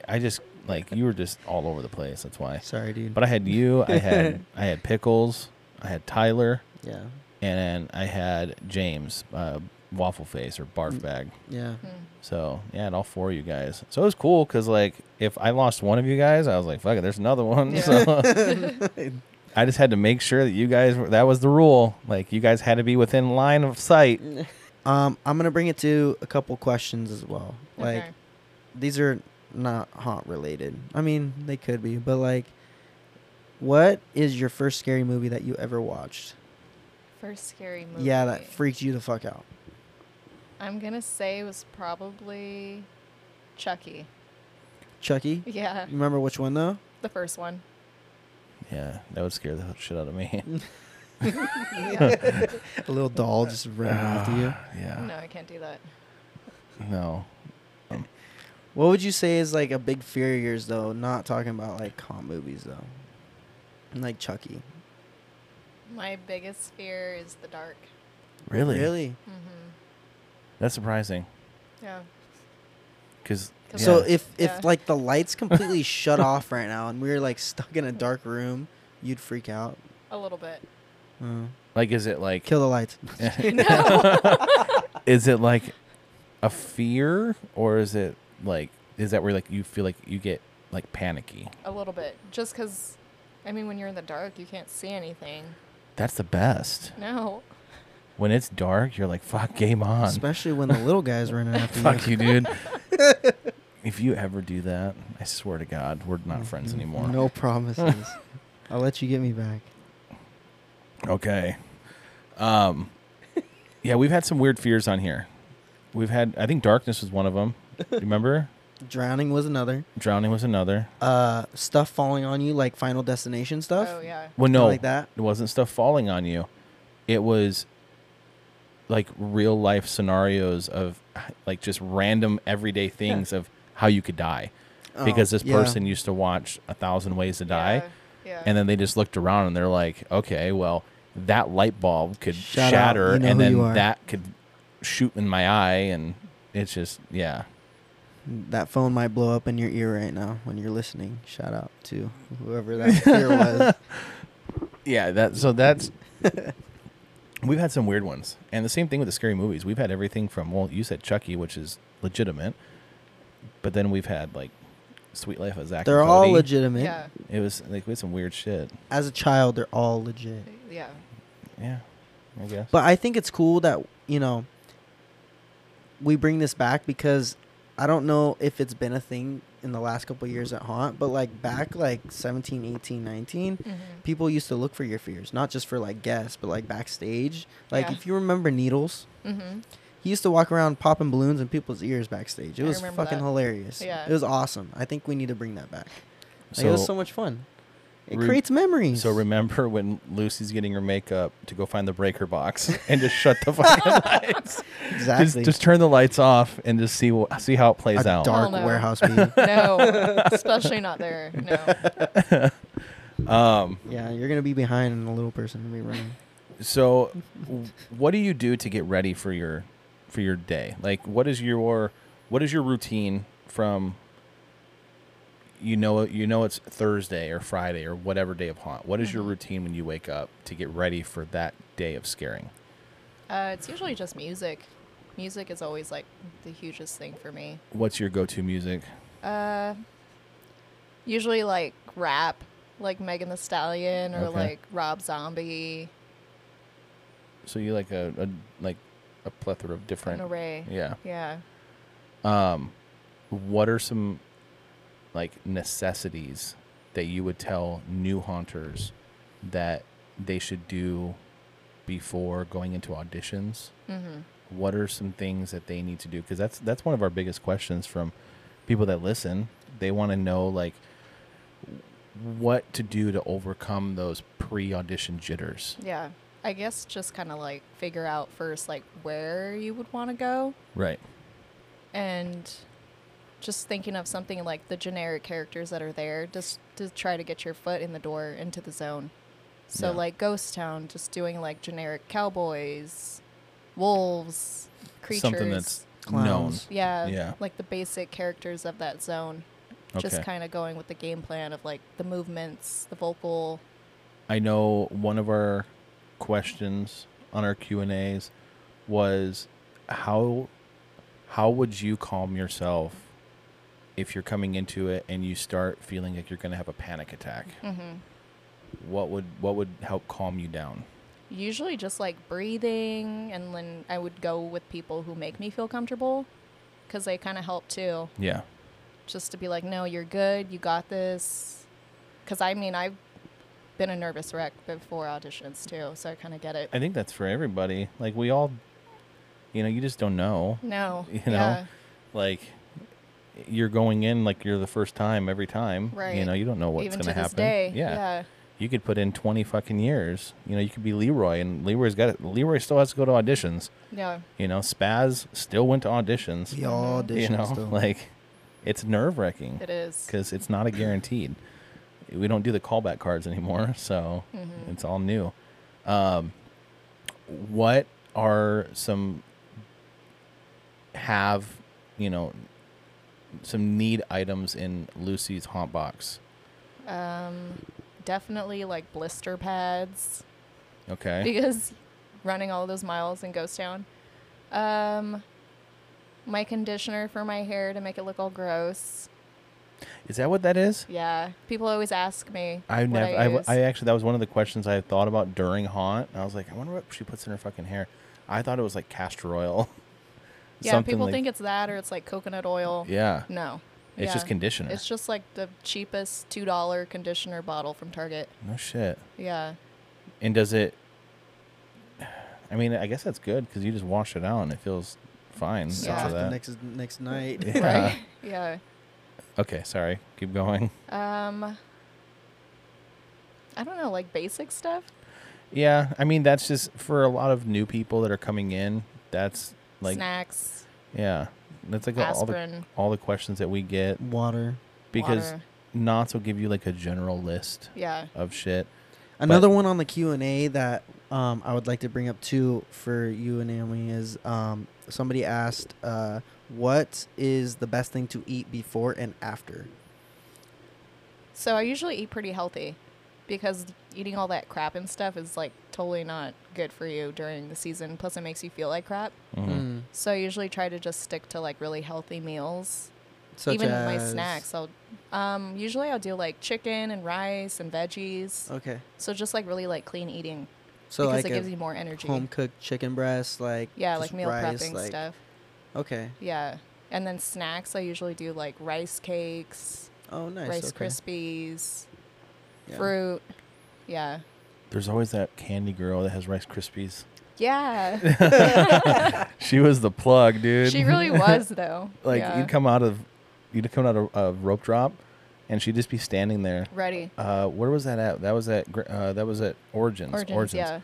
Speaker 3: I just like you were just all over the place. That's why.
Speaker 4: Sorry, dude.
Speaker 3: But I had you.
Speaker 4: [laughs]
Speaker 3: I had I had pickles. I had Tyler,
Speaker 4: yeah.
Speaker 3: and I had James, uh, waffle face or
Speaker 4: Mm.
Speaker 3: barf bag.
Speaker 4: Yeah.
Speaker 3: So yeah, and all four of you guys. So it was cool because like if I lost one of you guys, I was like, fuck it, there's another one.
Speaker 5: Yeah.
Speaker 3: So
Speaker 4: [laughs]
Speaker 3: I just had to make sure that you guys were, that was the rule. Like you guys had to be within line of sight.
Speaker 5: Hmm.
Speaker 4: [laughs] Um, I'm gonna bring it to a couple questions as well. Like
Speaker 5: Okay.
Speaker 4: these are not haunt related. I mean, they could be, but like, what is your first scary movie that you ever watched?
Speaker 5: First scary movie.
Speaker 4: Yeah, that freaked you the fuck out.
Speaker 5: I'm gonna say was probably Chucky. [laughs]
Speaker 4: Chucky.
Speaker 5: Yeah,
Speaker 4: You remember which one though?
Speaker 5: the first one.
Speaker 3: Yeah, that would scare the shit out of me.
Speaker 5: [laughs] Yeah.
Speaker 4: A little doll just running
Speaker 3: Ah. [sighs]
Speaker 4: after you.
Speaker 3: Yeah.
Speaker 5: no, I can't do that.
Speaker 3: No.
Speaker 4: What would you say is like a big fear of yours though? Not talking about like comp movies though, And, like Chucky.
Speaker 5: My biggest fear is the dark. Mm-hmm.
Speaker 3: Really?
Speaker 4: Really?
Speaker 3: That's surprising.
Speaker 5: Yeah.
Speaker 3: Because
Speaker 5: Cause
Speaker 4: So
Speaker 5: Yeah.
Speaker 4: if if
Speaker 5: Yeah.
Speaker 4: like the
Speaker 3: [laughs]
Speaker 4: lights completely shut off right now and we were like stuck in a dark room, you'd freak out.
Speaker 5: A
Speaker 4: [laughs]
Speaker 5: little bit.
Speaker 4: Uh,
Speaker 3: like, is it like [laughs]
Speaker 4: kill the lights.
Speaker 3: is it like a fear or is it like is that where like you feel like you get like panicky?
Speaker 5: A little bit. Just because, I mean, when you're in the dark, you can't see anything.
Speaker 3: That's the best.
Speaker 5: No.
Speaker 3: When it's dark, you're like, "Fuck, game on."
Speaker 4: Especially when the little guy's
Speaker 3: [laughs]
Speaker 4: running after
Speaker 3: Fuck
Speaker 4: you.
Speaker 3: you, dude. if you ever do that, I swear to God, we're not friends anymore.
Speaker 4: No
Speaker 3: [laughs]
Speaker 4: promises. I'll let you get me back.
Speaker 3: Okay. Um. Yeah, we've had some weird fears on here. We've had, I think, darkness was one of them. Remember?
Speaker 4: Drowning was another.
Speaker 3: Drowning was another.
Speaker 4: Uh, stuff falling on you like Final Destination stuff.
Speaker 5: Oh, yeah.
Speaker 3: Well, no,
Speaker 4: like that?
Speaker 3: It wasn't stuff falling on you. It was like real life scenarios of like just random everyday things of how you could die.
Speaker 4: Oh,
Speaker 3: because this
Speaker 4: yeah.
Speaker 3: person used to watch A Thousand Ways to Die,
Speaker 5: Yeah.
Speaker 3: and then they just looked around and they're like, okay, well, that light bulb could
Speaker 4: Shout out,
Speaker 3: shatter,
Speaker 4: you know
Speaker 3: and
Speaker 4: who you
Speaker 3: then
Speaker 4: are.
Speaker 3: that could shoot in my eye, and it's just, yeah.
Speaker 4: That phone might blow up in your ear right now when you're listening. Shout out to whoever that fear was.
Speaker 3: Yeah, that so that's [laughs] we've had some weird ones. And the same thing with the scary movies. We've had everything from well, you said Chucky, which is legitimate. But then we've had like Sweet Life of Zach. and
Speaker 4: They're all
Speaker 3: Cody.
Speaker 4: legitimate.
Speaker 5: yeah.
Speaker 3: It was like we had some weird shit.
Speaker 4: As a child, they're all legit.
Speaker 5: Yeah.
Speaker 3: Yeah. I guess.
Speaker 4: But I think it's cool that, you know, we bring this back because I don't know if it's been a thing in the last couple of years at Haunt, but like back like 17, 18, 19,
Speaker 5: Mhm.
Speaker 4: people used to look for your fears, not just for like guests, but like backstage. Like
Speaker 5: Yeah.
Speaker 4: if you remember Needles, [laughs]
Speaker 5: Mhm.
Speaker 4: He used to walk around popping balloons in people's ears backstage. It
Speaker 5: I
Speaker 4: was
Speaker 5: remember
Speaker 4: fucking
Speaker 5: that.
Speaker 4: hilarious.
Speaker 5: Yeah.
Speaker 4: It was awesome. I think we need to bring that back. Like,
Speaker 3: so,
Speaker 4: it was so much fun. It
Speaker 3: Re-
Speaker 4: creates memories.
Speaker 3: so remember [laughs] when Lucy's getting her makeup to go find the breaker box [laughs] and just shut
Speaker 4: [laughs]
Speaker 3: the fucking lights.
Speaker 4: exactly.
Speaker 3: Just, just turn the lights off and just see what see how it plays
Speaker 4: a
Speaker 3: out.
Speaker 4: dark
Speaker 5: Oh, no.
Speaker 4: warehouse
Speaker 3: [laughs]
Speaker 4: meeting.
Speaker 5: No. Especially not there. No.
Speaker 4: yeah, you're gonna be behind and the little person gonna be
Speaker 5: [laughs]
Speaker 4: running.
Speaker 3: So, w- what do you do to get ready for your for your day? Like, what is your what is your routine from? You know, you know it's Thursday or Friday or whatever day of haunt. What is
Speaker 5: Mm-hmm.
Speaker 3: your routine when you wake up to get ready for that day of scaring?
Speaker 5: Uh, it's usually just music. Music is always like the hugest thing for me.
Speaker 3: What's your go-to music?
Speaker 5: Uh, usually like rap, like Megan the Stallion or
Speaker 3: Okay.
Speaker 5: like Rob Zombie.
Speaker 3: So you like a, a like a plethora of different
Speaker 5: An array.
Speaker 3: Yeah.
Speaker 5: Yeah.
Speaker 3: Um, what are some like necessities that you would tell new haunters that they should do before going into auditions?
Speaker 5: Mm-hmm.
Speaker 3: What are some things that they need to do? Because that's that's one of our biggest questions from people that listen. They want to know like what to do to overcome those pre-audition jitters,
Speaker 5: Yeah. I guess just kind of like figure out first like where you would want to go
Speaker 3: right?
Speaker 5: and just thinking of something like the generic characters that are there just to try to get your foot in the door into the zone. So
Speaker 3: Yeah.
Speaker 5: like Ghost Town, just doing like generic cowboys, wolves, creatures.
Speaker 3: Something that's
Speaker 4: Clowns.
Speaker 3: known.
Speaker 5: yeah,
Speaker 3: Yeah.
Speaker 5: like the basic characters of that zone. Just
Speaker 3: Okay.
Speaker 5: kind of going with the game plan of like the movements, the vocal.
Speaker 3: I know one of our questions on our Q and A's was how how would you calm yourself if you're coming into it and you start feeling like you're going to have a panic attack?
Speaker 5: Mm-hmm.
Speaker 3: What would what would help calm you down?
Speaker 5: Usually just like breathing, and then I would go with people who make me feel comfortable because they kind of help too.
Speaker 3: Yeah,
Speaker 5: just to be like, no, you're good, you got this. Because I mean, I've been a nervous wreck before auditions too, so I kind of get it.
Speaker 3: I think that's for everybody. Like we all, you know, you just don't know. [laughs]
Speaker 5: No,
Speaker 3: You know,
Speaker 5: yeah,
Speaker 3: like you're going in like you're the first time every time. You
Speaker 5: Right.
Speaker 3: know, you don't know what's
Speaker 5: even
Speaker 3: going to
Speaker 5: to this
Speaker 3: happen.
Speaker 5: day,
Speaker 3: yeah.
Speaker 5: yeah,
Speaker 3: you could put in 20 fucking years. You know, you could be Leroy, and Leroy's got it. Leroy still has to go to auditions.
Speaker 5: yeah,
Speaker 3: You know, Spaz still went to auditions.
Speaker 4: The auditions,
Speaker 3: [laughs] you know,
Speaker 4: though.
Speaker 3: like it's nerve wracking
Speaker 5: it is.
Speaker 3: because it's not a guaranteed. we don't do the callback cards anymore, [laughs] so
Speaker 5: Mm-hmm.
Speaker 3: it's all new. Um, what are some have you know some need items in Lucy's haunt box?
Speaker 5: Um, definitely like blister pads
Speaker 3: Okay,
Speaker 5: because running all those miles in Ghost Town. Um, my conditioner for my hair to make it look all gross.
Speaker 3: is that what that is?
Speaker 5: Yeah, people always ask me.
Speaker 3: I
Speaker 5: what
Speaker 3: never. I, w-
Speaker 5: use.
Speaker 3: I actually that was one of the questions I had thought about during haunt. And I was like, I wonder what she puts in her fucking hair. I thought it was like castor oil. [laughs]
Speaker 5: yeah, people think it's that or it's like coconut oil.
Speaker 3: Yeah,
Speaker 5: No.
Speaker 3: It's just conditioner.
Speaker 5: It's just like the cheapest two dollar conditioner bottle from Target.
Speaker 3: no shit.
Speaker 5: Yeah.
Speaker 3: And does it? I mean, I guess that's good because you just wash it out and it feels fine
Speaker 5: Yeah.
Speaker 3: after
Speaker 4: Soft the
Speaker 3: that.
Speaker 4: next next night.
Speaker 3: Yeah.
Speaker 5: [laughs] Right? yeah.
Speaker 3: Okay, sorry. Keep going.
Speaker 5: Um I don't know, like basic stuff.
Speaker 3: Yeah, I mean that's just for a lot of new people that are coming in. That's like
Speaker 5: Snacks,
Speaker 3: yeah, that's like all the
Speaker 5: aspirin.
Speaker 3: all the questions that we
Speaker 4: [laughs]
Speaker 3: get
Speaker 4: Water.
Speaker 3: because
Speaker 5: Water.
Speaker 3: knots will give you like a general list
Speaker 5: Yeah.
Speaker 3: of shit.
Speaker 4: Another one on the Q and A that um, I would like to bring up too for you and Naomi is um, somebody asked, uh, "What is the best thing to eat before and after?"
Speaker 5: So I usually eat pretty healthy because eating all that crap and stuff is like totally not good for you during the season. Plus it makes you feel like crap.
Speaker 3: Mm-hmm.
Speaker 4: Mm.
Speaker 5: So I usually try to just stick to like really healthy meals.
Speaker 4: Such
Speaker 5: Even my
Speaker 4: as-
Speaker 5: snacks, I'll um, usually I'll do like chicken and rice and veggies.
Speaker 4: Okay,
Speaker 5: So just like really like clean eating
Speaker 4: so
Speaker 5: because
Speaker 4: like
Speaker 5: it gives
Speaker 4: a
Speaker 5: you more energy.
Speaker 4: home cooked chicken breast, like
Speaker 5: yeah,
Speaker 4: just
Speaker 5: like meal
Speaker 4: rice,
Speaker 5: prepping
Speaker 4: like-
Speaker 5: stuff.
Speaker 4: Okay.
Speaker 5: Yeah. And then snacks, I usually do like rice cakes,
Speaker 4: Oh, nice.
Speaker 5: rice
Speaker 4: okay.
Speaker 5: krispies,
Speaker 4: Yeah.
Speaker 5: fruit. Yeah.
Speaker 3: There's always that candy girl that has Rice Krispies. [laughs]
Speaker 5: Yeah.
Speaker 3: She was the plug, dude.
Speaker 5: she really was though.
Speaker 3: [laughs] like
Speaker 5: yeah.
Speaker 3: you'd come out of you'd come out of a rope drop, and she'd just be standing there.
Speaker 5: ready.
Speaker 3: Uh, where was that at? That was at Gr- uh, that was at Origins.
Speaker 5: Origins, yeah.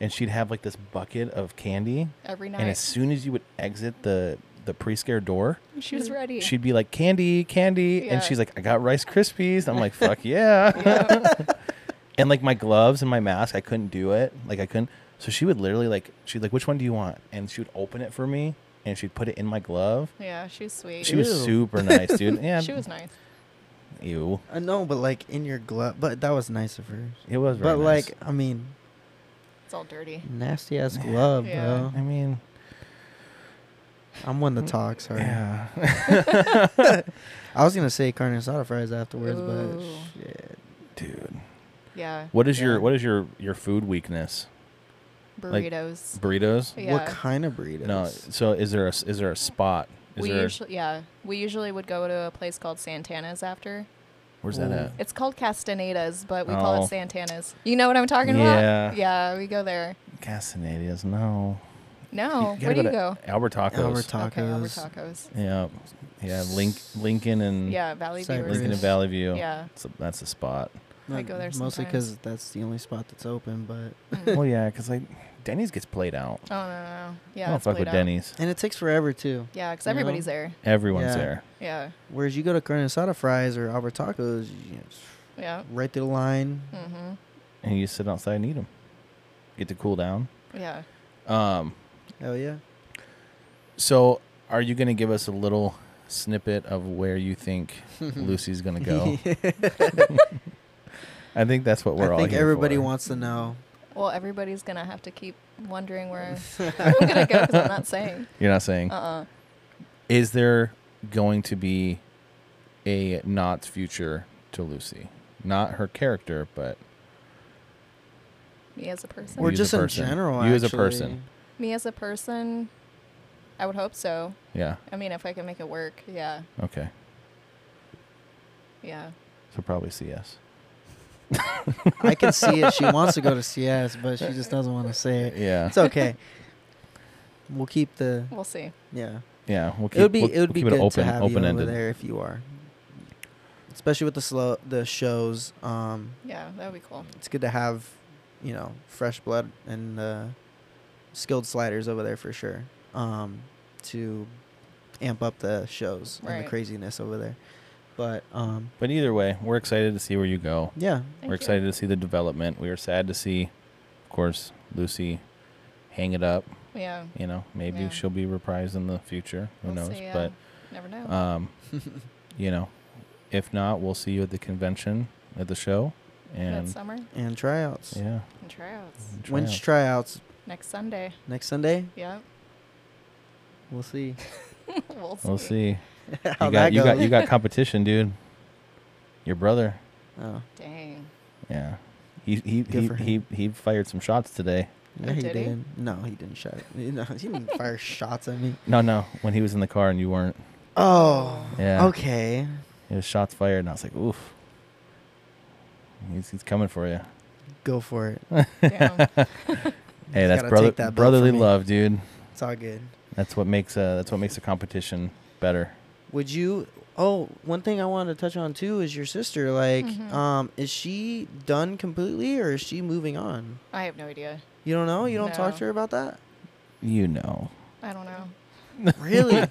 Speaker 3: And she'd have like this bucket of candy,
Speaker 5: Every
Speaker 3: and as
Speaker 5: night.
Speaker 3: soon as you would exit the the pre-scare door,
Speaker 5: She was ready.
Speaker 3: she'd be like candy, candy,
Speaker 5: Yeah.
Speaker 3: and she's like, I got Rice Krispies. I'm like, fuck yeah. [laughs] and like my gloves and my mask, I couldn't do it. Like I couldn't. So she would literally like she'd like, which one do you want? And she would open it for me, and she'd put it in my glove.
Speaker 5: yeah, she was sweet.
Speaker 3: She
Speaker 5: She was,
Speaker 3: was
Speaker 4: Ew.
Speaker 3: super nice, dude. Yeah,
Speaker 5: nice.
Speaker 3: Ew,
Speaker 4: I know, Uh, but like in your glove, but that was nice of her.
Speaker 3: it was.
Speaker 4: But
Speaker 3: Very nice.
Speaker 4: like, I mean,
Speaker 5: It's all dirty.
Speaker 4: nasty ass glove,
Speaker 5: Yeah.
Speaker 3: I
Speaker 4: bro.
Speaker 3: mean,
Speaker 4: I'm one to talk. Sorry.
Speaker 3: yeah. [laughs]
Speaker 4: I was gonna say carne asada fries afterwards,
Speaker 5: Ooh.
Speaker 4: but shit.
Speaker 3: dude.
Speaker 5: Yeah.
Speaker 3: What is your
Speaker 4: Yeah.
Speaker 3: what is your your food weakness? Like-
Speaker 5: burritos.
Speaker 3: burritos.
Speaker 5: yeah.
Speaker 4: What kind of burritos?
Speaker 3: No, so is there a s- is there a spot? Is
Speaker 5: we
Speaker 3: there
Speaker 5: usually yeah we usually would go to a place called Santana's after.
Speaker 3: where's that
Speaker 4: Ooh.
Speaker 3: at?
Speaker 5: It's called Castaneda's, but we call
Speaker 3: Oh.
Speaker 5: it Santana's. You know what I'm talking
Speaker 3: Yeah.
Speaker 5: about? Yeah, we go there.
Speaker 3: Castanadias, no.
Speaker 5: No,
Speaker 3: gotta
Speaker 5: Oh, where do you
Speaker 3: to
Speaker 5: go?
Speaker 3: Albert Tacos.
Speaker 4: Albert Tacos.
Speaker 5: Okay, over tacos.
Speaker 3: Yeah, yeah. Link, Lincoln and
Speaker 5: Yeah, Valley
Speaker 4: Cypress.
Speaker 5: Viewers.
Speaker 3: Hmm. Lincoln and
Speaker 4: Burgers.
Speaker 3: Valley View.
Speaker 5: Yeah.
Speaker 3: that's a, that's a spot.
Speaker 5: I go there
Speaker 4: mostly
Speaker 5: sometimes.
Speaker 4: because that's the only spot that's open. But
Speaker 3: [laughs] well, yeah, because like Denny's gets played out.
Speaker 5: Oh no, no, no.
Speaker 3: I
Speaker 5: yeah.
Speaker 3: don't
Speaker 5: it's
Speaker 3: fuck
Speaker 5: played
Speaker 3: with
Speaker 5: out.
Speaker 3: Denny's.
Speaker 4: and it takes forever too.
Speaker 5: Yeah, because
Speaker 4: You know?
Speaker 5: everybody's there.
Speaker 3: Everyone's
Speaker 4: Yeah.
Speaker 3: there.
Speaker 5: Yeah,
Speaker 4: Whereas you go to carne asada fries or Albert Tacos, you know, it's
Speaker 5: yeah.
Speaker 4: right through the line.
Speaker 5: Mhm.
Speaker 3: and you sit outside and eat them. Get to cool down.
Speaker 5: Yeah.
Speaker 3: Um,
Speaker 4: Hell yeah.
Speaker 3: so, are you going to give us a little snippet of where you think
Speaker 5: [laughs]
Speaker 3: Lucy's going to
Speaker 4: [laughs]
Speaker 3: go? I think that's what we're
Speaker 4: I
Speaker 3: all.
Speaker 4: think
Speaker 3: here
Speaker 4: everybody
Speaker 3: for.
Speaker 4: wants to know.
Speaker 5: Well, everybody's gonna have to keep wondering where I'm gonna go because I'm not saying.
Speaker 3: You're not saying.
Speaker 5: Uh. uh
Speaker 3: Is there going to be a not future to Lucy? Not her character, but
Speaker 5: Me as a person.
Speaker 4: Or
Speaker 3: as a
Speaker 4: just in
Speaker 3: person.
Speaker 4: general.
Speaker 3: You as a
Speaker 4: actually.
Speaker 3: person.
Speaker 5: Me as a person. I would hope so.
Speaker 3: yeah,
Speaker 5: I mean, if I can make it work, yeah,
Speaker 3: okay.
Speaker 5: yeah.
Speaker 3: So probably CS.
Speaker 4: I can see it. She wants to
Speaker 3: [laughs]
Speaker 4: go to CS, but she just doesn't want to say it.
Speaker 3: Yeah,
Speaker 4: It's okay. We'll keep the
Speaker 5: We'll see.
Speaker 4: yeah.
Speaker 3: yeah. We'll keep,
Speaker 4: it would be
Speaker 3: we'll-
Speaker 4: it would
Speaker 3: we'll
Speaker 4: be
Speaker 3: keep
Speaker 4: good
Speaker 3: it open,
Speaker 4: to have you over
Speaker 3: open-ended.
Speaker 4: there if you are, especially with the slow the shows. Um,
Speaker 5: Yeah, that would be cool.
Speaker 4: it's good to have, you know, fresh blood and uh, skilled sliders over there for sure. Um, to amp up the shows and
Speaker 5: Right.
Speaker 4: the craziness over there, but um,
Speaker 3: But either way, we're excited to see where you go.
Speaker 4: yeah,
Speaker 5: Thank
Speaker 3: we're
Speaker 5: you.
Speaker 3: excited to see the development. We are sad to see, of course, Lucy hang it up.
Speaker 5: Yeah.
Speaker 3: You know, maybe
Speaker 5: Yeah.
Speaker 3: she'll be reprised in the future. Who
Speaker 5: we'll
Speaker 3: knows?
Speaker 5: See, yeah. Oh.
Speaker 3: But
Speaker 5: never know. [laughs]
Speaker 3: um, you know, if not, we'll see you at the convention at the show.
Speaker 5: Mid
Speaker 3: And
Speaker 5: summer
Speaker 4: and tryouts.
Speaker 3: yeah,
Speaker 5: and tryouts
Speaker 3: try
Speaker 4: When's
Speaker 3: out.
Speaker 4: tryouts
Speaker 5: next Sunday.
Speaker 4: next Sunday?
Speaker 5: Yeah.
Speaker 4: We'll see
Speaker 5: [laughs] we'll see.
Speaker 3: we'll see.
Speaker 4: [laughs] how that
Speaker 3: you got you
Speaker 4: goes.
Speaker 3: got you
Speaker 4: [laughs]
Speaker 3: got competition, dude. Your brother.
Speaker 4: oh,
Speaker 5: Dang.
Speaker 3: Yeah. He he
Speaker 4: Good
Speaker 3: he,
Speaker 4: for
Speaker 3: he he fired some shots today.
Speaker 4: yeah, he
Speaker 5: did he?
Speaker 4: did. No, he didn't shot. No, he didn't [laughs] fire shots at me.
Speaker 3: No, no, when he was in the car and you weren't.
Speaker 4: Oh,
Speaker 3: Yeah.
Speaker 4: okay.
Speaker 3: It was shots fired, and I was like, oof. He's, he's coming for you.
Speaker 4: Go for it.
Speaker 3: [laughs]
Speaker 5: Damn.
Speaker 3: Hey, that's
Speaker 4: gotta
Speaker 3: brother,
Speaker 4: take that belt
Speaker 3: brotherly
Speaker 4: from me.
Speaker 3: love, dude.
Speaker 4: It's all good.
Speaker 3: That's what makes uh, that's what makes a competition better.
Speaker 4: Would you? Oh, one thing I wanted to touch on too is your sister. Like,
Speaker 5: Mhm.
Speaker 4: um, is she done completely, or is she moving on?
Speaker 5: I have no idea.
Speaker 4: You don't know. You don't talk
Speaker 5: No.
Speaker 4: to her about
Speaker 5: [laughs]
Speaker 4: that.
Speaker 3: You know,
Speaker 5: I don't know.
Speaker 4: Really?
Speaker 5: [laughs]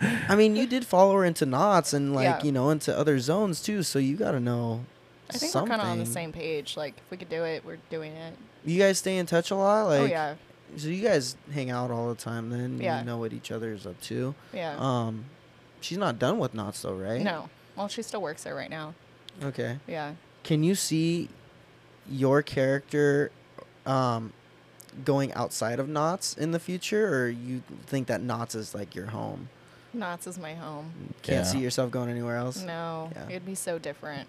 Speaker 4: I mean, you did follow her into knots and like
Speaker 5: Yeah.
Speaker 4: you know into other zones too. So you got to know.
Speaker 5: I think
Speaker 4: something.
Speaker 5: we're kind of on the same page. Like, if we could do it, we're doing it.
Speaker 4: You guys stay in touch a lot. Like,
Speaker 5: oh yeah,
Speaker 4: so you guys hang out all the time. Then
Speaker 5: Yeah.
Speaker 4: you know what each other is up to.
Speaker 5: yeah.
Speaker 4: Um, she's not done with knots though, right?
Speaker 5: No. Well, she still works there right now.
Speaker 4: Okay.
Speaker 5: Yeah.
Speaker 4: Can you see your character um, going outside of Knots in the future, or you think that Knots is like your home?
Speaker 5: Knott's is my home.
Speaker 4: Can't
Speaker 3: Yeah.
Speaker 4: see yourself going anywhere else.
Speaker 5: No,
Speaker 4: Yeah.
Speaker 5: it'd be so different.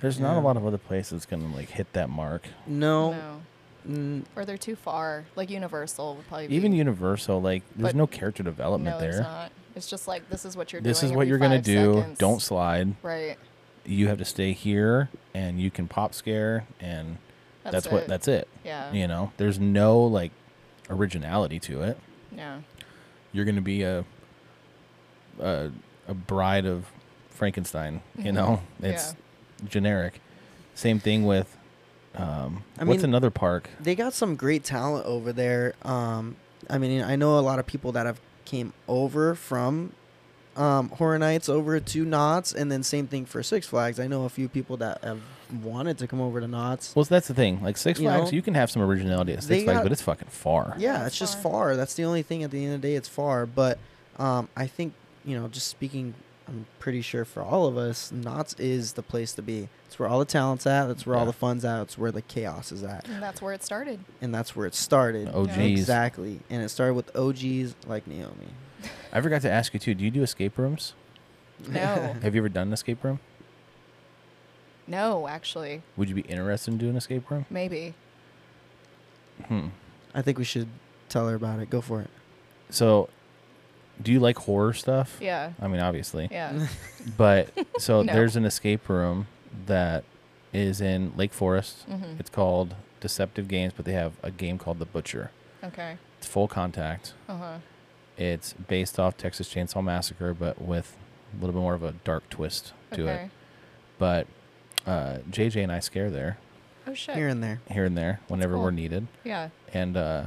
Speaker 3: there's not a
Speaker 4: Yeah.
Speaker 3: lot of other places gonna like hit that mark.
Speaker 4: No.
Speaker 5: No.
Speaker 4: Mm,
Speaker 5: Or they're too far. Like Universal would probably be.
Speaker 3: Even Universal, like, there's
Speaker 5: But-
Speaker 3: no character development
Speaker 5: no,
Speaker 3: there.
Speaker 5: It's not. It's just like this is what you're
Speaker 3: This
Speaker 5: doing.
Speaker 3: is what
Speaker 5: every
Speaker 3: you're gonna
Speaker 5: five
Speaker 3: do.
Speaker 5: seconds.
Speaker 3: Don't slide.
Speaker 5: Right.
Speaker 3: You have to stay here, and you can pop scare, and that's,
Speaker 5: That's
Speaker 3: what.
Speaker 5: it.
Speaker 3: That's it.
Speaker 5: Yeah.
Speaker 3: You know, there's no like originality to it.
Speaker 5: Yeah.
Speaker 3: you're going to be a, a a bride of Frankenstein. You know,
Speaker 5: Mm-hmm.
Speaker 3: it's generic. Same thing with um,
Speaker 4: I
Speaker 3: what's
Speaker 4: mean-
Speaker 3: another park?
Speaker 4: they got some great talent over there. Um, I mean, I know a lot of people that have came over from um, Horror Nights over to Knots, and then same thing for Six Flags. I know a few people that have wanted to come over to Knots.
Speaker 3: Well, that's the thing. Like Six
Speaker 4: You
Speaker 3: Flags,
Speaker 4: know,
Speaker 3: you can have some originality at Six
Speaker 4: they
Speaker 3: Flags,
Speaker 4: got-
Speaker 3: but it's fucking far.
Speaker 4: Yeah,
Speaker 5: It's
Speaker 4: it's just
Speaker 5: far.
Speaker 4: far. That's the only thing. At the end of the day, it's far. But um, I think you know, just speaking, I'm pretty sure for all of us, Knots is the place to be. It's where all the talents at. That's where all
Speaker 3: Yeah.
Speaker 4: the fun's at. It's where the chaos is at,
Speaker 5: And that's where it started.
Speaker 4: and that's where it started.
Speaker 3: The OGs.
Speaker 4: exactly. And it started with OGs like Naomi.
Speaker 3: I forgot to ask you too. Do you do escape rooms?
Speaker 4: [laughs]
Speaker 5: No.
Speaker 3: Have you ever done an escape room?
Speaker 5: no, actually.
Speaker 3: Would you be interested in doing an escape room?
Speaker 5: Maybe.
Speaker 3: Hmm.
Speaker 4: I think we should tell her about it. Go for it.
Speaker 3: So, do you like horror stuff?
Speaker 5: Yeah.
Speaker 3: I mean, obviously.
Speaker 5: [laughs] Yeah.
Speaker 4: [laughs]
Speaker 3: But so
Speaker 5: [laughs] No.
Speaker 3: there's an escape room that is in Lake Forest.
Speaker 5: Mm-hmm.
Speaker 3: It's called Deceptive Games, but they have a game called The Butcher.
Speaker 5: okay.
Speaker 3: It's full contact.
Speaker 5: Uh huh.
Speaker 3: It's based off Texas Chainsaw Massacre, but with a little bit more of a dark twist to
Speaker 5: okay.
Speaker 3: it. But uh, JJ and I scare there,
Speaker 5: Oh shit.
Speaker 4: Here and there.
Speaker 3: here and there, whenever
Speaker 5: cool.
Speaker 3: we're needed.
Speaker 5: yeah.
Speaker 3: And uh,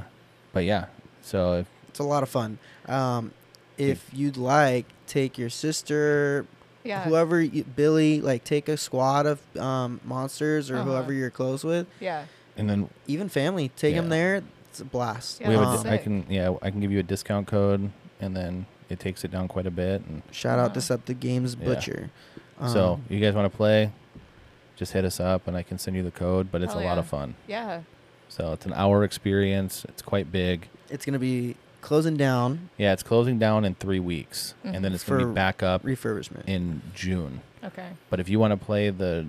Speaker 3: but yeah, so if,
Speaker 4: It's a lot of fun. Um, if you'd like, take your sister,
Speaker 5: Yeah.
Speaker 4: whoever you, Billy, like take a squad of um, monsters or
Speaker 5: Uh-huh.
Speaker 4: whoever you're close with,
Speaker 5: Yeah.
Speaker 3: and then
Speaker 4: even family, take them
Speaker 3: Yeah.
Speaker 4: there. It's a blast. Um,
Speaker 5: Yeah,
Speaker 3: we have a
Speaker 5: that's
Speaker 3: di- I
Speaker 5: sick.
Speaker 3: can yeah I can give you a discount code, and then it takes it down quite a bit. And
Speaker 4: shout
Speaker 5: Uh-huh.
Speaker 4: out Deceptive Games
Speaker 3: Yeah.
Speaker 4: Butcher.
Speaker 3: so
Speaker 4: Um,
Speaker 3: you guys want to play, just hit us up, and I can send you the code. But it's
Speaker 5: Hell
Speaker 3: a lot
Speaker 5: yeah.
Speaker 3: of fun.
Speaker 5: Yeah.
Speaker 3: So it's an hour experience. It's quite big.
Speaker 4: it's gonna be closing down
Speaker 3: Yeah, it's closing down in three weeks, and then
Speaker 5: Mm-hmm.
Speaker 3: it's gonna
Speaker 4: For
Speaker 3: be back up
Speaker 4: refurbishment.
Speaker 3: in June.
Speaker 5: Okay.
Speaker 3: But if you want to play the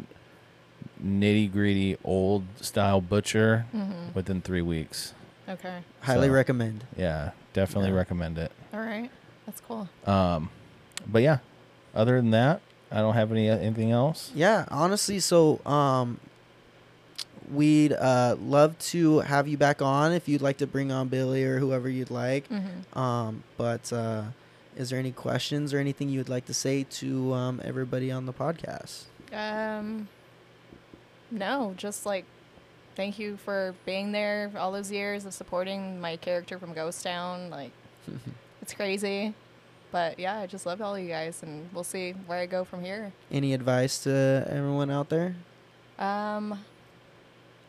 Speaker 3: nitty gritty old style butcher within three weeks,
Speaker 5: Mm-hmm. Okay.
Speaker 4: Highly
Speaker 3: so-
Speaker 4: recommend.
Speaker 3: yeah, definitely
Speaker 4: Yeah.
Speaker 3: recommend it.
Speaker 5: All right. That's cool.
Speaker 3: Um, but yeah, other than that, I don't have any anything else.
Speaker 4: Yeah, honestly, so um we'd uh love to have you back on if you'd like to bring on Billy or whoever you'd like.
Speaker 5: Mm-hmm.
Speaker 4: Um but uh is there any questions or anything you would like to say to um everybody on the podcast?
Speaker 5: Um, no, just like thank you for being there all those years of supporting my character from Ghost Town. [laughs] Like, it's crazy. But yeah, I just loved all you guys, and we'll see where I go from here.
Speaker 4: Any advice to everyone out there?
Speaker 5: Um,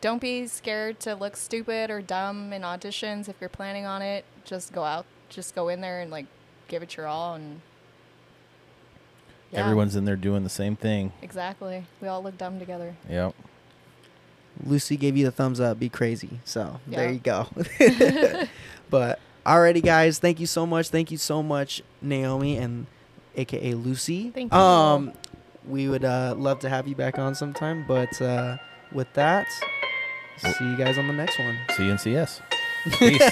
Speaker 5: don't be scared to look stupid or dumb in auditions if you're planning on it. Just go out, just go in there and like give it your all. And Yeah,
Speaker 3: Everyone's in there doing the same thing.
Speaker 5: exactly. We all look dumb together.
Speaker 3: Yep.
Speaker 4: Lucy gave you the thumbs up. Be crazy. So there
Speaker 5: Yeah.
Speaker 4: you go.
Speaker 5: [laughs]
Speaker 4: [laughs] but alrighty, guys. Thank you so much. Thank you so much, Naomi and AKA Lucy.
Speaker 5: Thank you.
Speaker 4: Um, we would uh, love to have you back on sometime. But uh, with that, see you guys on the next one.
Speaker 3: See you in CS. Peace.